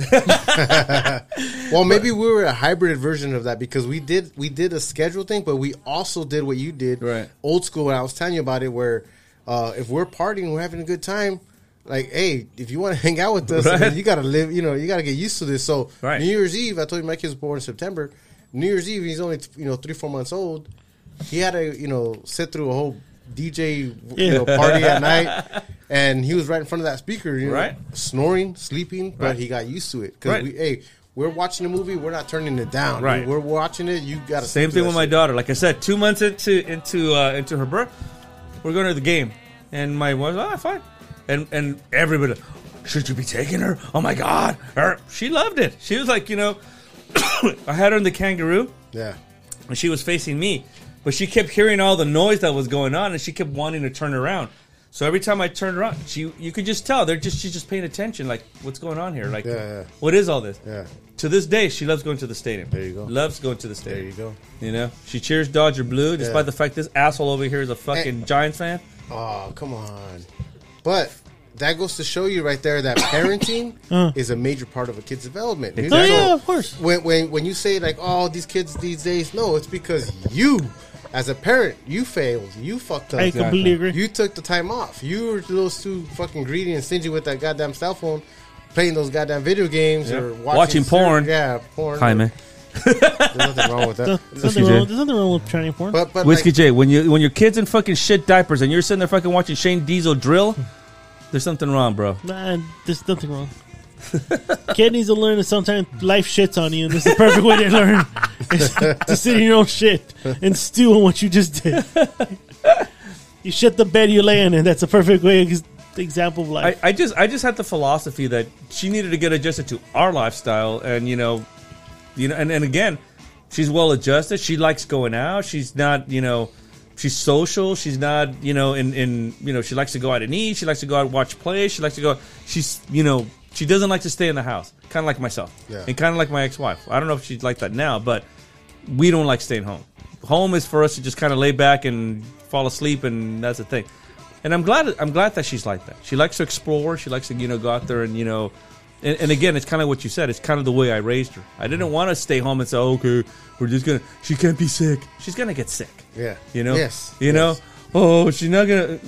Well, maybe we were a hybrid version of that because we did we did a schedule thing, but we also did what you did,
Right.
Old school. And I was telling you about it, where uh, if we're partying, we're having a good time. Like, hey, if you want to hang out with us,
Right.
I mean, you got to live. You know, you got to get used to this. So
Right.
New Year's Eve, I told you my kid was born in September. New Year's Eve, he's only you know three four months old. He had to you know sit through a whole DJ you know, party at night, and he was right in front of that speaker, you know,
Right.
snoring, sleeping, but
Right.
he got used to it because
Right.
we hey We're watching a movie. We're not turning it down.
Right.
dude. We're watching it. You got to
Same thing with my daughter. Like I said, two months into into uh, into her birth, we're going to the game, and my wife, ah, fine, and and everybody, should you be taking her? Oh my god, her. She loved it. She was like, you know, I had her in the kangaroo,
Yeah.
and she was facing me, but she kept hearing all the noise that was going on, and she kept wanting to turn around. So every time I turned around, she you could just tell they're just she's just paying attention, like what's going on here, like
Yeah, yeah.
what is all this?
Yeah.
To this day, she loves going to the stadium. There
you go.
Loves going to the stadium.
There you go.
You know, she cheers Dodger blue, despite
Yeah.
the fact this asshole over here is a fucking Giants fan.
Oh, come on. But that goes to show you right there that parenting is a major part of a kid's development. dude.
Oh
Exactly.
yeah, of course.
when, when when you say like, oh, these kids these days, no, it's because you, as a parent, you failed, you fucked up,
I completely agree.
you took the time off. You were a little too fucking greedy and stingy with that goddamn cell phone, playing those goddamn video games or
Watching
watching, ser-
porn.
Yeah, porn.
Hi, man.
There's nothing wrong with that.
there's, nothing
you
wrong,
did.
there's nothing wrong with Chinese porn.
But but
Whiskey
like,
J, when you when your kids in fucking shit diapers and you're sitting there fucking watching Shane Diesel drill, there's something wrong, bro.
nah, there's nothing wrong. Kid needs to learn that sometimes life shits on you, and this is the perfect way to learn is to sit in your own shit and stew on what you just did. you shit the bed you're laying in. That's a perfect way ex- example of
I,
life.
I just I just had the philosophy that she needed to get adjusted to our lifestyle, and you know, you know, and, and again, she's well adjusted. She likes going out. She's not, you know, she's social. She's not, you know, in in you know, she likes to go out and eat. She likes to go out and watch plays. She likes to go. She's, you know, she doesn't like to stay in the house. Kind of like myself,
Yeah.
and kind of like my ex-wife. I don't know if she's like that now, but we don't like staying home. Home is for us to just kind of lay back and fall asleep, and that's the thing. And I'm glad I'm glad that she's like that. She likes to explore. She likes to you know go out there and you know, and, and again, it's kind of what you said. It's kind of the way I raised her. I didn't want to stay home and say, "Oh, okay, we're just gonna. She can't be sick. She's gonna get sick.
Yeah.
You know.
Yes.
You know.
Yes.
Oh, she's not gonna.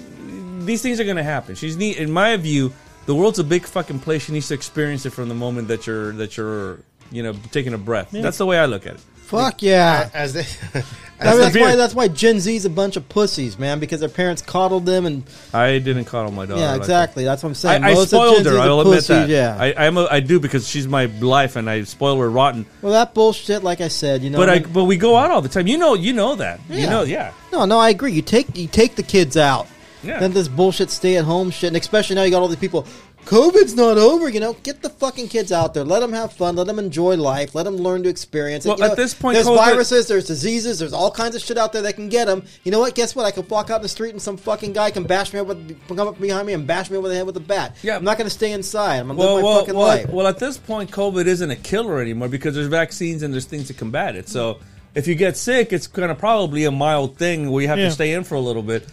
These things are gonna happen. She's need. In my view, the world's a big fucking place. She needs to experience it from the moment that you're that you're you know taking a breath. That's the way I look at it.
Fuck yeah.
as they,
I mean,
as
that's
they
why that's why Gen Z's a bunch of pussies, man, because their parents coddled them and
Oh, I didn't coddle my daughter.
yeah,
like that.
exactly. That's what I'm saying.
I, I
Most of Gen
spoiled
Z's
her.
are
I'll admit
pussies,
that.
Yeah.
I, I'm a, I do because she's my life, and I spoil her rotten.
well, that bullshit. Like I said, you know.
But I,
I mean-
but we go out all the time. You know, you know that. You
Yeah.
know, yeah.
no, no, I agree. You take you take the kids out.
Yeah.
Then this bullshit stay at home shit, and especially now you got all these people. COVID's not over, you know. Get the fucking kids out there. Let them have fun. Let them enjoy life. Let them learn to experience. it.
Well,
You know,
at this point,
there's
COVID
viruses, there's diseases, there's all kinds of shit out there that can get them. You know what? Guess what? I could walk out in the street and some fucking guy can bash me up with, come up behind me and bash me over the head with a bat.
Yeah.
I'm not going to stay inside. I'm going to
Well,
live my
well,
fucking
well,
life.
well. At this point, COVID isn't a killer anymore because there's vaccines and there's things to combat it. So if you get sick, it's kind of probably a mild thing where you have
Yeah.
to stay in for a little bit,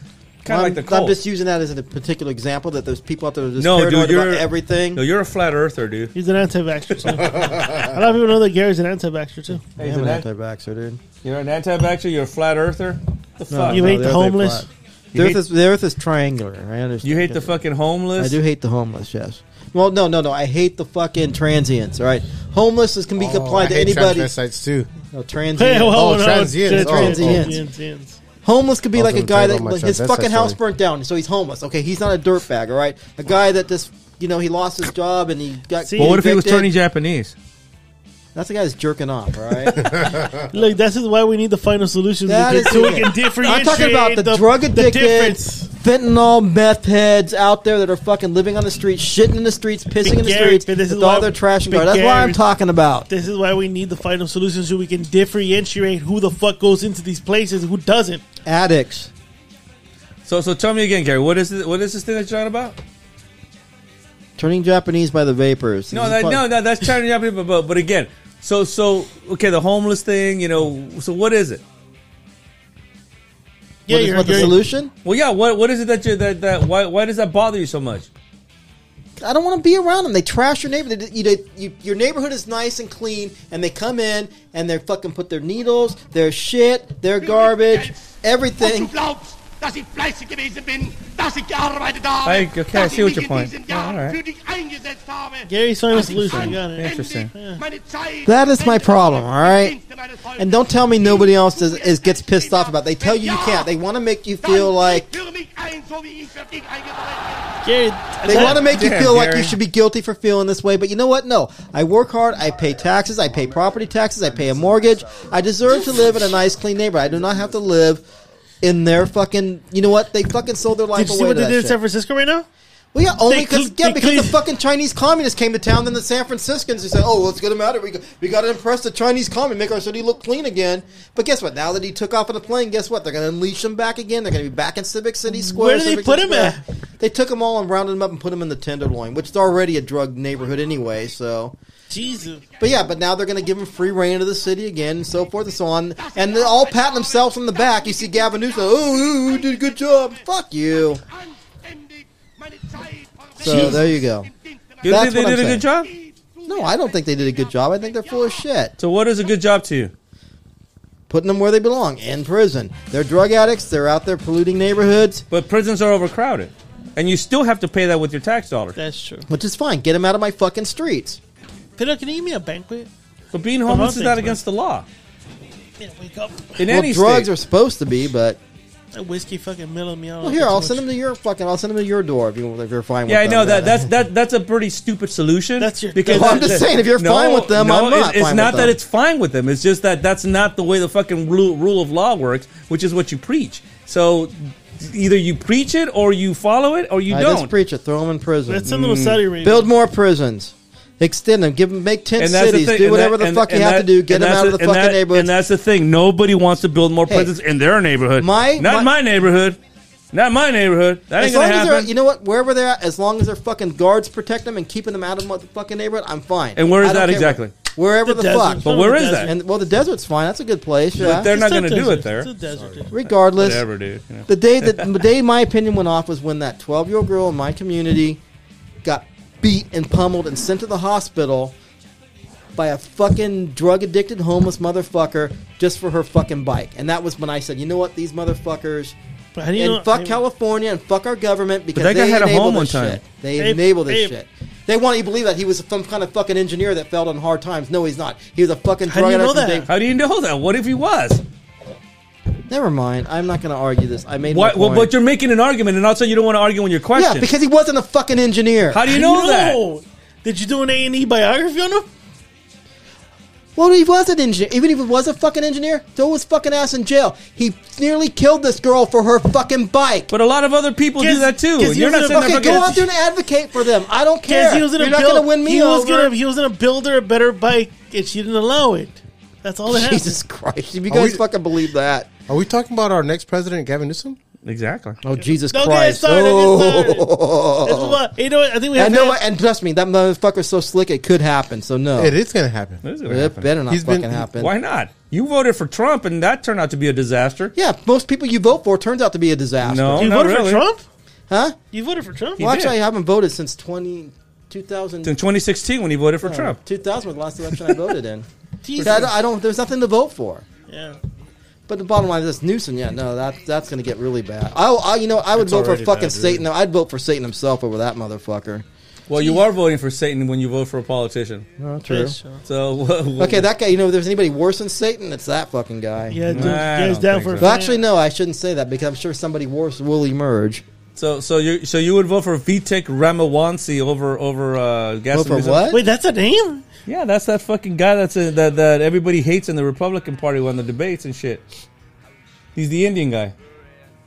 kind of
I'm,
like the
I'm
cold.
just using that as a particular example that there's people out there that are just
no,
paranoid
dude, you're
about everything.
No, you're a flat earther, dude.
He's an anti-vaxxer, too. a lot of people know that Gary's an anti-vaxxer, too.
Hey,
I'm an
Zanette,
anti-vaxxer, dude.
you're an anti-vaxxer. You're a flat earther. The fuck?
You
No,
hate the
they're- they
homeless.
fly.
You
The
hate-
earth, is, the earth is triangular. I understand.
you hate the fucking homeless.
I do hate the homeless. Yes. Well, no, no, no. I hate the fucking transients. All right. Homeless is, can
Oh,
be applied to anybody.
Sites too.
No, transient.
Hey, well,
Oh,
no, no,
transients.
shit,
Oh,
transients.
transients.
Homeless could be
I was
like
gonna
a
tell
guy
you
that
oh
about my
like, his
transvestite
fucking house
story.
burnt down, so he's homeless. Okay, he's not a dirtbag. All right. A guy that just you know he lost his job and he got.
See,
But what if he was
evicted.
turning Japanese?
That's the guy that's jerking off. All right.
Look, this is why we need the final solution
That
because
is
so we
it.
can differentiate.
I'm talking about the, drug addicted,
difference.
fentanyl meth heads out there that are fucking living on the streets, shitting in the streets, pissing in the
Gary,
streets
but this is
with all
why-
their trash and
but
garbage. That's what I'm
Gary-
talking about.
This is why we need the final solution so we can differentiate who the fuck goes into these places, and who doesn't.
Addicts.
So, so tell me again, Gary. What is this, what is this thing that you're on about?
Turning Japanese by the vapors.
No,
This is
that,
fun-
no, no, that's China Japanese, but, but but again, so so okay, the homeless thing, you know. So what is it?
Yeah,
what is
you're,
what the
you're-
solution?
Well, yeah, what what is it that you that that why why does that bother you so much?
I don't want to be around them. They trash your neighborhood. They- you- they- you- your neighborhood is nice and clean, and they come in and they fucking put their needles, their shit, their garbage, everything.
glaubst, dass ich fleißig gewesen bin, dass ich gearbeitet habe,
Hey, okay, I
dass
see
ich
what
mich
your
in
point.
diesem
Yeah,
Jahr
all right.
für dich eingesetzt habe.
Gary's final
dass ich
solution. I
anständig
got it.
Interesting.
meine Zeit
That is my problem, all right?
verdiente,
And don't tell me nobody else is, is gets pissed off about. It. They tell you you can't. They want to make you feel like
Gary,
they want to make you
Damn,
feel like
Gary.
you should be guilty for feeling this way. But you know what? No, I work hard. I pay taxes. I pay property taxes. I pay a mortgage. I deserve to live in a nice, clean neighborhood. I do not have to live in their fucking. You know what? They fucking sold their life
did you see
away
what
to
they
that
did in
shit.
San Francisco right now?
Well, yeah, only
They
because
cle-
yeah,
they
because the
clean-
fucking Chinese communists came to town. Then the San Franciscans who said, "Oh, well, it's gonna matter. We go, we got to impress the Chinese communists, make our city look clean again." But guess what? Now that he took off on the plane, guess what? They're gonna unleash him back again. They're gonna be back in Civic City Square.
Where do they
Civic
put
City
him
Square. They took them all and rounded them up and put them in the Tenderloin, which is already a drug neighborhood anyway. So,
Jesus.
but yeah, but now they're gonna give him free reign of the city again, and so forth and so on. And they all patting themselves on the back. You see Gavin Newsom, "Oh, ooh, you did a good job." Fuck you. So there you go.
You think
That's
they
what I'm
did a good job?
No, I don't think they did a good job. I think they're full of shit.
So what is a good job to you?
Putting them where they belong in prison. They're drug addicts. They're out there polluting neighborhoods,
But prisons are overcrowded, and you still have to pay that with your tax dollars.
That's true.
which is fine. Get them out of my fucking streets.
Fiddle, can you give me a banquet?
So being homeless is
things,
not
man.
against the law
Yeah, wake up.
in
Well,
any
drugs
state. Oh,
are supposed to be, but
That whiskey fucking mellow me out.
well, here I'll send them to your fucking. I'll send them to your door if you if you're fine.
yeah, I
with
know
them.
that. That's that. That's a pretty stupid solution.
That's your-
Well, I'm just saying, if you're fine with them, I'm
it-
not
It's
fine
not
with
that
them.
it's fine with them. It's just that that's not the way the fucking rule, rule of law works, which is what you preach. So either you preach it or you follow it or you
I
don't.
just preach it. Throw them in prison. Mm.
Let's send them to Saudi Arabia.
Build more prisons. Extend them. Give them. Make ten
and that's
cities.
the thing.
Do
and
whatever
that-
the
and-
fuck you
and
have
that-
to do. Get
and
them
that's
out of
the-
the
and
fucking
that-
neighborhoods.
And that's the thing. Nobody wants to build more
Hey.
prisons in their neighborhood.
My-
not
my-
my neighborhood. Not my neighborhood. That ain't
As
gonna
long as they're,
happen.
you know what, wherever they're at, as long as their fucking guards protect them and keeping them out of the fucking neighborhood, I'm fine.
And where is
I don't
that
care
exactly?
where- Wherever the,
The desert.
fuck.
but where is that?
And well, the desert's fine. That's a good place. Yeah.
they're not gonna
to
do it there.
It's a desert. dude.
Regardless,
Whatever, dude. you know.
the day that the day my opinion went off was when that 12 year old girl in my community got beat and pummeled and sent to the hospital by a fucking drug addicted homeless motherfucker just for her fucking bike. And that was when I said, you know what, these motherfuckers.
But how do you
and
know-
fuck
I mean-
California and fuck our government because
that guy
they
had a
enable
home
this
one time.
shit. They
Hey,
enable this
hey.
shit. They want you to believe that he was some kind of fucking engineer that failed on hard times. No, he's not. He was a fucking
How do
drug
you know
addict.
that?
and
How do you know that? What if he was?
they- Never mind. I'm not going to argue this. I made
What,
my
well,
point.
but you're making an argument, and also you don't want to argue when you're questioned.
yeah, because he wasn't a fucking engineer.
how do you
I
know that?
know. Did you do an A and E biography on him?
Well, he was an engineer. Even if he was a fucking engineer, throw his fucking ass in jail. He nearly killed this girl for her fucking bike.
But a lot of other people do
Because-
that too.
because
You're
he
not
was
sitting
in a
there
Okay,
fucking.
go out there and advocate for them. I don't care.
Because he was in
You're
a
not
build-
going to win me
he was
over.
Gonna, he was gonna build her a better bike, and she didn't allow it. That's all that
Jesus Christ! If you
Are
guys
we-
fucking believe that,
Are we talking about our next president, Gavin Newsom?
Exactly.
oh Jesus
Don't get
Christ!
started, don't get started. happened.
oh.
Well, you know what? I think we have
And
to
no,
have-
and trust me, that motherfucker's so slick it could happen. So no,
It is going to happen.
This is gonna
It
happen.
better not
He's
fucking
been-
happen.
Why not? You voted for Trump, and that turned out to be a disaster.
Yeah, most people you vote for turns out to be a disaster.
No,
you
Oh, not
voted
really.
for Trump.
huh?
You voted for Trump.
Well,
did.
actually, I haven't voted since 20, 2000
In 2016, when he voted
Oh.
for Trump.
2000 uh, was the last election I voted in.
Jesus.
I don't, I don't- There's nothing to vote for.
Yeah.
But the bottom line is this: Newsom. Yeah, no, that that's going to get really bad. I, I, you know, I would vote for
already
fucking
bad, dude.
Satan. I'd vote for Satan himself over that motherfucker.
Well, you are voting for Satan when you vote for a politician.
True.
Yes, sir.
So
Okay, that guy. You know, if there's anybody worse than Satan, it's that fucking guy.
Yeah, dude,
Nah, I
you guys
don't
down
think
for a
so.
Well,
fan?
actually, no, I shouldn't say that because I'm sure somebody worse will emerge.
So so you so you would vote for Vitek Ramawansi over over uh, Gaston
Vote for
Newsom?
what?
Wait, that's a name?
Yeah, that's that fucking guy that's in, that that everybody hates in the Republican Party when the debates and shit. He's the Indian guy.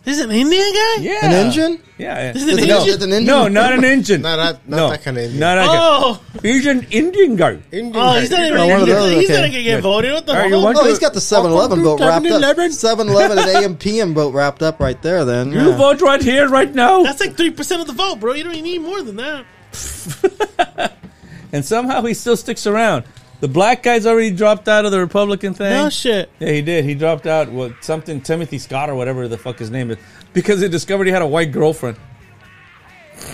This is an Indian guy?
Yeah,
An engine?
Yeah.
This
yeah.
is an
No,
Indian.
it's an engine.
No, not an engine.
Not, not, not
no,
that kind of Indian.
Not that guy.
Oh,
He's an Indian guy.
Indian
oh, he's not even.
one of
he's
those,
he's
okay.
not gonna get
Good.
voted. What the
All right, you
fuck?
want
Oh, he's got the 7-Eleven vote wrapped up.
7-Eleven?
7-Eleven and AM/PM vote wrapped up right there. Then
You
Yeah.
vote right here, right now.
That's like three percent of the vote, bro. You don't even need more than that.
and somehow he still sticks around. The black guy's already dropped out of the Republican thing.
No shit.
yeah, he did. He dropped out. What something Timothy Scott or whatever the fuck his name is because he discovered he had a white girlfriend.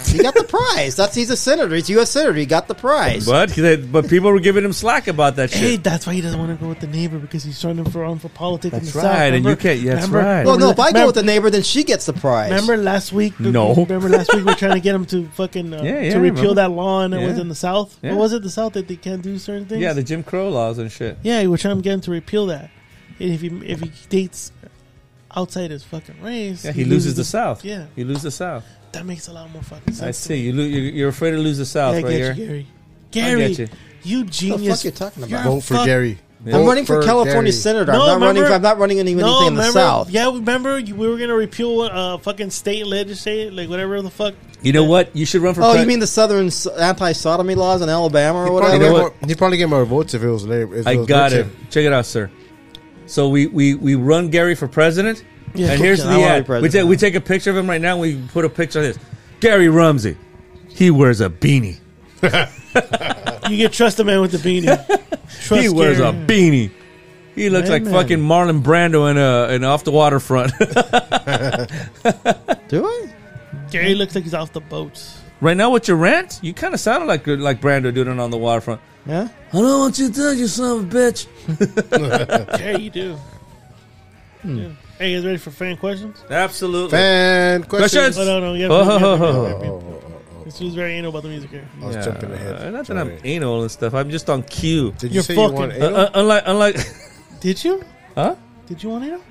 He got the prize. That's he's a senator. He's a U.S. senator. He got the prize.
But they, but people were giving him slack about that
Hey,
shit.
that's why he doesn't want to go with the neighbor because he's running for on for politics. in
That's
the South,
right, and you
remember?
can't- yeah, that's
Remember?
right.
well, no. If
Remember
I
that-
go with the neighbor, then she gets the prize.
Remember last week?
No.
Remember last week we are trying to get him to fucking uh,
Yeah, yeah,
to
I
repeal
remember.
that law and it was
Yeah.
in the South.
Yeah.
What was it? The South that they can't do certain things.
Yeah, the Jim Crow laws and shit.
yeah. We were trying to get him to repeal that. And if he if he dates outside his fucking race,
Yeah, he loses the South.
Yeah,
he loses the South.
that makes a lot more fucking sense.
I
to me.
see. You lo- you- you're afraid to lose the South,
Yeah, I
right
get
here.
you, Gary.
I
Gary,
get you.
you genius.
you talking
You're
about?
a
Vote for
fuck-
Gary.
I'm
Vote
running for California
Gary.
senator.
No,
I'm not running.
remember-
For, I'm not running any, anything in the
remember,
South.
Yeah, remember you, we were gonna repeal uh, fucking state legislature, like whatever the fuck.
You know what? You should run for.
Oh,
pre-
you mean the Southern s- anti-sodomy laws in Alabama or
He'd
whatever?
probably,
know
get
what?
more, he'd probably get more votes if it was later. if
I
was
got it.
Wilson.
Check it out, sir. So we we, we run Gary for president,
Yeah.
and here's
I
the
wanna be
ad. We
president.
take we take a picture of him right now. and We put a picture of this. Gary Rumsey, he wears a beanie.
You get trust a man with the beanie. Trust
he wears
Gary.
a beanie. He looks
Man,
like
man.
fucking Marlon Brando in a in off the waterfront.
Do I?
Gary looks like he's off the boats.
right now with your rant, you kind of sounded like like Brando doing it on the waterfront.
Yeah.
I don't want you to do, you son of a bitch.
Yeah, you do.
Hmm.
Yeah. Hey, you guys ready for fan questions?
Absolutely.
Fan questions.
Questions?
Oh, no, no. You
Oh,
gotta,
ho, ho,
oh,
ho.
This dude's very anal about the music here.
I was
Yeah.
jumping ahead.
Uh, not that I'm
Sorry.
anal and stuff. I'm just on cue.
Did you
You're
say
fucking-
you want
Uh,
anal?
uh, unlike unlike,
Did you?
huh?
Did you want anal?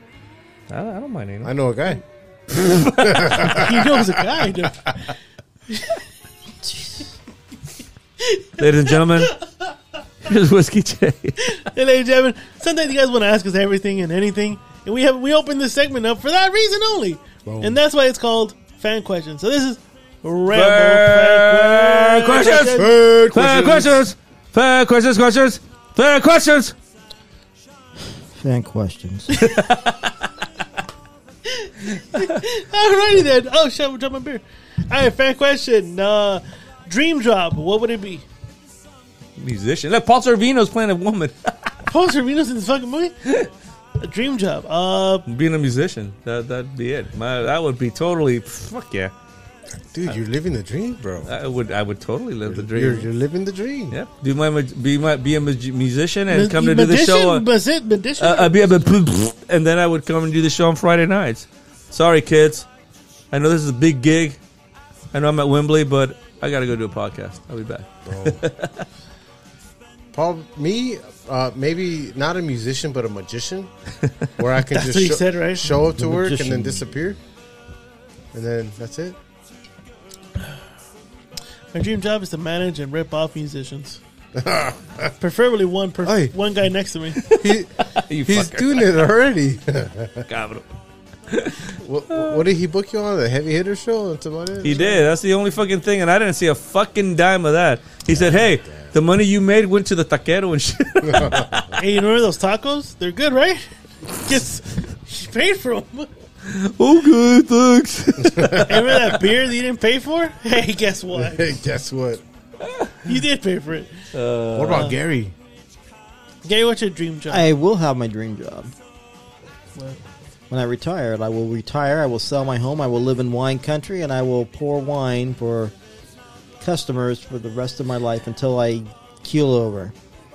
I don't, I don't mind anal.
I know a guy.
He knows a guy, dude.
Ladies and gentlemen, here's Whiskey J.
Hey, ladies and gentlemen, sometimes you guys want to ask us everything and anything, and we have we open this segment up for that reason only, and that's why it's called fan questions. So this is Rambo fan
Fan
questions.
questions.
Fan
Fair questions. Fair questions. Questions. Fair questions.
Fan questions.
Alrighty then. Oh shit, we dropped my beer. All right, fan question. Uh, dream job. What would it be?
Musician. Look, Paul Sorvino's playing a woman.
Paul Sorvino's in this fucking movie. A dream job. Uh,
Being a musician. That that'd be it. My, that would be totally. Fuck yeah.
Dude, you're living the dream, bro.
I would. I would totally live the
You're,
dream.
you're living the dream.
Yep. Do my ma- be my be a mu- musician and come to do the
magician,
show. on-
That's it. Magician.
Uh, I'd be able to, and then I would come and do the show on Friday nights. Sorry, kids. I know this is a big gig. I know I'm at Wembley, but I got to go do a podcast. I'll be back.
Probably me, uh, maybe not a musician, but a magician, where I can
That's
just
what you
show,
said, right?
show up to work
magician.
and then disappear, and then that's it.
My dream job is to manage and rip off musicians. Preferably one per-
Hey.
one guy next to me.
He,
You
he's
fucker.
doing it already.
Cabrón.
what, what did he book you on? The heavy hitter show? And somebody?
He did. That's the only fucking thing, and I didn't see a fucking dime of that. He said, "Hey, the money you made went to the taquero and shit."
hey, you remember those tacos? They're good, right? Guess you paid for them.
okay, thanks.
Hey, remember that beer that you didn't pay for? Hey, guess what?
Hey, guess what?
You did pay for it.
what about Gary?
Gary, what's your dream job?
I will have my dream job. When I retire, I will retire. I will sell my home. I will live in wine country, and I will pour wine for customers for the rest of my life until I keel over.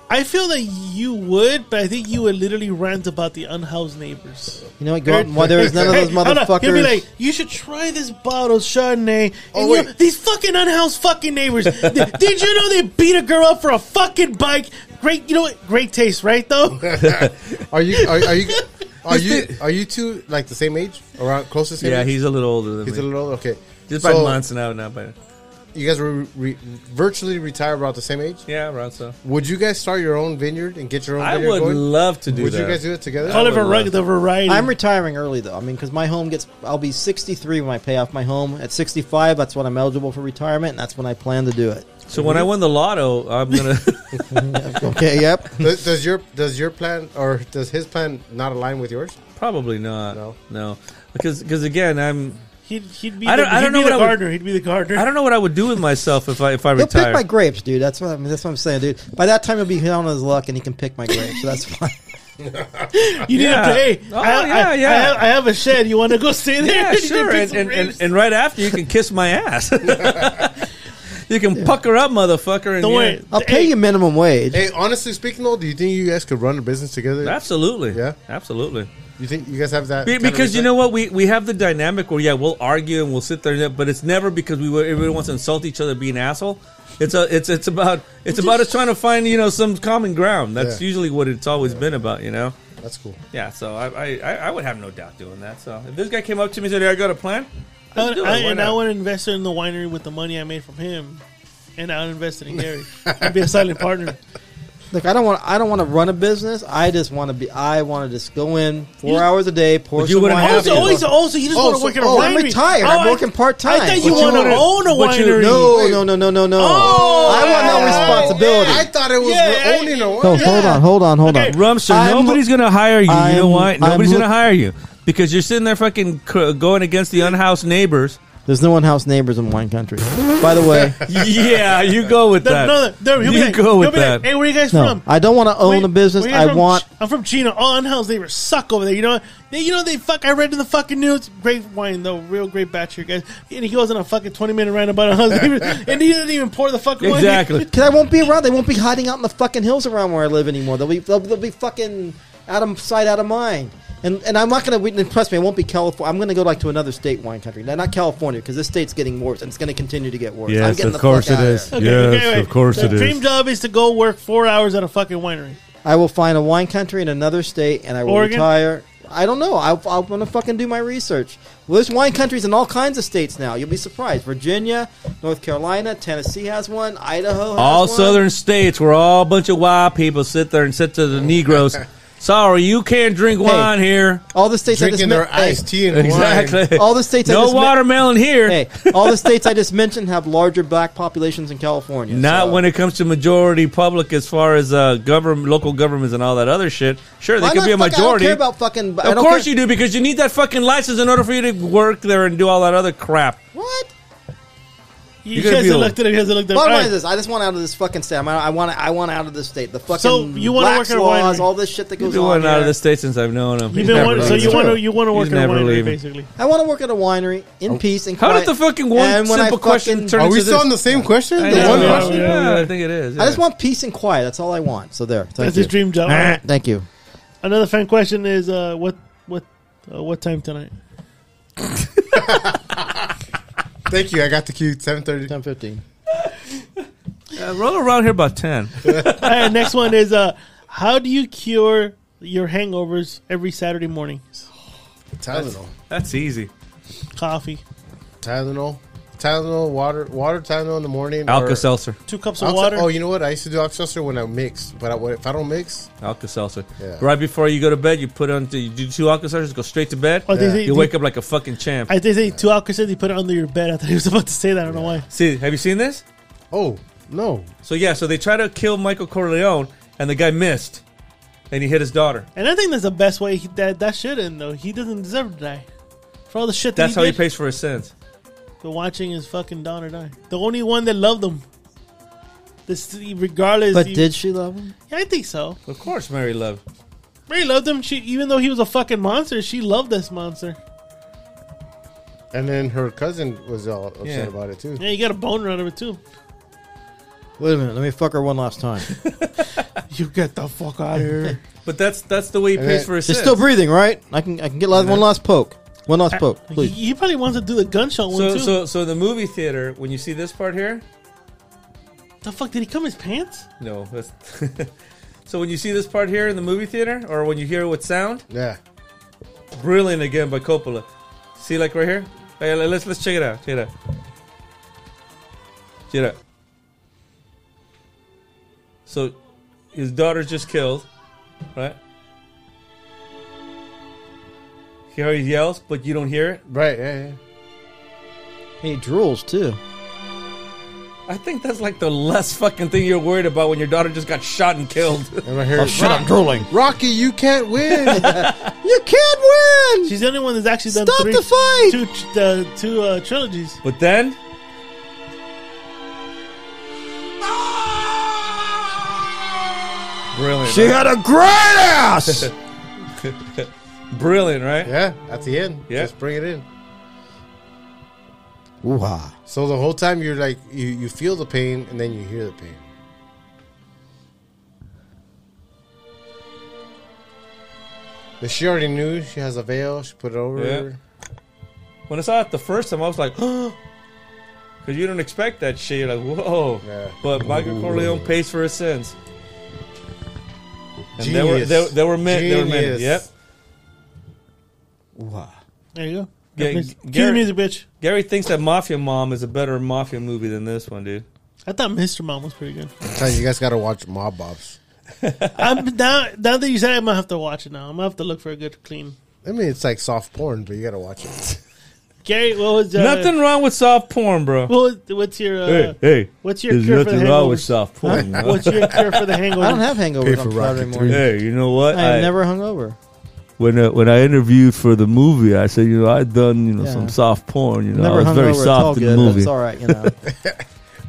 I feel that you would, but I think you would literally rant about the unhoused neighbors.
You know what? Go out and- well, there is none of those
Hey, hold on.
motherfuckers.
He'll be like, you should try this bottle of Chardonnay. And
Oh,
you know,
wait.
these fucking unhoused fucking neighbors. Th- did you know they beat a girl up for a fucking bike? Great, you know what? Great taste, right? Though
Are you? Are, are you? Are you? Are you two like the same age? Around close to the same
yeah,
age?
he's a little older than
he's a
me.
little okay.
Just by
So,
months now, not by.
You guys were re- virtually retired about the same age.
Yeah, around so.
Would you guys start your own vineyard and get your own?
I
vineyard
would
going?
love to do
Would
that.
you guys do it together?
call it
would
var-
love-
the variety.
I'm retiring early though. I mean, because my home gets, I'll be 63 when I pay off my home. At 65, that's when I'm eligible for retirement, and that's when I plan to do it.
so when I win the lotto, I'm gonna.
Okay. yep.
does, does your does your plan or does his plan not align with yours?
Probably not.
No.
no, because because again, I'm.
he'd, he'd be.
I don't-
the,
I don't
he'd
know
be
what I
the
would-
gardener. He'd be the gardener.
I don't know what I would do with myself if I if I
He'll
retire.
pick my grapes, dude. That's what I'm. That's what I'm saying, dude. By that time, he'll be down on his luck, and he can pick my grapes. So that's fine.
You need
Yeah.
to pay.
Oh,
I,
yeah,
I,
yeah.
I have, I have a shed. You want to go stay there?
Yeah,
You need to
sure.
pick
And,
some
and, and,
ribs.
and right after, you can kiss my ass. you can pucker up, motherfucker. And
Don't
yeah.
worry.
I'll pay you minimum wage.
Hey, honestly speaking, though, do you think you guys could run a business together?
Absolutely.
Yeah.
Absolutely.
you think you guys have that?
Be-
kind of
because you
respect?
know what? We, we have the dynamic where, yeah, we'll argue and we'll sit there, but it's never because we everyone wants to insult each other being asshole. It's a, it's it's about it's about us trying to find you know some common ground. That's
Yeah.
usually what it's always been about, you know.
that's cool.
Yeah, so I, I I I would have no doubt doing that. So if this guy came up to me and said, "Hey, "I got a plan,"
I,
let's do it.
I-
Why
and I
not?
would invest in the winery with the money I made from him, and I would invest in Gary. I'd be a silent partner.
Look, I don't want. I don't want to run a business. I just want to be. I want to just go in four hours a day, pour
you
some
wouldn't
wine.
have
Also,
to.
also, also, you just
Oh,
want to
so-
work in a
oh,
winery.
I'm retired. I'm
I-
working part-time.
I thought you
But you
want to
wanna-
own a
but you-
winery.
No, no, no, no, no, no.
Oh,
I want no responsibility.
I thought it was
Yeah,
we're owning a
no,
winery.
hold on, hold on, hold
Okay.
on.
Rumster,
I'm-
nobody's gonna hire you. you know
I'm-
why?
I'm
Nobody's
look-
gonna hire you because you're sitting there fucking cr- going against the unhoused neighbors.
There's no unhoused neighbors in wine country. By the way,
yeah, you go with
No,
that.
no, no, he'll be
You
like-
go with
he'll be like,
that.
hey, where you guys
no,
from?
I don't want to own
Wait,
a business.
where you guys
I
from?
want.
I'm from Chino. Oh, unhoused neighbors suck over there. You know what? They, you know they fuck. I read in the fucking news. Great wine though, real great batch here, guys. And he goes on a fucking twenty minute rant about unhoused neighbors, and he doesn't even pour the fucking wine.
Exactly.
Because I won't be around. They won't be hiding out in the fucking hills around where I live anymore. They'll be they'll, they'll be fucking out of sight, out of mind. And and I'm not gonna we- and trust me. It won't be California. I'm gonna go like to another state wine country. Now, not California because this state's getting worse and it's gonna continue to get worse. I'm getting the fuck outta there.
Okay, okay, wait. the Dream job is to go work four hours at a fucking winery.
I will find a wine country in another state and I will
Oregon?
retire. I don't know. I, I'm gonna fucking do my research. Well, there's wine countries in all kinds of states now. You'll be surprised. Virginia, North Carolina, Tennessee has one. Idaho. Has
All
one.
southern states where all a bunch of white people sit there and sit to the Negroes. Sorry, you can't drink wine here.
All the states I
Drinking
just
their
men- hey,
iced tea and wine.
Exactly.
All the states I
No
just men-
watermelon here.
hey, all the states I just mentioned have larger black populations in California.
Not
so-
when it comes to majority public, as far as uh, government, local governments, and all that other shit. Sure, they
Why
could be a
not? Fuck, I don't
majority.
care about fucking. I
of
don't
course
care-
you do, because you need that fucking license in order for you to work there and do all that other crap.
What?
You
gonna
guys
be
have
old.
looked at it. You guys have looked at it.
Bottom
All right.
line is this: I just want out of this fucking state. I'm out, I want. I want out of this state. The fucking
So, you wanna
blacks
work at a
laws,
winery.
all this shit that
He's
goes
been
on.
one out of
here.
the states since I've known him.
You've
He's
been
never
wanting, so
leaving.
you want to you want to work
He's
in a
never
winery
leaving.
basically.
I want to work at a winery in peace and
Oh. How
quiet.
did the fucking one
And when I
simple question
fucking-
turn
Are we
into
still
this?
on the same question?
I
The
know,
one
yeah,
question?
yeah,
yeah.
I think it is.
I
yeah.
just want peace and quiet. That's all I want. So there. Thank
That's
you.
his dream job.
Thank you.
Another fan question is uh, what what uh, what time tonight?
Thank you. I got the cue. Seven thirty.
Ten fifteen.
Uh, roll around here about ten.
All right, next one is uh, how do you cure your hangovers every Saturday morning?
Tylenol.
That's easy.
Coffee,
Tylenol. Tylenol. Water. Water. Tylenol in the morning. or-
Alka Seltzer.
two cups of
Alka-
water.
Oh, you know what? I used to do Alka-Seltzer when I mix, but I, if I don't mix,
Alka Seltzer.
Yeah.
Right before you go to bed, you put on you do two Alka Seltzers, go straight to bed.
Oh, they say-
You wake up like a fucking champ.
I did say two alcohol said they put it under your bed. I thought he was about to say that. I don't know why.
See, have you seen this?
oh no,
So yeah, so they try to kill Michael Corleone, and the guy missed, and he hit his daughter.
And I think that's the best way he, that that should end though. He doesn't deserve to die for all the shit. That
That's
he
how he
did,
pays for his sins.
for watching his fucking daughter die. The only one that loved him. This regardless.
But
he-
did she love him?
yeah, I think so.
Of course, Mary Love.
Ray loved him. She, even though he was a fucking monster, she loved this monster.
and then her cousin was all upset
Yeah.
about it too.
Yeah, you got a boner out of it too.
Wait a minute. Let me fuck her one last time.
You get the fuck out of here.
But that's that's the way he
And
pays
that-
for his
She's
sins.
still breathing, right? I can. I can get last, one last poke. One
Uh,
last poke,
he,
Oh, please.
he probably wants to do the gunshot one
so
too.
so so the movie theater when you see this part here,
the fuck did he come his pants?
no. That's so when you see this part here in the movie theater, or when you hear it with sound,
Yeah,
brilliant again by Coppola. See, like right here. Hey, le- let's let's check it out. Check it out. Check it out. So, his daughter's just killed, right? Here he yells, but you don't hear it.
right. Yeah, yeah.
He drools too.
I think that's like the less fucking thing you're worried about when your daughter just got shot and killed.
And right here,
Shit, I'm drooling.
Rocky, you can't win.
You can't win.
She's the only one that's actually done
Stop
three,
the fight!
two, tr- uh, two uh, trilogies.
but then, Brilliant.
She had a great ass.
right? Brilliant, right?
Yeah, at the end.
Yeah.
Just bring it in.
Ooh ha.
So the whole time you're like, you, you feel the pain and then you hear the pain. But she already knew she has a veil. She put it over
Yeah.
her.
When I saw it the first time, I was like, because you don't expect that shit. You're like, whoa.
Yeah.
But Michael Corleone pays for his sins. And they were they, they were meant. They were meant.
Genius.
Yep.
Ooh ha.
There you go.
Yeah,
Cue
Gary-
music, bitch.
Gary thinks that Mafia Mom is a better mafia movie than this one, dude.
I thought Mr. Mom was pretty good.
I'm telling you, you guys got to watch Mob Bobs.
I'm now, now that you said it, I'm gonna have to watch it now. I'm gonna have to look for a good clean.
I mean, it's like soft porn, but you got to watch it.
Gary, what was uh,
Nothing wrong with soft porn, bro.
What was, what's your uh,
hey,
What's your cure for the hangovers?
soft porn. you know?
What's your cure for the hangover?
I don't have hangovers on
for
Friday
Rocky
morning.
Hey, you know what?
I am never hungover.
when uh, when I interviewed for the movie, I said, you know, I'd done you know
Yeah.
some soft porn. You know,
never
I was
hungover.
very
it's all
soft in
good.
the
but
movie.
It's all right, you know.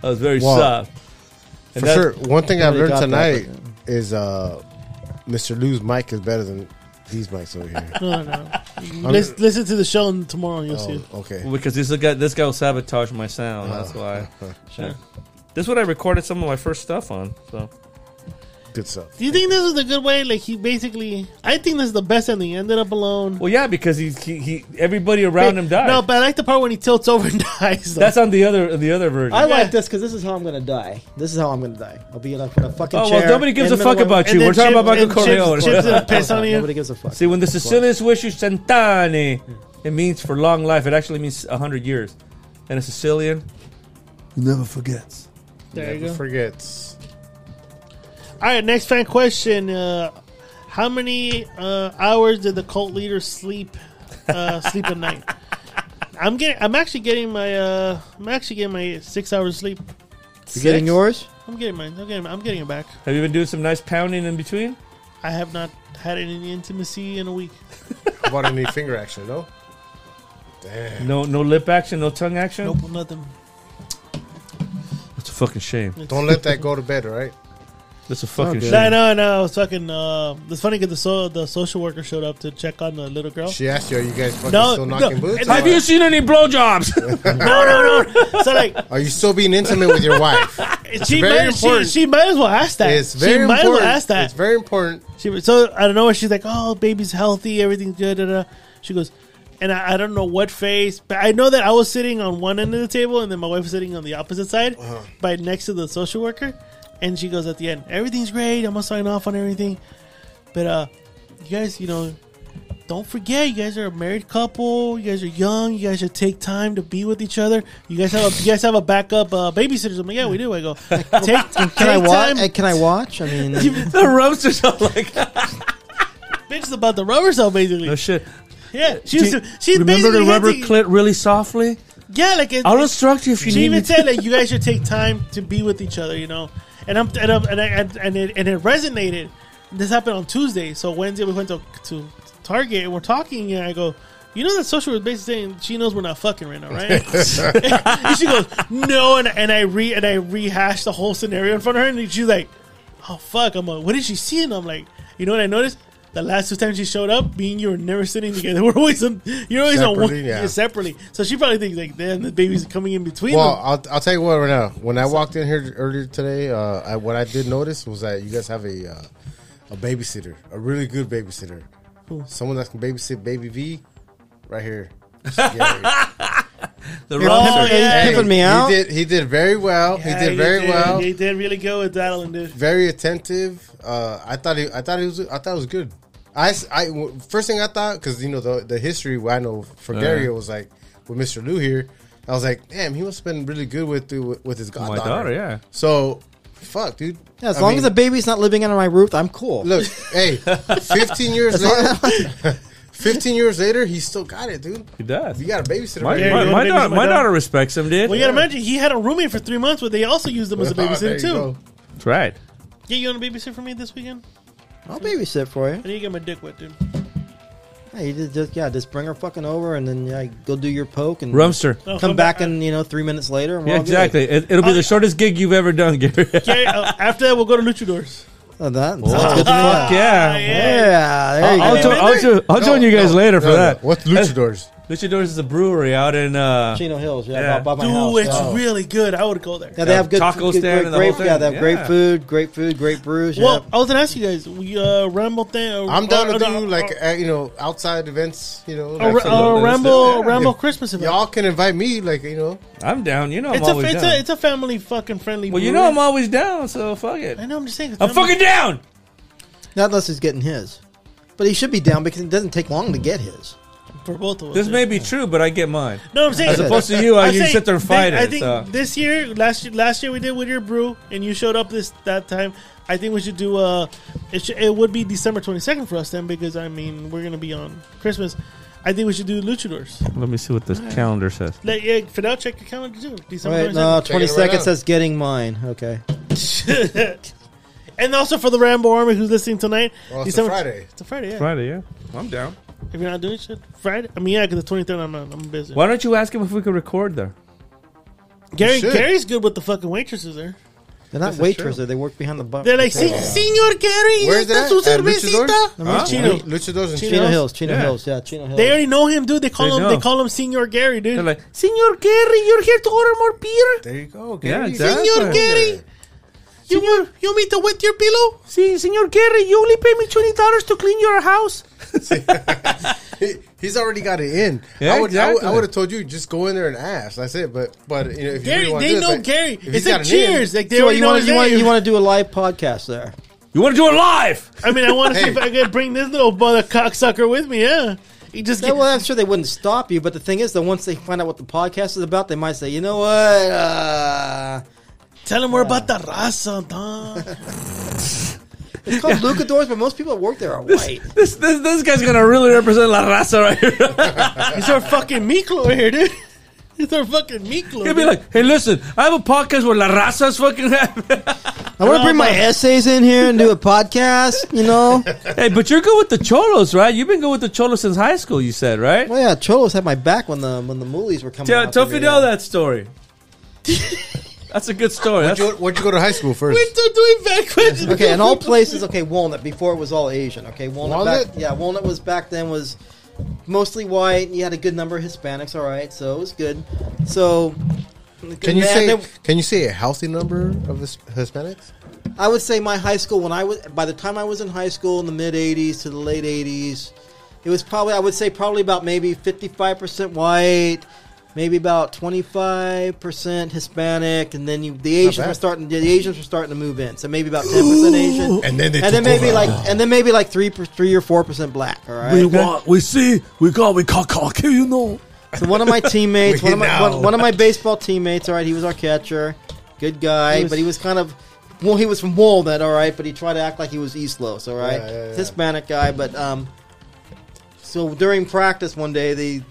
I was very
Wow.
soft.
For
And that-
sure. One thing I've
Really
learned
got that,
tonight is uh, Mr. Lou's mic is better than these mics over here.
No, no. Listen, listen to the show and tomorrow. You'll see.
Oh, okay.
Well, because this guy this guy will sabotage my sound. That's why.
Sure.
This is what I recorded some of my first stuff on. So
Good stuff.
Do you think this is a good way? Like he basically, I think this is the best ending. He ended up alone.
well, yeah, because he he, he everybody around him died.
No, but I like the part when he tilts over and dies. Though.
that's on the other the other version.
I
Yeah.
like this because this is how I'm gonna die. This is how I'm gonna die. I'll be in a, in a fucking
oh
chair.
well, nobody gives
in
a
the middle
fuck
of-
about
And
you. We're
then Chip-
talking about Michael
and
Corleone.
Chips, chips and piss on you.
Nobody gives a fuck.
See, when the Sicilians wish you cent'anni, it means for long life. It actually means a hundred years. And a Sicilian never forgets.
There you
Never
go.
forgets.
All right, next fan question: uh, How many uh, hours did the cult leader sleep uh, sleep at night? I'm getting. I'm actually getting my. Uh, I'm actually getting my six hours sleep.
You getting yours?
I'm getting mine. I'm getting. I'm getting it back.
Have you been doing some nice pounding in between?
I have not had any intimacy in a week.
How about any finger action, no?
No, no lip action, no tongue action.
Nope, nothing.
That's a fucking shame.
Don't let that go to bed, all right?
That's a fucking shame.
No, no, no. I was fucking. Uh, it's funny because the so, the social worker showed up to check on the little girl.
She asked you, are you guys fucking
No,
still
no.
knocking boots?
Have
or
you-
seen any blowjobs?
No, no, no. So like,
Are you still being intimate with your wife?
she
very
might, she,
important.
she might as well ask that.
It's very
she might
important.
as well ask that.
It's very important.
She so I don't know. She's like, "Oh, baby's healthy, everything's good." Da, da. She goes, and I, I don't know what face, but I know that I was sitting on one end of the table, and then my wife was sitting on the opposite side,
Uh-huh.
by next to the social worker, and she goes at the end, "Everything's great. I'm gonna sign off on everything, but uh, you guys, you know." Don't forget, you guys are a married couple. You guys are young. You guys should take time to be with each other. You guys have a, you guys have a backup uh, babysitter. I'm like, yeah, we do. I go, take, take
Can I
time.
watch? Can I watch? I mean,
the roasters are like,
Bitch is about the rubber cell, basically.
no shit.
Yeah, she was,
Do you
she's
remember
basically
to rubber
hinting-
clit really softly?
Yeah, like it,
I'll instruct you if you
she
need me.
even said like you guys should take time to be with each other, you know. And I'm and I'm, and, I, and, and it and it resonated. This happened on Tuesday, so Wednesday we went to to Target and we're talking, and I go. You know that social was basically saying she knows we're not fucking right now, right? and she goes, "No," and, and I re and I rehashed the whole scenario in front of her, and she's like, "Oh fuck!" I'm like, "What did she see?" And I'm like, "You know what I noticed? The last two times she showed up, being you were never sitting together. We're always on, you're always on one
Separately, yeah.
yeah, separately. So she probably thinks like, damn, the baby's coming in between
Well,
them.
I'll, I'll tell you what right now. When I walked in here earlier today, uh, I, what I did notice was that you guys have a uh, a babysitter, a really good babysitter, someone that can babysit baby V, right here. Yeah.
the
oh,
roasters.
yeah, he's pimping me out.
He did. He did very well.
Yeah,
he did very well.
He did really good with that one, dude.
Very attentive. Uh, I thought. He, I thought he was. I thought it was good. I, s- I- w- first thing I thought because you know the the history I know for Gary was like with Mr. Lou here. I was like, damn, he must have been really good with with, with his
My
goddaughter.
daughter, yeah.
So, fuck, dude.
Yeah, as
I
long
mean,
as the baby's not living under my roof, I'm cool.
look, hey, fifteen years later, fifteen years later, he still got it, dude.
He does.
You got a babysitter.
My,
right
Yeah,
my,
here.
you
my,
wanna
daughter,
babysit my
my
daughter?
daughter respects him, dude.
Well, you gotta imagine he had a roommate for three months, but they also used him as a
There
babysitter
you
too.
go.
That's right.
Yeah, you want to babysit for me this weekend?
I'll babysit for you.
I need to get my dick wet, dude.
Yeah, you just, just yeah, just bring her fucking over, and then yeah, go do your poke and
Rumster.
No,
Come back in you know three minutes later. And we're
Yeah,
all Oh, good.
exactly. It, it'll be the shortest gig you've ever done, Gary.
Gary, uh, after that, we'll go to Luchadors.
Oh, that sounds good to me.
Fuck yeah.
Yeah, there you
I'll,
go.
jo- I'll, jo- I'll join you guys later for
No, no.
that.
What's luchadors?
Luchadors is a brewery out in uh,
Chino Hills, yeah,
Yeah.
By, by my
Dude,
house.
it's
yeah.
really good. I would go there.
Yeah, they have good
Taco
good- good-
stand
great,
and the whole
great- Yeah, they
thing,
have
yeah.
great food, great food, great brews.
Well,
yeah.
I was gonna ask you guys. We uh, Ramble thing. uh,
I'm down
uh,
to
uh,
do like
uh,
uh, you know outside events. You
Oh.
know,
a,
like,
a,
Absolutely.
a Ramble
Yeah.
Ramble
If
Christmas event.
y'all can invite me. Like you know,
I'm down. You know I'm
it's a
always
it's
down.
a it's a family fucking friendly.
well, you know I'm always down, so fuck it.
I know. I'm just saying. it's
I'm
family-
fucking down.
Not unless he's getting his, but he should be down because it doesn't take long to get his.
for both of us.
This
yeah.
may be true, but I get mine.
No, I'm saying
As opposed to you, I,
I'm
you
saying
sit there and
thi-
fight
I
it.
think
so.
this year, last year, last year we did with your brew, and you showed up this that time. I think we should do. Uh, it should, it would be December 22nd for us then, because I mean we're gonna be on Christmas. I think we should do Luchadors.
Let me see what the calendar says.
Like, yeah, Fidel, check your calendar too. December
Wait, no,
22nd.
Check it
twenty
right
seconds
out.
says getting mine. Okay,
and also for the Rambo Army who's listening tonight.
well, it's a
December-
Friday.
It's a Friday. Yeah.
Friday, yeah. I'm down.
If you're not doing shit Friday, I mean yeah, because the 23rd I'm not, I'm busy.
Why don't you ask him if we could record there?
Gary
should.
Gary's good with the fucking waitresses there.
they're not waitresses; they work behind the bar.
They're like, "Se- Senor Gary,
Where's
¿está
that?
su
At
cervecita?"
Luchador?
Huh?
Chino.
Luchadors and
Chino
Hills?
Hills, Chino
Yeah.
Hills, yeah, Chino Hills.
They already know him, dude. They call
They
him.
know.
They call him Senor Gary, dude.
They're like, Senor Gary, you're here to order more beer.
There you go. Okay.
Yeah, exactly.
Senor Gary, you want you want me to wet your pillow?
See, Senor Gary, you only pay me twenty dollars to clean your house.
He, he's already got it in.
Yeah,
I would. I would, I
exactly.
would have told you just go in there and ask. That's it. But but you know if
Gary,
you really wanna
they
do
know
it, but
Gary.
if he's
It's like
got it in-
Cheers. Like they
So what,
already
you
know
want
his
you want you
name.
want to do a live podcast there?
You want to do it live?
I mean, I want to see
Hey.
if I can bring this little mother cocksucker with me. Yeah, he just
Yeah,
get-
well, I'm sure they wouldn't stop you, but the thing is that once they find out what the podcast is about, they might say, you know what? Uh,
tell him we're about the raza, dog.
it's called Lucadors, but most people that work there are white.
This this this guy's gonna really represent La Raza right here.
It's our fucking Miklo here, dude. It's our fucking Miklo.
He'll be
dude.
like, hey, listen, I have a podcast where La Raza's fucking.
I want to bring my essays in here and do a podcast, you know?
hey, but you're good with the cholos, right? You've been good with the cholos since high school. You said right.
Well, Oh, yeah, Cholos had my back when the when the Moolies were coming
Tell,
out
tell
every
Fidel
year.
that story. That's a good story. That's,
Where'd you- Where'd you go to high school first?
We're still doing backwards.
Okay, and all places, okay, Walnut, before it was all Asian, okay? Walnut,
Walnut?
Back, yeah, Walnut was back then was mostly white, and you had a good number of Hispanics, all right, so it was good. So...
Can you
and
say
then-
can you say a healthy number of His- Hispanics?
I would say my high school when I was by the time I was in high school in the mid '80s to the late '80s, it was probably I would say probably about maybe 55 percent white, maybe about 25 percent Hispanic, and then you the Asians
bad.
were starting the Asians were starting to move in, so maybe about 10 percent Asian,
And then they
and
took
then maybe
over.
like and then maybe like three per- three or four percent black. All right,
We want, we see, we got, we call, call, kill, you know.
so one of my teammates, one of my
Now.
one, one of my baseball teammates. All right, he was our catcher, good guy,
He was-
but he was kind of well, he was from Walnut, all right, but he tried to act like he was East Los, all right,
Yeah, yeah, yeah.
Hispanic guy. But um, so during practice one day, the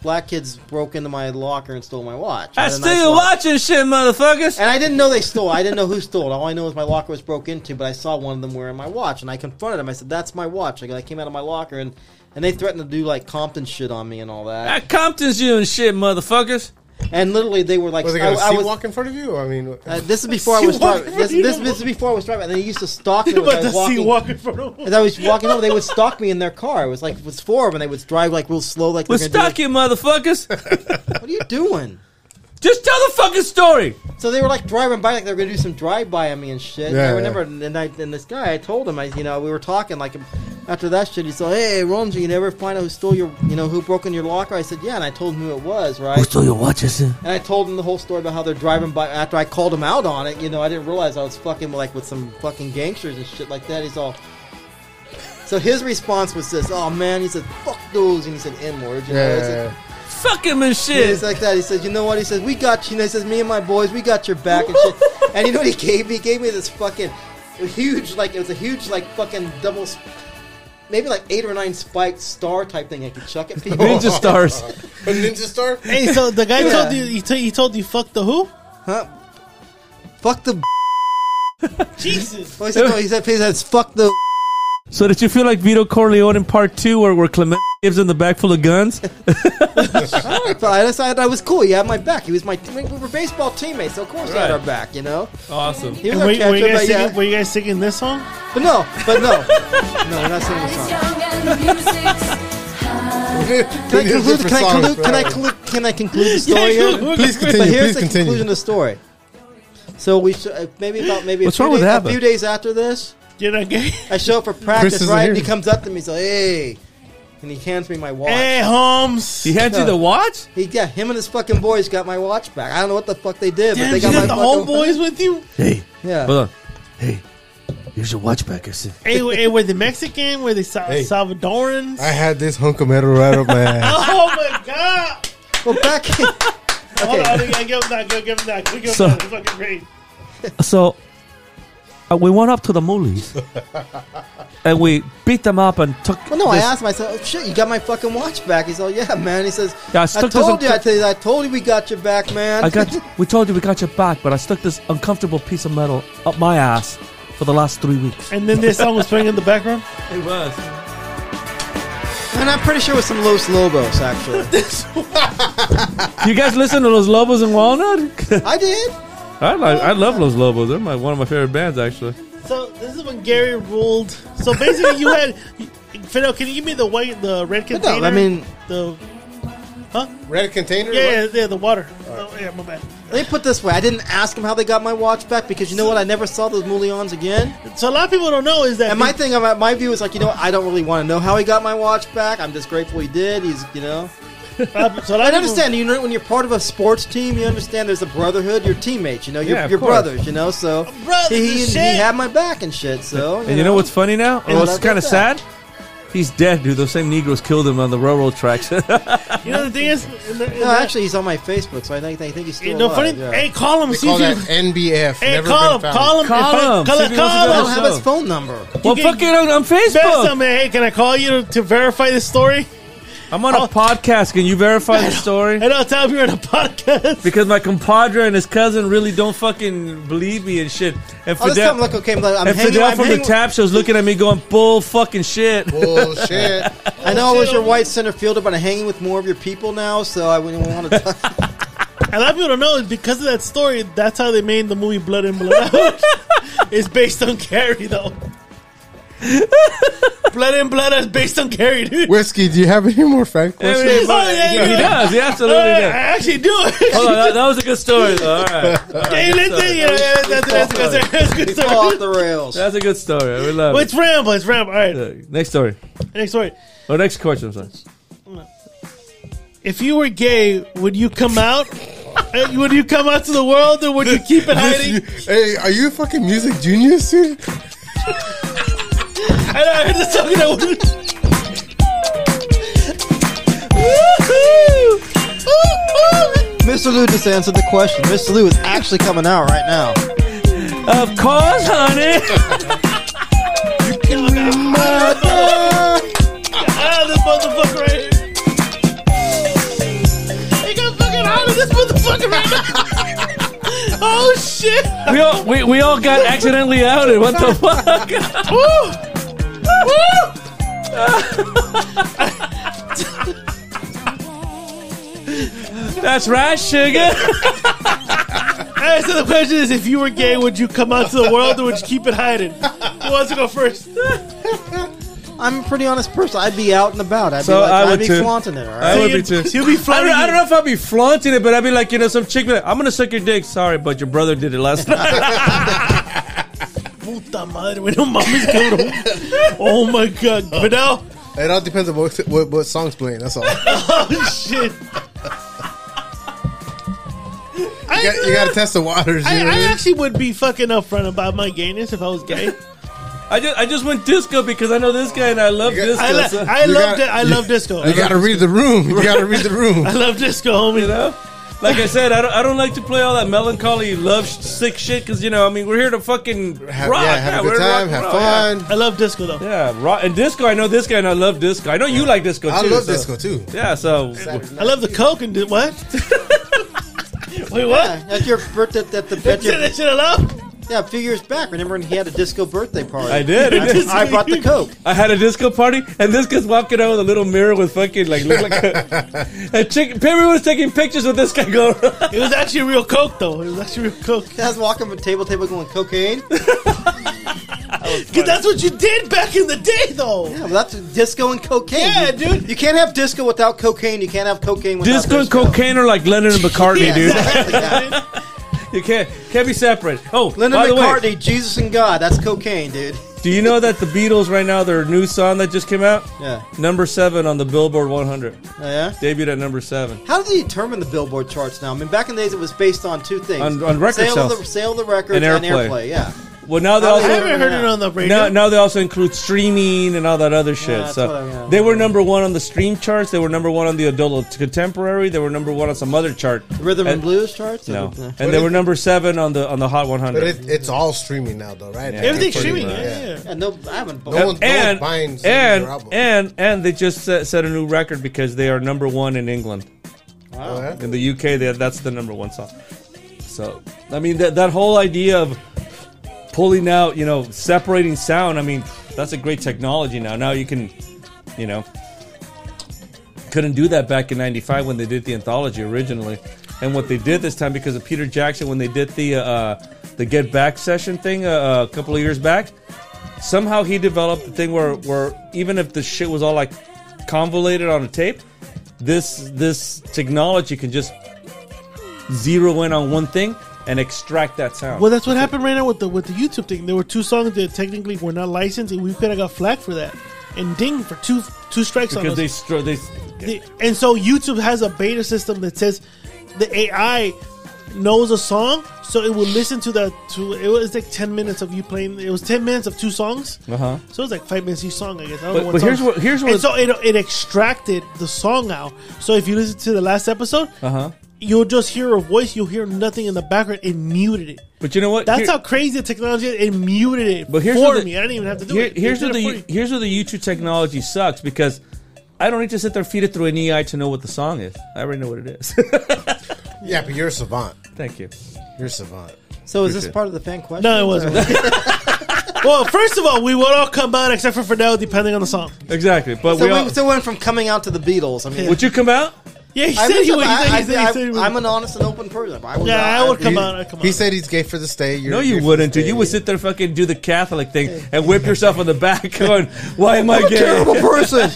black kids broke into my locker and stole my watch.
I
had a nice
still
watch.
watching shit, motherfuckers.
And I didn't know they stole. it. I didn't know who stole it. All I know is my locker was broke into, but I saw one of them wearing my watch, and I confronted him. I said, "That's my watch." Like, I came out of my locker, and and they threatened to do like Compton shit on me and all that.
I Compton's you and shit, motherfuckers.
And literally, they were like,
Was they
I,
gonna
I
see
was.
walk in front of you? I mean,
uh, this is before I
See
was
walk-
driving. This, this, this is before I was driving. And they used to stalk me. When
About
I
to
was
see
walking,
walking from.
as I was walking over, they would stalk me in their car. It was like it was four of them. They would drive like real slow, like
We're
they're gonna
stuck
do,
here, motherfuckers.
like, What are you doing?
Just tell the fucking story.
So they were like driving by, like they were gonna do some drive by on me and shit.
Yeah,
I
yeah.
remember, and I and this guy, I told him, I you know, we were talking like after that shit. He said, "Hey, Ronji, you never find out who stole your, you know, who broke in your locker." I said, "Yeah," and I told him who it was, right?
Who stole your watches? eh?
And I told him the whole story about how they're driving by. After I called him out on it, you know, I didn't realize I was fucking like with some fucking gangsters and shit like that. He's all. So his response was this: "Oh man," he said, "Fuck those," and he said N words. You know?
yeah,
He said-
yeah,
Fuck him and
He's
shit.
like that. He says, "You know what?" He says, "We got you." And he says, "Me and my boys, we got your back and shit." and you know what he gave me? He gave me this fucking huge, like it was a huge, like fucking double, sp- maybe like eight or nine spiked star type thing I could chuck at people.
Ninja stars.
yeah. Ninja star.
Hey, so the guy
Yeah.
told you he, t- he told you fuck the who?
Huh? Fuck the.
Jesus.
Well, he said, no, he said, he says, fuck the.
So did you feel like Vito Corleone in part two, where where Clement gives him the bag full of guns?
I thought- I decided I was cool. He had my back. He was my. We were baseball teammates, so of course he had
Right.
our back. You know.
Awesome.
He was
And wait,
our
were, you
catcher,
guys
but
singing,
yeah.
were you guys singing this song?
But no, but no, no, we're not singing the song. Can I conclude? Can I conclude? Can I conclude? Can I conclude the story?
Yeah,
here?
Please
But
continue.
here's
Please
the
continue.
conclusion of the story. So we should, uh, maybe about maybe
What's
a, few
wrong with
days,
Abba?
a few days after this,
You're not gay.
I show up for practice,
isn't
right?
here.
And he comes up to me, he's like, "Hey," and he hands me my watch.
Hey, Holmes.
He hands you the watch.
He yeah, him and his fucking boys got my watch back. I don't know what the fuck they did, but
Damn,
they
you
got
got
my
the
fucking
homeboys with you?
Hey,
Yeah.
Hold on.
hey, here's your watch back. I said,
hey, were- hey, were they Mexican? Were they Sa-
Hey.
Salvadorans?
I had this hunk of metal right up my ass.
oh my god!
Well, back.
Hold on,
okay.
I give him that. Go give him that. Go give him
So-
that. It's fucking great.
So uh, we went up to the moolies and we beat them up and took.
Well, no, I
this-
asked myself, shit, you got my fucking watch back. He's all, yeah, man. He says,
Yeah, I
I,
stuck this
told
up
you,
to-
I, tell you, I told you we got your back, man.
I got. We told you we got your back, but I stuck this uncomfortable piece of metal up my ass for the last three weeks.
And then this song was playing in the background.
It was.
and I'm pretty sure it was some Los Lobos, actually.
You guys listen to Los Lobos and Walnut?
I did.
I like. I love Los Lobos. They're my one of my favorite bands, actually.
So this is when Gary ruled. So basically, you had Fidel. Can you give me the white, the red
But
container?
no, I mean,
the
Red container.
yeah, yeah, yeah, the water. Oh, yeah, my bad.
let me put it this way: I didn't ask him how they got my watch back because you know what? I never saw those Moulions again.
So a lot of people don't know is that
And my thing, my my view is like, you know, what? I don't really want to know how he got my watch back. I'm just grateful he did. He's, you know,
uh, so a lot
I
of people-
understand. You know, when you're part of a sports team, you understand there's a brotherhood. Your teammates, you know, your,
Yeah, of
your
course.
brothers, you know. So
brothers
he, he,
and
he
shit.
had my back and shit. So
And you know what's funny now? Or
I
what's
love
kind of
that.
sad? He's dead, dude. Those same Negroes killed him on the railroad tracks.
You know the thing is, in the, in
No,
the-
actually, he's on my Facebook, so I think I think he's still
you know,
alive.
funny.
yeah.
Hey, call him.
They
See
call
if
that
you.
NBF.
Hey,
never
call him,
been found.
call him.
Call
if I-
him.
Call
See
him.
if he wants to
Call
go
I
him.
don't have his
so-
phone number.
well,
can-
fuck it on, on
Best
Facebook.
of, man. Hey, can I call you to verify this story?
I'm on a podcast. Can you verify the story?
And I'll tell him you're on a podcast.
Because my compadre and his cousin really don't fucking believe me and shit. And
Oh, this
Fidel,
time, look, okay, I'm, I'm
and
hanging,
Fidel
I'm
from the
hanging,
tap show's looking at me going, bull fucking shit.
Bullshit.
I know I was your white center fielder, but I'm hanging with more of your people now, so I wouldn't want to. Talk.
A lot of people don't know because of that story. That's how they made the movie Blood in Blood Out. it's based on Carrie, though. Blood in Blood Out is based on Carrie, dude.
Whiskey, do you have any more fan questions?
Everything
Oh,
about it.
yeah,
he,
yeah,
he
yeah.
does. He absolutely
Uh, I
does.
actually do.
Hold on, that, that was a good story, though. All right. All right,
Hey,
good
listen,
story.
you know, yeah, uh, that's, that's, that's, that's, a good
Fall off
story.
the rails.
That's a good story. We love
Well,
it.
it's ramble. It's ramble. All right,
Uh, Next story.
next story.
Or next question, I'm sorry.
If you were gay, would you come out? Uh, would you come out to the world, or would you keep it hiding?
Hey, are you a fucking music genius, dude?
I know, I heard the song and I wanted
Mr. Lou just answered the question. Mr. Lou is actually coming out right now.
Of course, honey.
Ah, this motherfucker right here. He got fucking out of this motherfucker right now. oh shit.
we all we, we all got accidentally outed. What the fuck? That's right, sugar.
Alright, so the question is if you were gay, would you come out to the world or would you keep it hiding? Who wants to go first?
I'm a pretty honest person. I'd be out and about. I'd
So
be, like,
I
I'd
would
be
too.
flaunting it. All
I
right?
would be too.
You'll be
I
flying.
don't, I don't know if I'd be flaunting it, but I'd be like, you know, some chick be like, I'm gonna suck your dick. Sorry, but your brother did it last night.
Puta madre, when your mommy's going home. Oh my god. But now,
It all depends on what, what, what song's playing. That's all. You,
oh shit. I,
got, you gotta test the waters. You
I,
know what I
I
mean?
actually would be fucking upfront about my gayness if I was gay.
I just I just went disco because I know this guy and I love
got-
disco.
I, li-
so-
I
You
love
got-
di- I love disco.
You gotta read the room. You gotta read the room.
I love disco, homie.
you know. Like I said, I don't, I don't like to play all that melancholy love sh- sick shit because you know I mean we're here to fucking
Have,
rock,
yeah, have a good
we're rock
time.
and
Have
roll, yeah.
fun.
I love disco though.
Yeah, rock and disco. I know this guy, and I love disco. I know you like disco. too.
I love
so-
disco too.
Yeah, so
I love the coke and di- what? Wait, what?
At your birthday, at the at
Shit,
your
that shit I love.
Yeah, a few years back, remember when he had a disco birthday party?
I did. I did.
I brought the coke.
I had a disco party, and this guy's walking out with a little mirror with fucking like look like a, a chick. Everyone was taking pictures with this guy going.
It was actually real coke, though. It was actually real coke.
Guys walking from table to table going cocaine. Yeah,
Because that's what you did back in the day, though.
well, that's disco and cocaine.
Yeah,
You-
dude.
You can't have disco without cocaine. You can't have cocaine without
Disco and cocaine are like Lennon and McCartney,
Yeah,
dude.
exactly, yeah.
You can't can't be separate. Oh,
Lennon
by the
McCartney,
way,
Jesus and God. That's cocaine, dude.
do you know that the Beatles right now their new song that just came out,
Yeah.
number seven on the Billboard 100,
Oh, yeah.
debuted at number seven.
How do they determine the Billboard charts now? I mean, back in the days, it was based on two things:
On- on record
sale Of the,
sales.
sale of the records
And
and
airplay.
airplay. yeah,
Well, now they
How
I
also
they-
haven't heard it on the radio.
Now, now they also include streaming and all that other shit.
that's
so
what I- yeah.
they were number one on the stream charts. They were number one on the adult contemporary. They were number one on some other chart.
rhythm and, blues charts.
No,
Yeah.
and they were number seven on the on the Hot 100.
But it, it's all streaming now, though, right?
Everything's
Pretty
streaming.
much,
Yeah. yeah.
Yeah, no, I haven't.
No one, no one
and
binds
and,
their album.
and and they just set, set a new record because they are number one in England.
Oh, yeah?
In the UK, they, that's the number one song. So I mean that that whole idea of pulling out, you know, separating sound. I mean that's a great technology now. Now you can, you know, couldn't do that back in '95 when they did the anthology originally, and what they did this time because of Peter Jackson when they did the uh, the Get Back session thing uh, a couple of years back. Somehow he developed the thing where where even if the shit was all like convoluted on a tape, this this technology can just zero in on one thing and extract that sound.
Well, that's what happened right now with the with the YouTube thing. There were two songs that technically were not licensed, and we could have got flagged for that and ding for two two strikes on
because
us.
they stro- they
The- and so YouTube has a beta system that says the AI knows a song, so it will listen to the to. It was like ten minutes of you playing. It was ten minutes of two songs.
Uh-huh.
So it was like five minutes each song, I guess. I don't
But-
know what
but here's
songs.
what- here's what-
And so it, it extracted the song out. So if you listen to the last episode,
uh huh.
you'll just hear a voice. You'll hear nothing in the background. It muted it.
But you know what?
That's
Here-
how crazy the technology is. It muted it
But here's
for
where the-
me. I didn't even have to do
here-
it. It
Here's
did
where
it for
the
you.
here's where the YouTube technology sucks because I don't need to sit there and feed it through an EI to know what the song is. I already know what it is.
yeah, but you're a savant.
Thank you.
You're a savant.
So is this part of the fan question?
No, it wasn't. well, first of all, we would all come out except for Fidel, depending on the song.
Exactly. But
So
we
we,
all,
so we went from coming out to the Beatles. I mean,
would you come out?
Yeah, he
I
said he would. He said
I,
he said he said he would.
am an honest and open person. I was
Yeah,
out.
I would come
He-
out. I'd come
he
out.
said he's gay for the stay. You're
No,
gay
you
for
wouldn't,
the
dude. You would
stay.
sit there and fucking do the Catholic thing and whip yourself on the back going, why am I
I'm a terrible
gay?
person.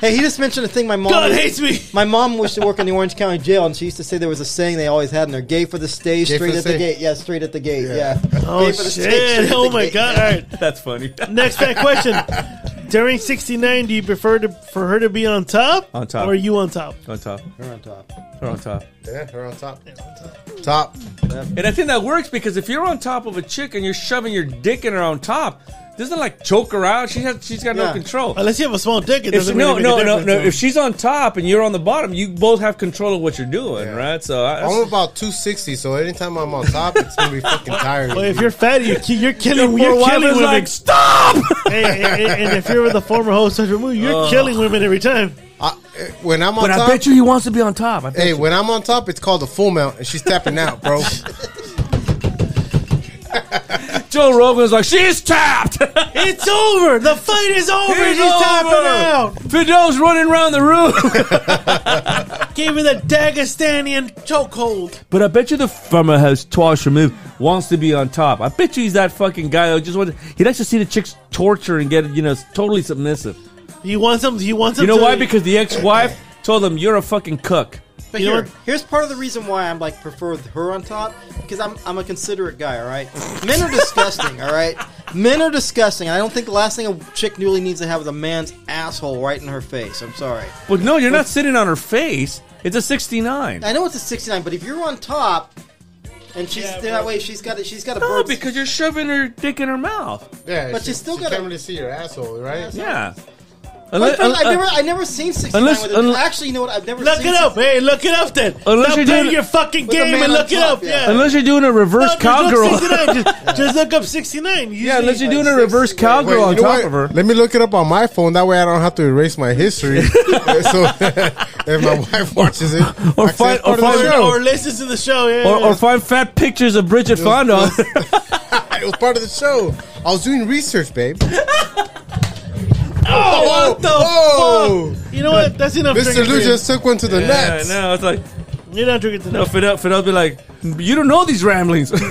hey, he just mentioned a thing my mom.
God hates me.
My mom used to work in the Orange County Jail, and she used to say there was a saying they always had in there: "Gay for the stage,
Gay for
straight
the
at the
stage.
gate." Yeah, straight at the gate. Yeah.
Oh
Gay for the stage,
shit!
straight
Oh
at the
my
gate.
god! All right.
That's funny.
Next fan question. During '69, do you prefer to for her to be on top,
On top.
or you on top?
on top.
You're on top.
We're on top.
Yeah, we're on top. Top.
And I think that works because if you're on top of a chick and you're shoving your dick in her on top, doesn't it, like choke her out? She has, she's got no
Yeah.
control.
Unless you have a small dick, it
If she,
doesn't
no,
really make
no,
a
no,
difference.
no. If she's on top and you're on the bottom, you both have control of what you're doing,
Yeah.
right? So I,
I'm about 260, so anytime I'm on top, it's gonna be fucking tired.
Well, if you're fatty, you're, ki- you're killing.
Your
You're,
wife
killing
is
women.
like, stop!
Hey, and, and- and if you're the former host of your movie, you're killing women every time.
I, eh, when I'm on
But
top,
I bet you he wants to be on top. I bet
hey, when I'm on top, it's called a full mount, and she's tapping out, bro.
Joe Rogan's like, she's tapped!
It's over. The fight is over.
It's
He's tapping out.
Fidel's running around the room.
Gave her the Dagestanian chokehold.
But I bet you the farmer has twice removed wants to be on top. I bet you he's that fucking guy that just wants. He likes to see the chicks torture and get you know totally submissive.
He wants him. He wants him.
You know
to-
why? Because the ex-wife told him you're a fucking cook.
But
You know
here,
what?
here's part of the reason why I'm like prefer her on top because I'm I'm a considerate guy. All right, men are disgusting. All right, men are disgusting. I don't think the last thing a chick really needs to have is a man's asshole right in her face. I'm sorry.
But no, you're not sitting on her face. It's a 69.
I know it's a 69, but if you're on top and she's that way, she's got it. She's got a
No,
bird.
because you're shoving her dick in her mouth.
Yeah,
But
she-
you still
she
gotta-
can't really see your asshole, right?
Yeah.
Like,
Unless,
for- I've
un-
never, I've never seen 69
unless-
with a,
unless-
Actually, you know what? I've never
uh, Look it
seen
up. Hey, look it up then.
Unless
Stop
you're
playing
doing-
your fucking
With a
game
man
and
on
look it
top,
up.
yeah.
Yeah.
unless you're doing a
No,
reverse
just
cowgirl.
Look 69. Just, just look up 69. Usually,
yeah, unless you're doing a
like,
reverse
69.
cowgirl
Wait,
on
you know
top
what?
of her.
Let me look it up on my phone. That way, I don't have to erase my history. so if my wife watches it,
Or
I can say
find-
it's part
or
of the
find-
show.
Or listen to the show. Yeah,
Or,
yeah.
or find fat pictures of Bridget Fonda.
It was part of the show. I was doing research, babe.
Oh, what the
Oh,
fuck? You know what? That's enough.
Mr.
drinking for
Lou
you.
just took one to the
Yeah,
nuts.
no, it's like
You're not drinking
no.
tonight.
Fidel, Fidel's be like, you don't know these ramblings.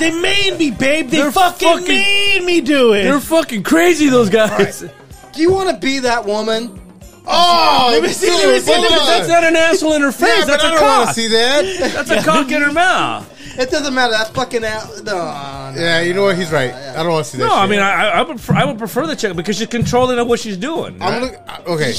They made me, babe. They
They're
fucking,
fucking-
made me do it.
They're fucking crazy, those guys.
Do you want to be that woman?
Oh,
Let me see, let me see,
hold
let me-
on.
That's not an asshole in her face.
Yeah, but
that's
I
a
don't want to
cock.
see that.
That's a cock in her mouth.
It doesn't matter. That fucking uh, out. No, no.
Yeah, you know what? He's right. I don't want to see that.
No, I
shit.
mean, I, I, would, prefer, I would prefer the chick because she's controlling of what she's doing.
I'm look. Okay,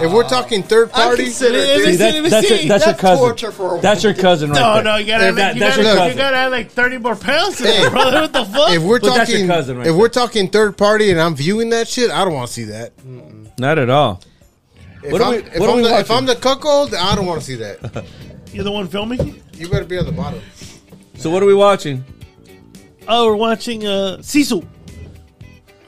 if we're talking third
I
party,
consider it.
See, that- that's your-
that's your That's cousin. torture for a That's
your cousin right
No, no, you gotta,
If
make,
that-
you,
that's
gotta,
your
you
cousin.
gotta add like 30 more pounds to
Hey.
that, brother. What the fuck?
if we're
But that's your
talking,
cousin right
if
there.
we're talking third party, and I'm viewing that shit, I don't want to see that.
Not at all.
If
What are
I'm,
we-
if,
what are
I'm
we
the, if
watching?
I'm the cuckold, I don't want to see that.
You're the one filming?
You better be on the bottom.
So what are we watching?
Oh, we're watching uh, Cecil.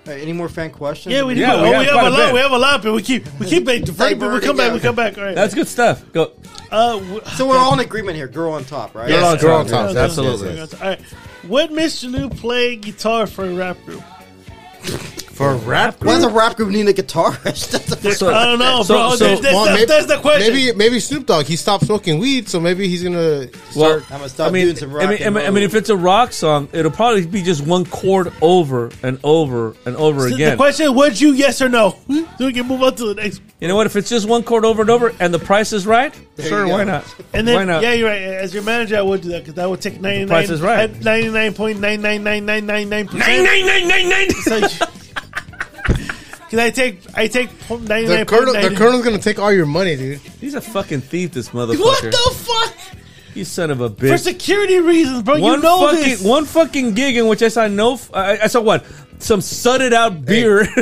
Hey, any more fan questions?
Yeah, we, do.
Yeah,
oh,
we
we,
have
have,
quite
a
a
lot.
bit.
We have a lot, but we keep we keep like diverting, but we
Diverting,
come back. We
yeah.
come back. All right.
That's good stuff. Go.
uh, w-
So we're all in agreement here. Girl on top, right?
Yes, girl on top.
okay,
Absolutely.
okay, okay. All right. What Mr. Lou play guitar for a rap group?
For a rap
Why
group?
does a rap group need a guitarist? That's a-
So-
I don't know,
so-
bro.
so-
that's, that's,
Well,
that's,
maybe-
that's the question.
Maybe maybe Snoop Dogg he stopped smoking weed, so maybe he's gonna.
Well,
I'm gonna stop doing some rock
I mean, I mean,
and
I mean,
roll.
if it's a rock song, it'll probably be just one chord over and over and over
the, the
again.
question is, would you yes or no? So we can move on to the next.
you know what? If it's just one chord over and over, and the price is right, sure,
you
why
go.
not?
And
why
then,
not?
yeah, you're right. As your manager, I would do that because that would take ninety nine.
price is right.
Ninety nine point nine nine nine nine nine nine
Nine,
percent.
nine, nine, nine, nine.
Because I take I take ninety
The
nine
colonel,
point
the
nine.
colonel's gonna take all your money, dude.
He's a fucking thief, this motherfucker.
What the fuck?
You son of a
For
bitch.
security reasons, bro.
One
you know
fucking
this.
one fucking gig in which I saw no. F- I, I saw what some sudded out beer.
You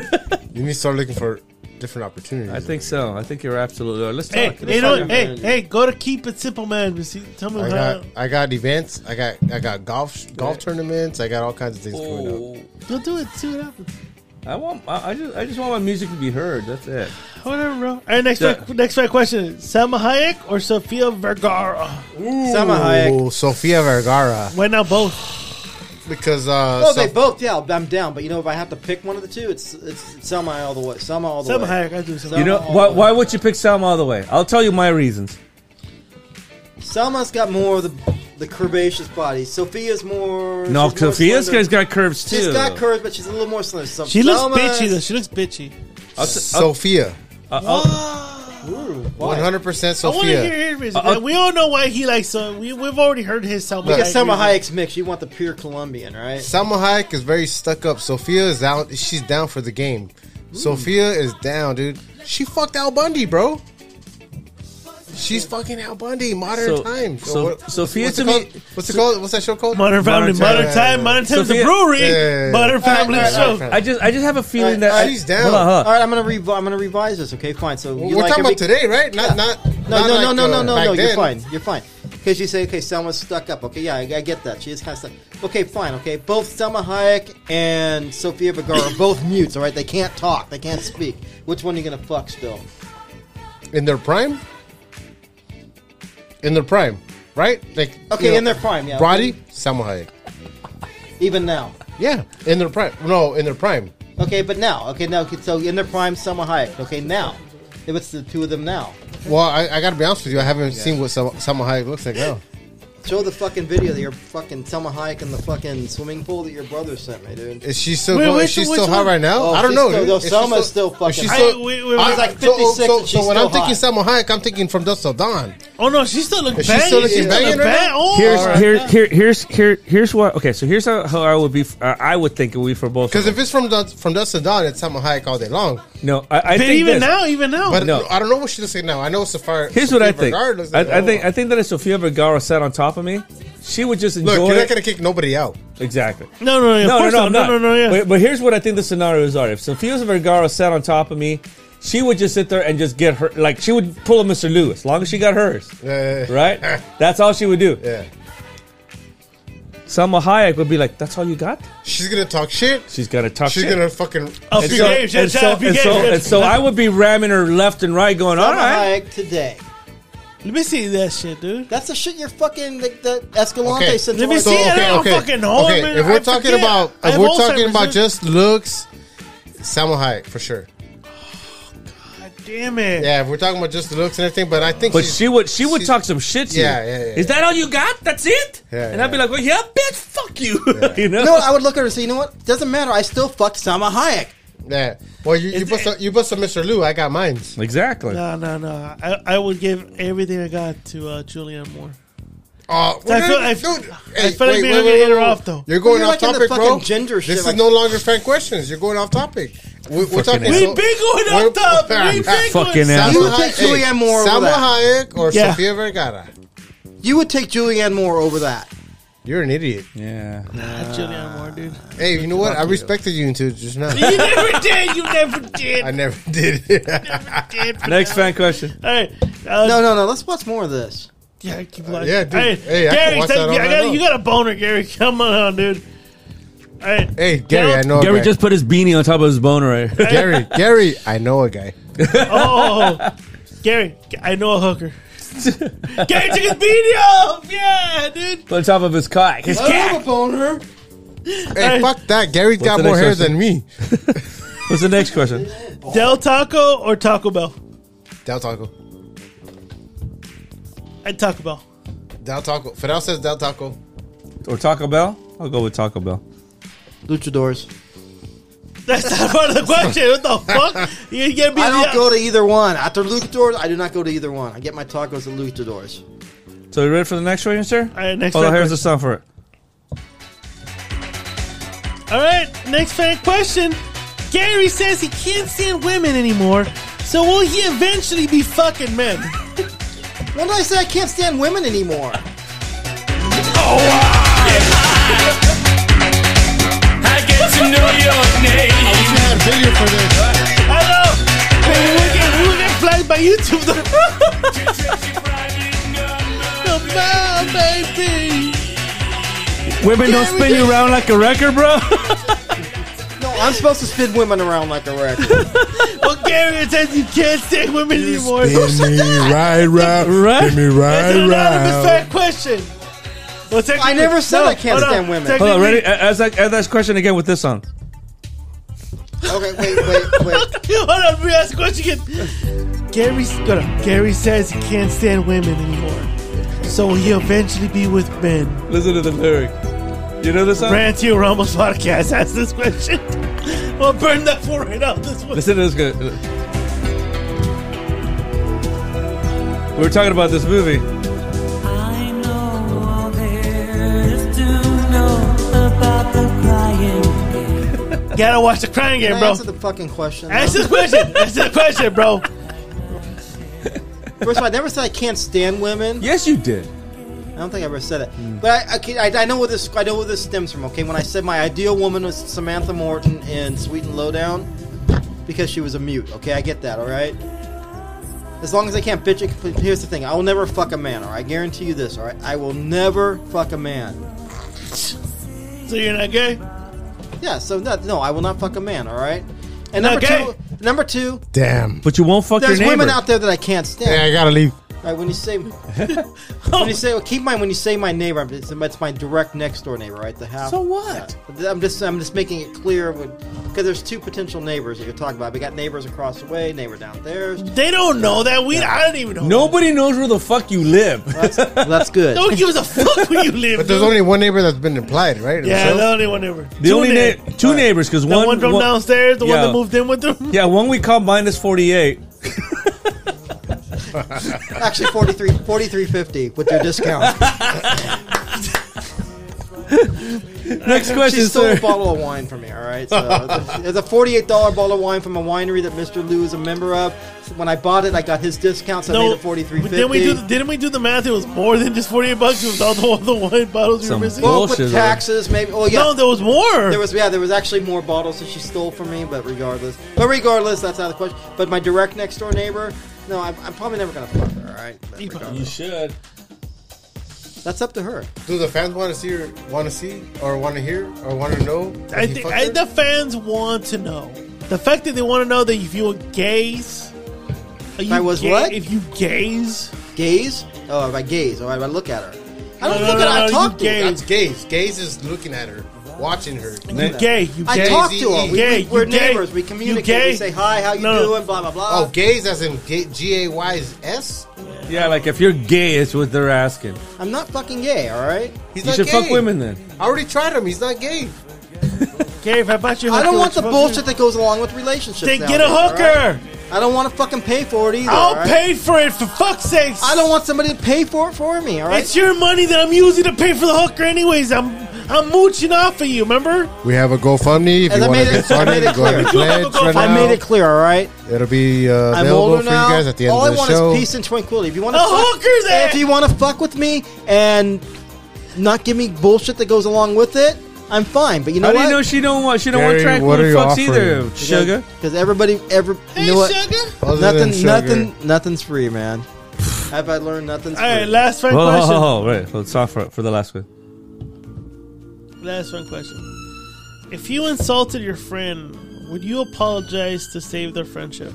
need to start looking for different opportunities.
I think so. I think you're absolutely right. Let's talk.
Hey,
Let's
hey, you
talk.
know, what? hey, hey, go to keep it simple, man. See, tell me
I
how.
got I got events. I got I got golf golf tournaments. I got all kinds of things going on.
Oh.
Go do it. See what happens.
I want. I I just. I just want my music to be heard. That's it.
Whatever, bro. All right, next
Yeah.
fact- next fact question: Salma Hayek or Sofia Vergara?
Salma Hayek.
Oh, Sofia Vergara
Why not both?
because uh,
Oh,
Sof-
they both. Yeah, I'm down. But you know, if I have to pick one of the two, it's it's, it's Selma all the way. Selma all the
Salma
way.
Hayek. I do. Salma.
You know
all
why?
the
Why would you pick Salma all the way? I'll tell you my reasons.
Selma's got more of the the curvaceous body. Sophia's more.
No,
she's more
Sophia's
slender.
has got curves too.
She's got curves, but she's a little more slender. So
She looks
Selma-
bitchy though. She looks bitchy.
I'll, t- I'll,
Sophia,
I'll,
uh, Ooh,
one
why?
hundred percent
I want to hear
Sophia.
his reason.
Uh, uh,
we all know why he likes. Uh, we we've already heard his Salma.
You
Hayek
get Selma
reason.
Hayek's mix. You want the pure Colombian, right?
Salma Hayek is very stuck up. Sophia is out. She's down for the game. Sophia is down, dude. She fucked Al Bundy, bro. She's fucking Al Bundy. Modern
So-
times.
so- Sophia
what's
to
it called?
me-
What's it called? What's that show called?
Modern Family,
Modern
Modern
Family.
Time, Modern Times, the
Sophia-
brewery,
Yeah.
Modern Family
Alright,
Show.
alright,
alright.
I just. I just have a feeling
All
that
right,
she's
I,
down.
Hold on, hold on.
All right, I'm gonna rev- I'm gonna revise this. Okay, fine. So you
We're
like
talking
every-
about today, right? Not not
No,
not
no,
like,
no, no, no,
uh,
no,
back
no. You're
then.
fine. You're fine. Because you say, okay, Selma's stuck up. Okay, yeah, I, I get that. She is kind of stuck. Okay, fine. Okay, both Selma Hayek and Sofia Vergara are both mutes. All right, they can't talk. They can't speak. Which one are you gonna fuck still?
in their prime. In their prime, right? Like
Okay,
you know,
in their prime, yeah.
Brody, Salma Hayek.
Even now.
Yeah, in their prime. No, in their prime.
Okay, but now. Okay, now. Okay, so in their prime, Selma Hayek. Okay, now. If it's the two of them now,
Well, I, I got to be honest with you. I haven't seen what Sal- Salma Hayek looks like now.
show the fucking video that your fucking Selma Hayek in the fucking swimming pool that your brother sent me, dude.
Is she still
Wait,
going,
wait,
is she
which
still
one?
hot right now?
Oh,
I don't
she's
know.
still-
dude.
no,
Is she
Selma's still fucking
is she
hot.
I- we- we-
I-
she's
like
so-
56
So, so,
and she's
when
still
I'm thinking Salma
hot.
Hayek, I'm thinking from Dust Till Dawn.
Oh no, she still looks
Is she
bad.
still looking banging right now?
Oh,
Here's
my
here,
God.
here here's here here's what okay so here's how, how I would be uh, I would think it would be for both
Because
of
if
them.
it's from Dust, from Dust Till Dawn, it's Salma Hayek all day long.
no I, I
But
think
even
this.
now, even now,
But
No.
I don't know what she looks like now. I know Sapphire.
Here's what I
Sophia
think.
Vergara looks
I,
like-
I think I think that if Sofia Vergara sat on top of me, she would just enjoy
Look, you're not
it.
gonna kick nobody out.
exactly.
no, no, no, of
No, no,
course
no,
not. no, no, no, yeah.
But, but here's what I think the scenarios are: if Sofia Vergara sat on top of me, she would just sit there and just get her. Like she would pull a Mr. Lou as long as she got hers,
Uh,
right? That's all she would do.
Yeah.
Salma Hayek would be like, "That's all you got."
She's gonna talk shit.
She's gonna talk
She's
shit.
gonna fucking.
Up
and
your
so,
game,
and,
shut
so,
up, up your
and,
game,
so,
shut
and so
up.
I would be ramming her left and right, going,
Selma
"All right,
Hayek today.
Let me see that shit, dude.
That's the shit you're fucking like the Escalante
Okay.
sent.
Let me
to
see
us.
it. I don't fucking know, man.
If we're
I
talking
forget.
about
I
if
have
we're
Alzheimer's,
talking about
dude.
just looks, Salma Hayek for sure.
God damn it.
Yeah, if we're talking about just the looks and everything, but I think
But
she's-
she would she would
she's-
talk some shit to you.
Yeah, yeah, yeah,
Is that all you got? That's it?
Yeah,
and I'd be
yeah.
like, well, yeah, bitch, fuck you. you know?
You know what? I would look at her and say, you know what? Doesn't matter. I still fucked Sama Hayek.
Yeah. Well, you, you bust up, you bust up Mr. Lou. I got mine.
exactly.
No, no, no. I, I would give everything I got to uh, Julianne Moore.
Uh,
Oh,
I feel- I- I feel like we don't get interrupt, though.
You're going
You're
off
like into
topic,
fucking
bro.
gender
this
shit,
is
like-
no longer frank questions. You're going off topic. We, we're talking.
We been going
we're-
off topic. We been
Fucking
going.
ass.
Salma
You
Hayek-
pick Julianne Moore over
Salma
that.
Hayek, or
Yeah.
Sofia Vergara.
You would take Julianne Moore over that.
You're an idiot.
Yeah.
Nah, Julianne Moore, dude.
Hey, you know what? I respected you until just now.
You never did. You never did.
I never did.
did.
Next fan question.
All right. Uh,
No, no, no. Let's watch more of this.
Yeah, keep lying.
yeah, dude.
All right,
Hey, I can
Gary,
watch
take-
that all
I
night
got-
long.
you got a boner, Gary. Come on, dude. All right.
hey, Gary, I know.
Gary
a guy.
just put his beanie on top of his bone right here.
Gary, Gary, I know a guy.
Oh, oh, oh. Gary, I know a hooker. Gary took his beanie off. Yeah, dude.
on top of his cock. His
have a boner.
Hey, fuck that. Gary's got
the
more
next
hair
question?
than me.
What's the next question?
Oh.
Del Taco or Taco Bell?
Del Taco.
I Taco Bell.
Del Taco. Fidel says Del Taco.
Or Taco Bell? I'll go with Taco Bell.
Luchadors.
That's not part of the question. What the fuck? You get me?
I don't go to either one. After Luchadors, I do not go to either one. I get my tacos at Luchadors.
So you ready for the next question, sir?
All right, next.
Hold on,
fan
here's the song for it.
question. All right, next fan question. Gary says he can't stand women anymore, so will he eventually be fucking men?
When did I say I can't stand women anymore?
I get to know your name.
I know. Man, we get, we get flagged by YouTube. though. Come on, baby.
Women don't spin you around like a record, bro.
No, I'm supposed to spin women around like a record.
Well, Gary it says you can't stand women anymore.
me right round.
Right? spin me
That's an anonymous fan question. Well, technically-
never said I can't
hold on.
stand women.
Hold on,
Technically-
ready? A- Ask that, ask that question again with this song.
Okay, wait, wait, wait.
Hold on, let me ask a question again. Gary's hold on. Gary says he can't stand women anymore. So he'll eventually be with men.
Listen to the lyric. You know this song?
Ranty Ramos podcast asked this question. Well, burn that for right out this one.
Listen to this. Good. We were talking about this movie.
Gotta watch the crying game,
Can I
bro.
answer the fucking question? though?
Ask this question. Ask this question, bro.
First of all, I never said I can't stand women.
Yes, you did.
I don't think I ever said it.
Hmm.
But I, I, can- I, I know where this I know where this stems from. Okay, when I said my ideal woman was Samantha Morton in Sweet and Lowdown, because she was a mute. Okay, I get that. All right. As long as I can't bitch it. but Here's the thing: I will never fuck a man. All right, guarantee you this. All right, I will never fuck a man.
So you're not gay?
Yeah. So no, no I will not fuck a man. All right. And
Not
number
gay.
two, number two,
Damn.
But you won't fuck
there's
your neighbor.
women out there that I can't stand.
Hey, I gotta leave.
All right, when you say when you say well, keep in mind when you say my neighbor, I'm- it's, it's my direct next door neighbor, right? The house.
So what?
Yeah. I'm just I'm just making it clear because there's two potential neighbors that you're talking about. We got neighbors across the way, neighbor down there. Well,
They don't know that. We I don't even know.
Nobody knows where the fuck you live.
Uh,
that's good.
Nobody gives a fuck where you live.
But there's
dude.
only one neighbor that's been implied, right?
yeah,
So-
the only one ever.
The only
name.
na- two neighbors because
The
one
one, from downstairs, the
Yeah.
one that moved in with them.
Yeah, one we call minus forty eight.
Actually, 43 43.50 with your discount.
Next question,
She stole
sir.
a bottle of wine from me. All right, so it's a forty-eight dollar bottle of wine from a winery that Mr. Lou is a member of. So when I bought it, I got his discount, so I made it forty-three
but
fifty.
Didn't we do? The, didn't we do the math? It was more than just forty eight bucks. It was all the, all the wine bottles you were
Some
missing.
bull-
well,
Bullshit,
with taxes, maybe. Oh yeah,
No, there was more.
There was yeah, there was actually more bottles that she stole from me, but regardless, but regardless, that's out of the question. But my direct next door neighbor, no, I'm, I'm probably never gonna fuck her. All right, But regardless,
You should.
that's up to her.
Do the fans want to see, or want to see, or want to hear, or want to know? that
I
he
think
fucked
I,
her?
the fans want to know the fact that they want to know that if you gaze,
I was what?
If you gaze,
Gaze? Oh, if I gaze, or if I look at her. I don't
No, no,
look
no,
at her. I
no,
talk
you
to her.
gaze.
That's gaze. Gaze is looking at her, watching her.
You gay? You
I
gay?
talk to her. We,
Gay,
we, we're
you gay,
neighbors. We
you
communicate.
gay.
We say hi, how you
No.
doing, blah blah blah.
Oh, gaze as in G A Y S S.
Yeah, like if you're gay, it's what they're asking.
I'm not fucking gay, all right?
He's
you
not
should
gay.
fuck women then.
I already tried him. He's not gay.
Gay, if I bought you, a
I don't
hooker,
want the
would you
bullshit
fuck
that goes along with relationships.
me? Then get a
nowadays, all right?
hooker.
I don't want to fucking pay for it either. all
I'll
right?
pay for it for fuck's sakes.
I don't want somebody to pay for it for me. All right.
It's your money that I'm using to pay for the hooker, anyways. I'm I'm mooching off of you. Remember?
We have a GoFundMe. If
And I
wanna
made it- I made it clear.
and
We do have a
pledge right
GoFundMe.
I made it clear. All right.
now. It'll be uh,
I'm
available
older
for you
now.
guys at the end of
All I
the
want
show. eh?
is peace and tranquility. If you want to,
A
fuck,
hooker's ass.
if you want to fuck with me and not give me bullshit that goes along with it, I'm fine. But you know
How do
what?
you know she don't want she don't
Gary,
want
what are
tranquil
you
fucks
offering?
either, sugar?
Because everybody, ever,
Hey,
you know what?
sugar.
Other than
Nothing,
sugar.
nothing, nothing's free, man. Have I learned nothing's
All right,
free?
last fun
Well,
question.
oh, right. So it's off for, for the last one.
Last fun question. If you insulted your friend, would you apologize to save their friendship?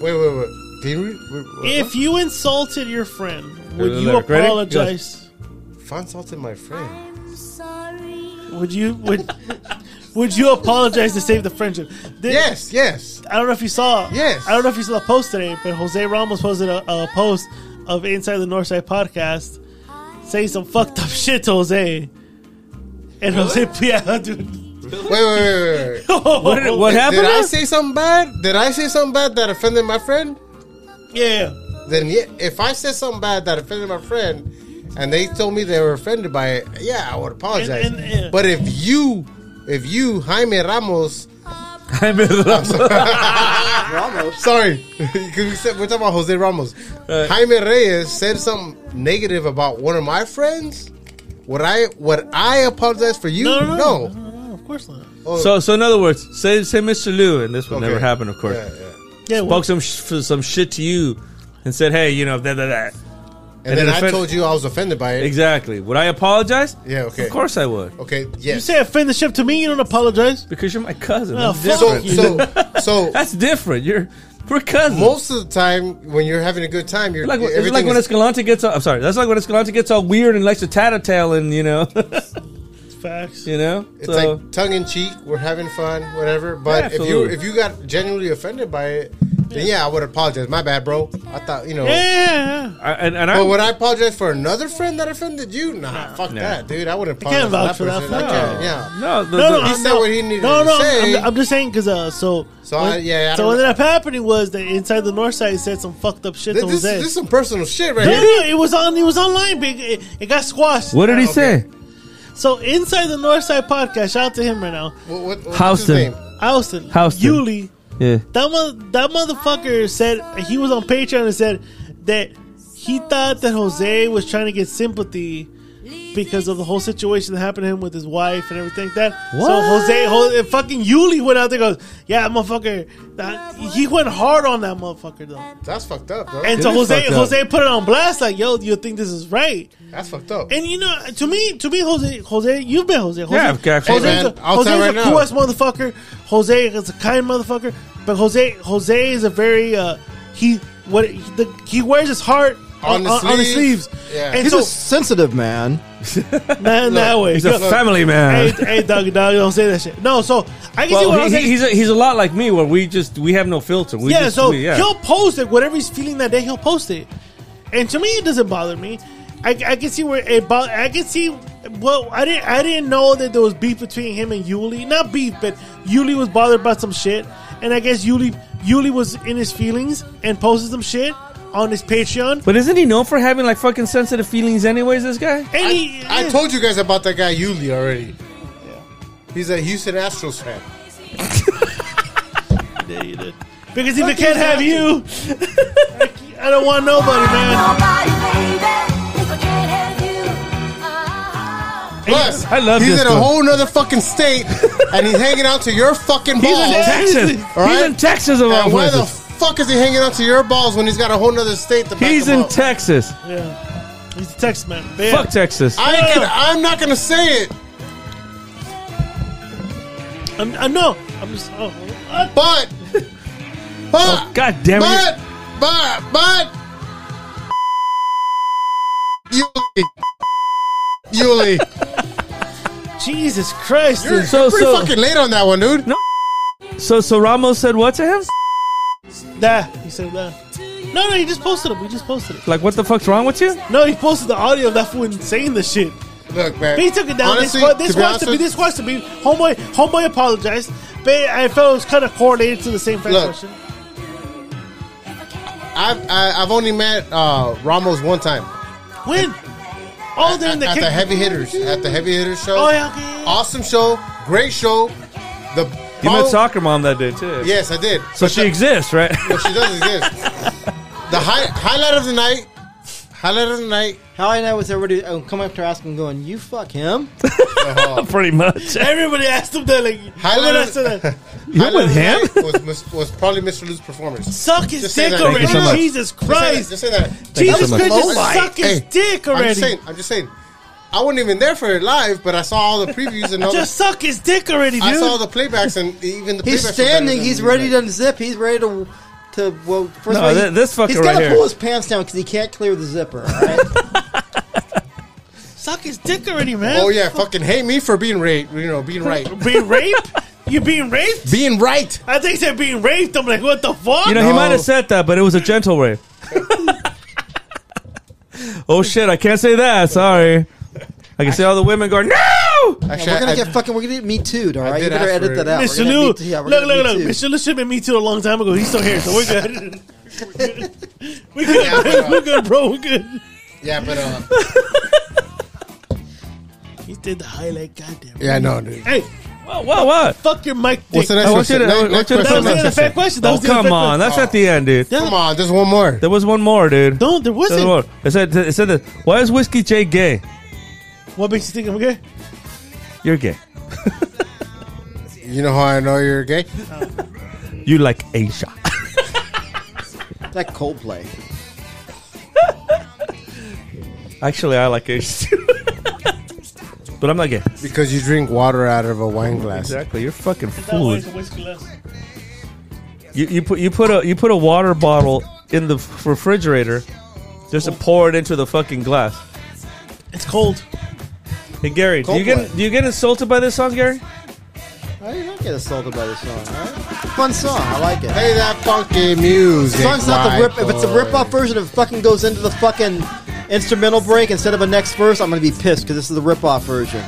Wait, wait, wait. Can you re-
If you insulted your friend, would
Good
you
lyric. Ready?
apologize?
Fun salted my friend.
Would you would would you apologize to save the friendship? Did-
Yes, yes.
I don't know if you saw.
Yes.
I don't know if you saw the post today, but Jose Ramos posted a, a post of Inside the Northside podcast saying some fucked up shit to Jose. And Jose, yeah, dude.
Wait, wait, wait, wait, wait.
what,
did- what happened?
Did I
Happened?
say something bad? Did I say something bad that offended my friend?
Yeah.
Then yeah, if I said something bad that offended my friend, and they told me they were offended by it, yeah, I would apologize.
And- and- yeah.
But if you, if you, Jaime Ramos,
I'm in love.
Ramos.
sorry, 'cause we said, we're talking about Jose Ramos, Jaime Reyes said something negative about one of my friends. Would I would I apologize for you?
No, no, no. no, no, Of course not.
so, so in other words, say say Mr. Lou, and this will
Okay.
never happen, of course.
Yeah, yeah.
Yeah, well,
Spoke some sh- for some shit to you, and said, "Hey, you know that that that."
And,
And
then
it
I
offend-
told you I was offended by it.
Exactly. Would I apologize?
Yeah, okay.
Of course I would,
Okay,
you
yes.
say offend the ship to me, you don't apologize.
because you're my cousin.
Oh, fuck
That's
So,
you.
different.
so, so
That's different. You're we're cousins.
most of the time when you're having a good time, you're
like it's
everything
like when
is-
Escalante gets all, I'm sorry. That's like when Escalante gets all weird and likes to tattletale and you know,
Facts.
you know.
It's
so,
like tongue in cheek. We're having fun, whatever. But if you
uh, absolutely.
if you got genuinely offended by it, then yeah, I would apologize. My bad, bro. I thought you know.
Yeah.
I, and, and I
But would I apologize for another friend that offended you? Nah, fuck that, dude. I wouldn't
I can't
apologize for that
vouch for that
person. I
fuck.
can't, yeah.
no, the,
No,
the-
no,
He
I'm
said
not-
what he needed
No,
to
no,
say.
I'm, I'm just saying because uh, so
So I- yeah, I
so
don't-
what ended up happening was that inside the north side said some fucked up shit
This,
to
this,
Jose.
this is some personal shit right
no,
here.
no, it was on. It was online. Big. It, it got squashed.
what did he say?
So inside the Northside podcast, shout out to him right now.
What, what, what's his
Houston.
name?
Houston,
Houston.
Yuli,
Yeah.
that mo- that motherfucker said he was on Patreon and said that he thought that Jose was trying to get sympathy because of the whole situation that happened to him with his wife and everything like that. So
What?
Jose, Jose fucking Yuli went out there and goes, "Yeah, motherfucker." That, he went hard on that motherfucker though,
That's fucked up, bro.
and
It
so
is
Jose
fucked up.
Jose put it on blast like, "Yo, you think this is right?"
That's fucked up.
And you know, to me, to me, Jose, Jose, you've been Jose. Jose,
Yeah, I've got-
Jose's
Hey, man,
a,
I'll
Jose's
tell you
a
right
cool
now.
ass motherfucker. Jose is a kind motherfucker, but Jose, Jose is a very uh, he what he, the, he wears his heart on,
On the
on, on his
sleeve.
sleeves.
Yeah.
and
He's
so
a sensitive man.
not in that way.
He's a
Yo,
family man.
hey, hey, doggy, doggy, don't say that shit. No, so I can see what
well,
I'm
he, he-
saying.
he's a, he's a lot like me, where we just we have no filter. We
yeah,
just,
so
we- yeah.
he'll post it. Whatever he's feeling that day, he'll post it. And to me, it doesn't bother me. I, I can see where it bo- I can see. Well, I didn't. I didn't know that there was beef between him and Yuli. Not beef, but Yuli was bothered about some shit, and I guess Yuli Yuli was in his feelings and posted some shit on his Patreon.
But isn't he known for having like fucking sensitive feelings, anyways? This guy.
And he,
I, I told you guys about that guy Yuli already. He's a Houston Astros fan.
because if I can't have you, I c- I don't want nobody, man.
Ah,
Plus,
I love
he's
this
in a
dude.
whole nother fucking state, and he's hanging out to your fucking
He's in
balls.
Texas.
All
He's
right?
in Texas of all
And why the
places.
fuck is he hanging out to your balls when he's got a whole nother state to back
He's
him
in
up?
Texas.
Yeah, he's a text man. But yeah.
Fuck Texas.
I can, I'm not gonna say it,
I'm, I know. I'm just. Oh, oh,
but, but,
God damn it!
but, but, but, Yuli.
Jesus Christ.
You're,
dude.
So-
you're pretty
so-
fucking late on that one, dude.
So, so Ramos said what to him?
Nah, he said that. No, no, he just posted it. We just posted it.
Like, what the fuck's wrong with you?
No, he posted the audio of that fool saying the shit.
Look, man.
He took it down.
Honestly,
this wa- this was
to be
to
honest
be this was to be homeboy. Homeboy apologized, but I felt it was kind of correlated to the same fact
Look.
question.
I've I, I've only met uh, Ramos one time
When all during
at,
the
at
kick.
the heavy hitters at the heavy hitters show.
Oh yeah, okay.
Awesome show, great show. The
You
Paul-
met soccer mom that day too.
Yes, I did.
So she exists, right?
But she does exist. the high, highlight of the night. Highlight of the night.
How I know was everybody oh, come up to ask him, going, "You fuck him."
uh,
Pretty much.
Everybody asked him that. Like, everybody
Highlight
asked him that.
You
with him?
Was, was, was probably Mr. Lou's performance.
Suck his
Just say
dick
that.
already.
Thank you so much.
Jesus
Just say that-
Christ.
Just say that.
Jesus Christ, just
Oh my-
suck his
Hey,
dick
I'm just
already.
saying. I'm just saying. I wasn't even there for it live, but I saw all the previews and all the,
Just suck his dick already, dude.
I saw the playbacks and even the playbacks.
He's
were better
standing.
than
He's
the
ready to
live.
unzip. He's ready to to well. First
No,
of all,
thi- this fucker
he's
right
gotta
here.
pull his pants down because he can't clear the zipper. All right.
suck his dick already, man.
Oh yeah, fucking hate me for being right. You know, being right.
Being raped? you being raped?
being right.
I think they're being raped. I'm like, what the fuck?
You know, he might have said that, but it was a gentle rape. oh shit! I can't say that. Sorry. I can see all the women going no.
Actually,
we're gonna
I-
get fucking. We're gonna get me too. All right.
did
You better
ask
edit
for it.
that out. We're
Mr.
gonna
Lou,
Me
look,
Too. Yeah, we're
look,
gonna
look.
Me Too.
Mr. Lou should have been me too a long time ago. He's still here, so we're good. we good,
Yeah, but, uh,
we're good, bro. We're good.
yeah, but uh,
He did the highlight, goddamn.
yeah, no, dude.
Hey,
What? What? What?
fuck your mic. Dick.
What's the next
I want you
question?
to-
Ne-
I want
next
you to-
That was
question, next
the
question.
fact question. That
Oh
was the fact
come on!
question.
That's at the end, dude.
Come on, there's one more.
There was one more, dude.
No, there
There was
wasn't.
one. It said. It said this. Why is whiskey J gay?
What makes you think I'm gay?
You're gay.
You know how I know you're gay?
You like Asia.
That Coldplay.
Actually, I like Asia too. but I'm not gay.
Because you drink water out of a wine glass.
Exactly. You're fucking fool.
Food.
You, you put you put a you put a water bottle in the f- refrigerator just to pour it into the fucking glass.
It's cold.
Hey Gary, do you get
Coldplay.
do you get insulted by this song, Gary?
Why do you not get assaulted by this song? All right. Fun song. I like it.
Play that funky music.
As long as it's not the rip,
white
if it's a
boy.
rip-off version of fucking goes into the fucking instrumental break instead of a next verse, I'm gonna be pissed because this is the rip-off version.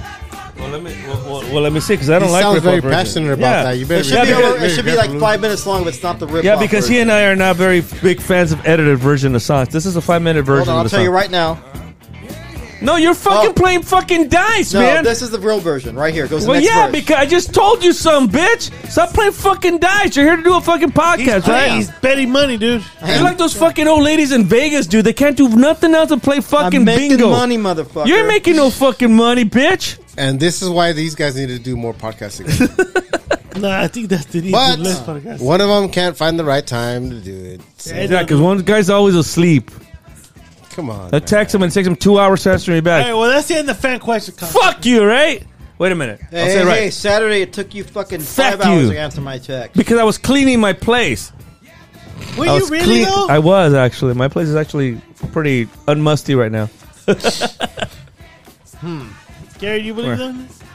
Well, let me well, well, well, let me see because I
He
don't like.
sounds
Rip Hop
very
version.
passionate about
Yeah.
that. You
It
better
should
Yeah,
be
because-
over, it should be like five minutes long, but it's not the rip-off.
Yeah, because he and I are not very big fans of edited version of songs. This is a five minute version
Hold on, I'll
of the
tell
song.
you right now.
No, you're fucking
Oh.
playing fucking dice,
No,
man.
this is the real version right here. Goes to
well,
the next
yeah,
verse.
because I just told you some bitch. Stop playing fucking dice. You're here to do a fucking podcast, right?
He's betting money, dude.
You're like those fucking old ladies in Vegas, dude. They can't do nothing else but play fucking
I'm making
bingo.
money, motherfucker.
You're making no fucking money, bitch.
And this is why these guys need to do more podcasting.
Nah, I think that's the need
But
to less podcast.
one of them can't find the right time to do it. So,
Yeah, because one guy's always asleep.
come on.
I text him and takes him two hours to answer me
All
back.
right, well, that's the end of the fan question. contest.
Fuck you, right? Wait a minute. I'll
Hey,
say it right.
hey, Saturday it took you fucking
Fuck
five hours
you.
to answer my text.
Because I was cleaning my place.
Were
I
you
was
really
clean-
though?
I was actually. My place is actually pretty unmusty right now.
Gary, you believe that?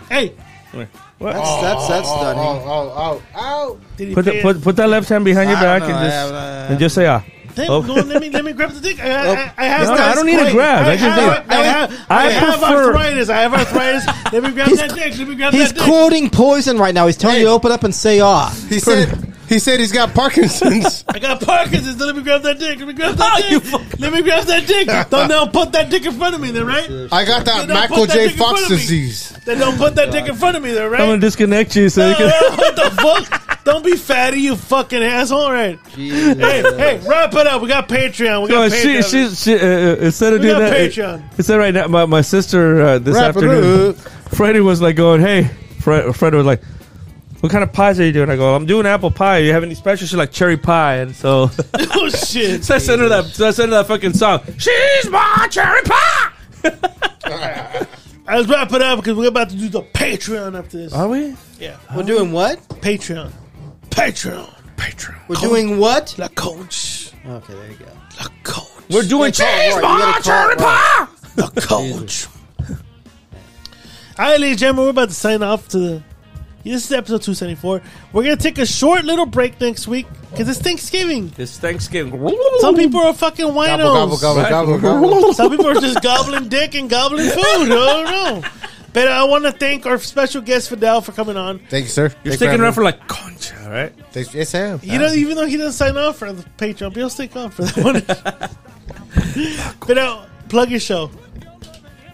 Hey,
That's that's that's
Oh,
stunning.
oh, oh, oh.
did he
Put, the,
pay-
put put that left hand behind your
I don't
back
know,
and
I
just
have, uh,
and just say ah.
Damn,
Oh.
go on, let me let me grab the dick. I, I, I, I have
No, no, I don't need to
arthritis.
grab.
I,
I just
have,
need-
I have,
I
I have
prefer-
arthritis. I have arthritis. let me grab that dick. Let me
oh.
grab
He's
that dick.
quoting poison right now. He's telling you to
Hey.
open up and say ah.
He said he said he's got Parkinson's.
I got Parkinson's. Let me grab that dick. Let me grab that
Oh, you
dick.
fuck-
Let me grab that dick. Don't now put that dick in front of me, then, right?
I got
They
that
don't
Michael
put that
J.
dick in front
Fox
of me.
disease.
Then don't put that dick in front of me, then,
I'm gonna
right?
disconnect you so
No,
you can.
no, what the fuck? Don't be fatty, you fucking asshole, All right? Hey, hey, wrap it up. We got Patreon. We
No,
got
Oh, she,
Patreon.
she, she, uh, uh, instead of
We
doing
got
that, it-
Patreon.
instead right now, my, my sister uh, this
Wrap it
afternoon,
up.
Freddie was like going, "Hey," Fred, Fred was like, "What kind of pies are you doing?" I go, "I'm doing apple pie. You have any special?" She's like, "Cherry pie," and so,
oh shit.
so I sent her that. So I sent her that fucking song. She's my cherry pie.
All right, Let's wrap it up because we're about to do the Patreon after this.
Are we?
Yeah,
We're doing what?
Patreon. Patreon.
We're doing what?
La Conch.
Okay, there you go.
La Conch.
We're doing
You gotta
cheese
call it right. You
my
gotta call
cherry
it
La Conch.
pie.
right.
All right, ladies and gentlemen, we're about to sign off to the. This is episode 274. We're going to take a short little break next week because it's Thanksgiving.
It's Thanksgiving.
Some people are fucking winos.
Gobble, gobble, gobble, gobble.
Some people are just gobbling dick and gobbling food. I don't know. But I want to thank our special guest Fidel for coming on.
Thank you, sir.
You're
Thanks
sticking
for having
around for like concha, right?
me. Thanks- Yes, I am.
You know, even though he doesn't sign off for the Patreon, but he'll stick on for that one. but now, plug your show.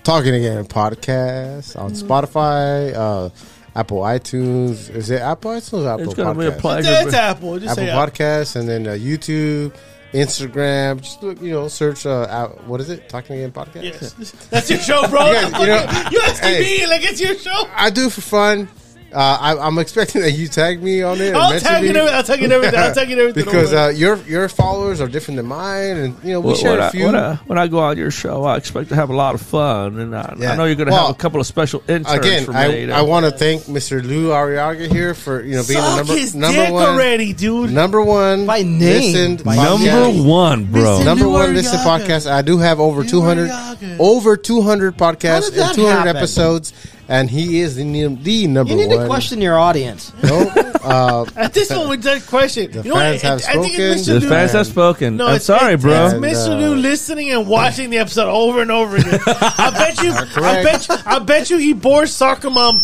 Talking Again podcast on
Mm-hmm.
Spotify, uh, Apple iTunes. Is it Apple iTunes or Apple
It's gonna be a
Podcasts?
pleasure.
That's Apple. Just
Apple
say Apple.
Podcasts and then uh, YouTube, Instagram. Just look, you know, search, uh, out, what is it? Talking Again podcast?
Yes. That's your show, bro.
You guys- you know,
you asking
hey.
me like it's your show.
I do it for fun. Uh, I, I'm expecting that you tag me on it. or
I'll
mention
tag you
me.
every- I'll tag you everything. I'll tag you everything.
Because
Don't
uh,
worry.
your your followers are different than mine, and you know we
When-
share
when,
a
I,
few.
when, I, when I go on your show, I expect to have a lot of fun, and I,
Yeah.
I know you're going to
Well,
have a couple of special interns
Again,
for me.
I,
to-
I want to thank Mr. Lou Arriaga here for you know being
Suck his
the number number
dick
one
already, dude.
number one
By name.
listened
By
podcast.
name.
one, bro.
number
Lou
one listened
Arriaga.
podcast. I do have over
Lou
two hundred
Arriaga.
over two hundred
How
podcasts
did
and
that
two hundred
happen?
episodes, and he is the, num- the number
You need
one.
to question your audience.
No, uh,
At this one, we just question.
The
you know what?
fans
I,
have
I think it's
spoken.
Mr.
The
Lou.
fans have spoken. I'm
it's-
sorry,
it's-
bro.
It's
And,
Mr.
uh,
Lou listening and watching the episode over and over again. I bet you. I
Uh, correct.
bet. You, I bet you he bore soccer mom.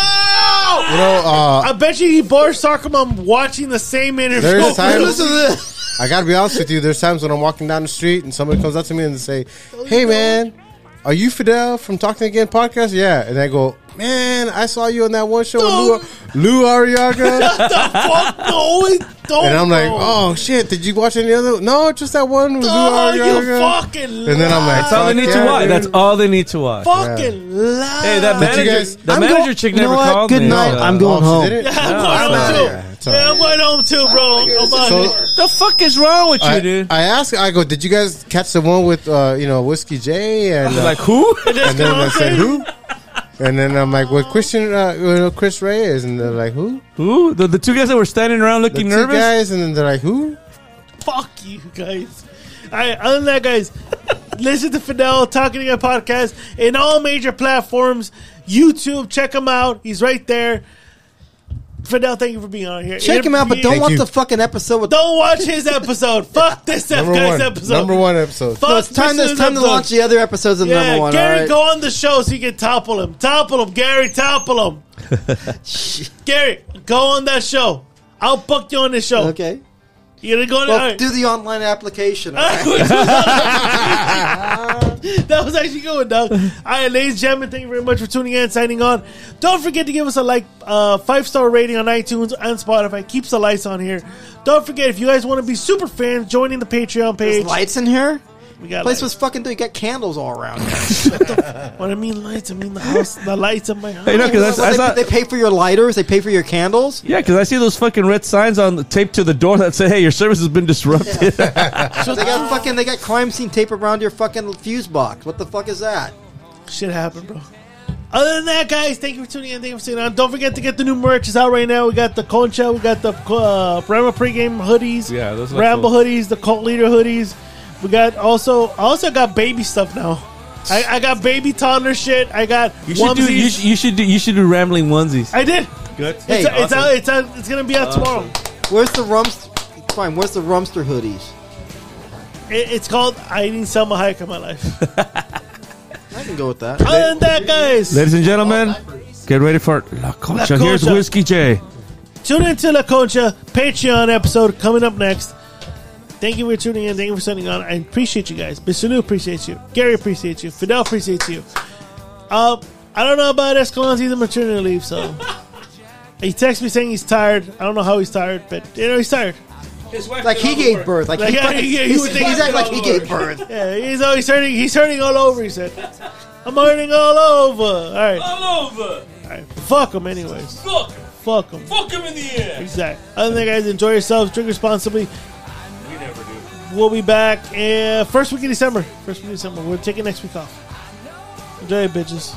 Oh!
you know, uh,
I bet you he bore soccer mom watching the same interview.
There's a time-
Listen to this.
I gotta be honest with you. There's times when I'm walking down the street and somebody comes up to me and say, "Hey, man, are you Fidel from Talking Again podcast?" Yeah, and I go, "Man, I saw you on that one show with Lou, Lou Arriaga,"
What the fuck? No, it don't.
and I'm like,
bro.
"Oh shit, did you watch any other? No, just that one with Lou
Oh, you
Arriaga."
fucking.
And then I'm like,
That's all they
Fuck
need
yeah,
to watch.
dude.
That's all they need to watch.
fucking lie.
Hey, that
But you
manager,
guys-
the
I'm
manager
go-
chick
you know
never
what?
called
Good
me.
night.
Uh,
I'm going
Oh,
home.
she did it?
I'm
it's
going
all
home
right.
too.
Yeah, it's all
Yeah, I'm
right.
going home too,
Oh,
bro. I'm out
So-
here.
the fuck is wrong with you,
I,
dude?
I asked. I go, "Did you guys catch the one with uh, you know Whiskey J?" And uh,
like who?
and then I said, "Who?" And then I'm like, "Well, Christian, uh, you know, Chris Reyes," and they're like, "Who?"
who? The, the two guys that were standing around
the
looking
two
nervous.
guys, and then they're like, "Who?"
fuck you guys. All right, other than that, guys, listen to Fidel Talking Again podcast in all major platforms. YouTube, check him out. He's right there. Fidel, thank you for being on here.
Check him out, but don't
Thank
watch
you.
the fucking episode with.
don't watch his episode. Fuck this
Number
guy's
one,
episode.
number one episode.
Fuck
No, it's time.
this
It's time to
episode.
launch the other episodes of
Yeah,
number one.
Gary,
all right?
go on the show so you can topple him. Topple him, Gary. Topple him. Gary, go on that show. I'll book you on this show.
Okay.
You're gonna go on.
Well,
all right.
do the online application. all right?
that was actually good, dog. All right, ladies and gentlemen, thank you very much for tuning in and signing on. Don't forget to give us a like, uh, five star rating on iTunes and Spotify. Keeps the lights on here. Don't forget if you guys want to be super fans, joining the Patreon
There's
page.
lights in here.
We got
Place
lights.
was fucking. You got candles all around.
when I mean lights, I mean the house, the lights of my house.
Hey, no, because that's,
Well,
I
they,
saw,
they pay for your lighters. They pay for your candles.
yeah, because I see those fucking red signs on the taped to the door that say, "Hey, your service has been disrupted."
They got fucking. They got crime scene tape around your fucking fuse box. What the fuck is that?
Shit happened, bro. Other than that, guys, thank you for tuning in. Thank you for sitting on. Don't forget to get the new merch. It's out right now. We got the Concha, we got the uh, Rambo pregame hoodies,
Yeah, those look
Rambo
cool.
hoodies, the cult leader hoodies. We got also, I also got baby stuff now. I, I got baby toddler shit. I got
you should do. You,
onesies.
sh- you should do. You should do rambling onesies.
I did.
Good.
It's,
Hey,
it's out. It's out. It's gonna be out tomorrow.
Where's the rumst? Fine. Where's the rumster hoodies?
It, it's called "I Need Selma Hayek in My Life."
I can go with that.
Other than that, guys,
Ladies and gentlemen, get ready for La Concha.
La
Here's
Concha.
Whiskey J.
Tune into La Concha Patreon episode coming up next. Thank you for tuning in. Thank you for sending on. I appreciate you guys. Mr. Lou appreciates you. Gary appreciates you. Fidel appreciates you. Uh, I don't know about Escalante. He's on maternity leave, so. He texts me saying he's tired. I don't know how he's tired, but you know he's tired.
Like he gave birth. Like,
Like,
he
yeah,
fucking,
he- he
he's,
was
he's
thinking
acting like he gave birth.
Yeah, he's always hurting. He's hurting all over. He said, "I'm hurting all over." All right,
All over.
all right. Fuck him, anyways.
Fuck.
Fuck him.
Fuck him in the air.
Exactly. Other than that, guys, enjoy yourselves. Drink responsibly. We never do. We'll be back uh, first week of December. First week of December. We're taking next week off. Enjoy it, bitches.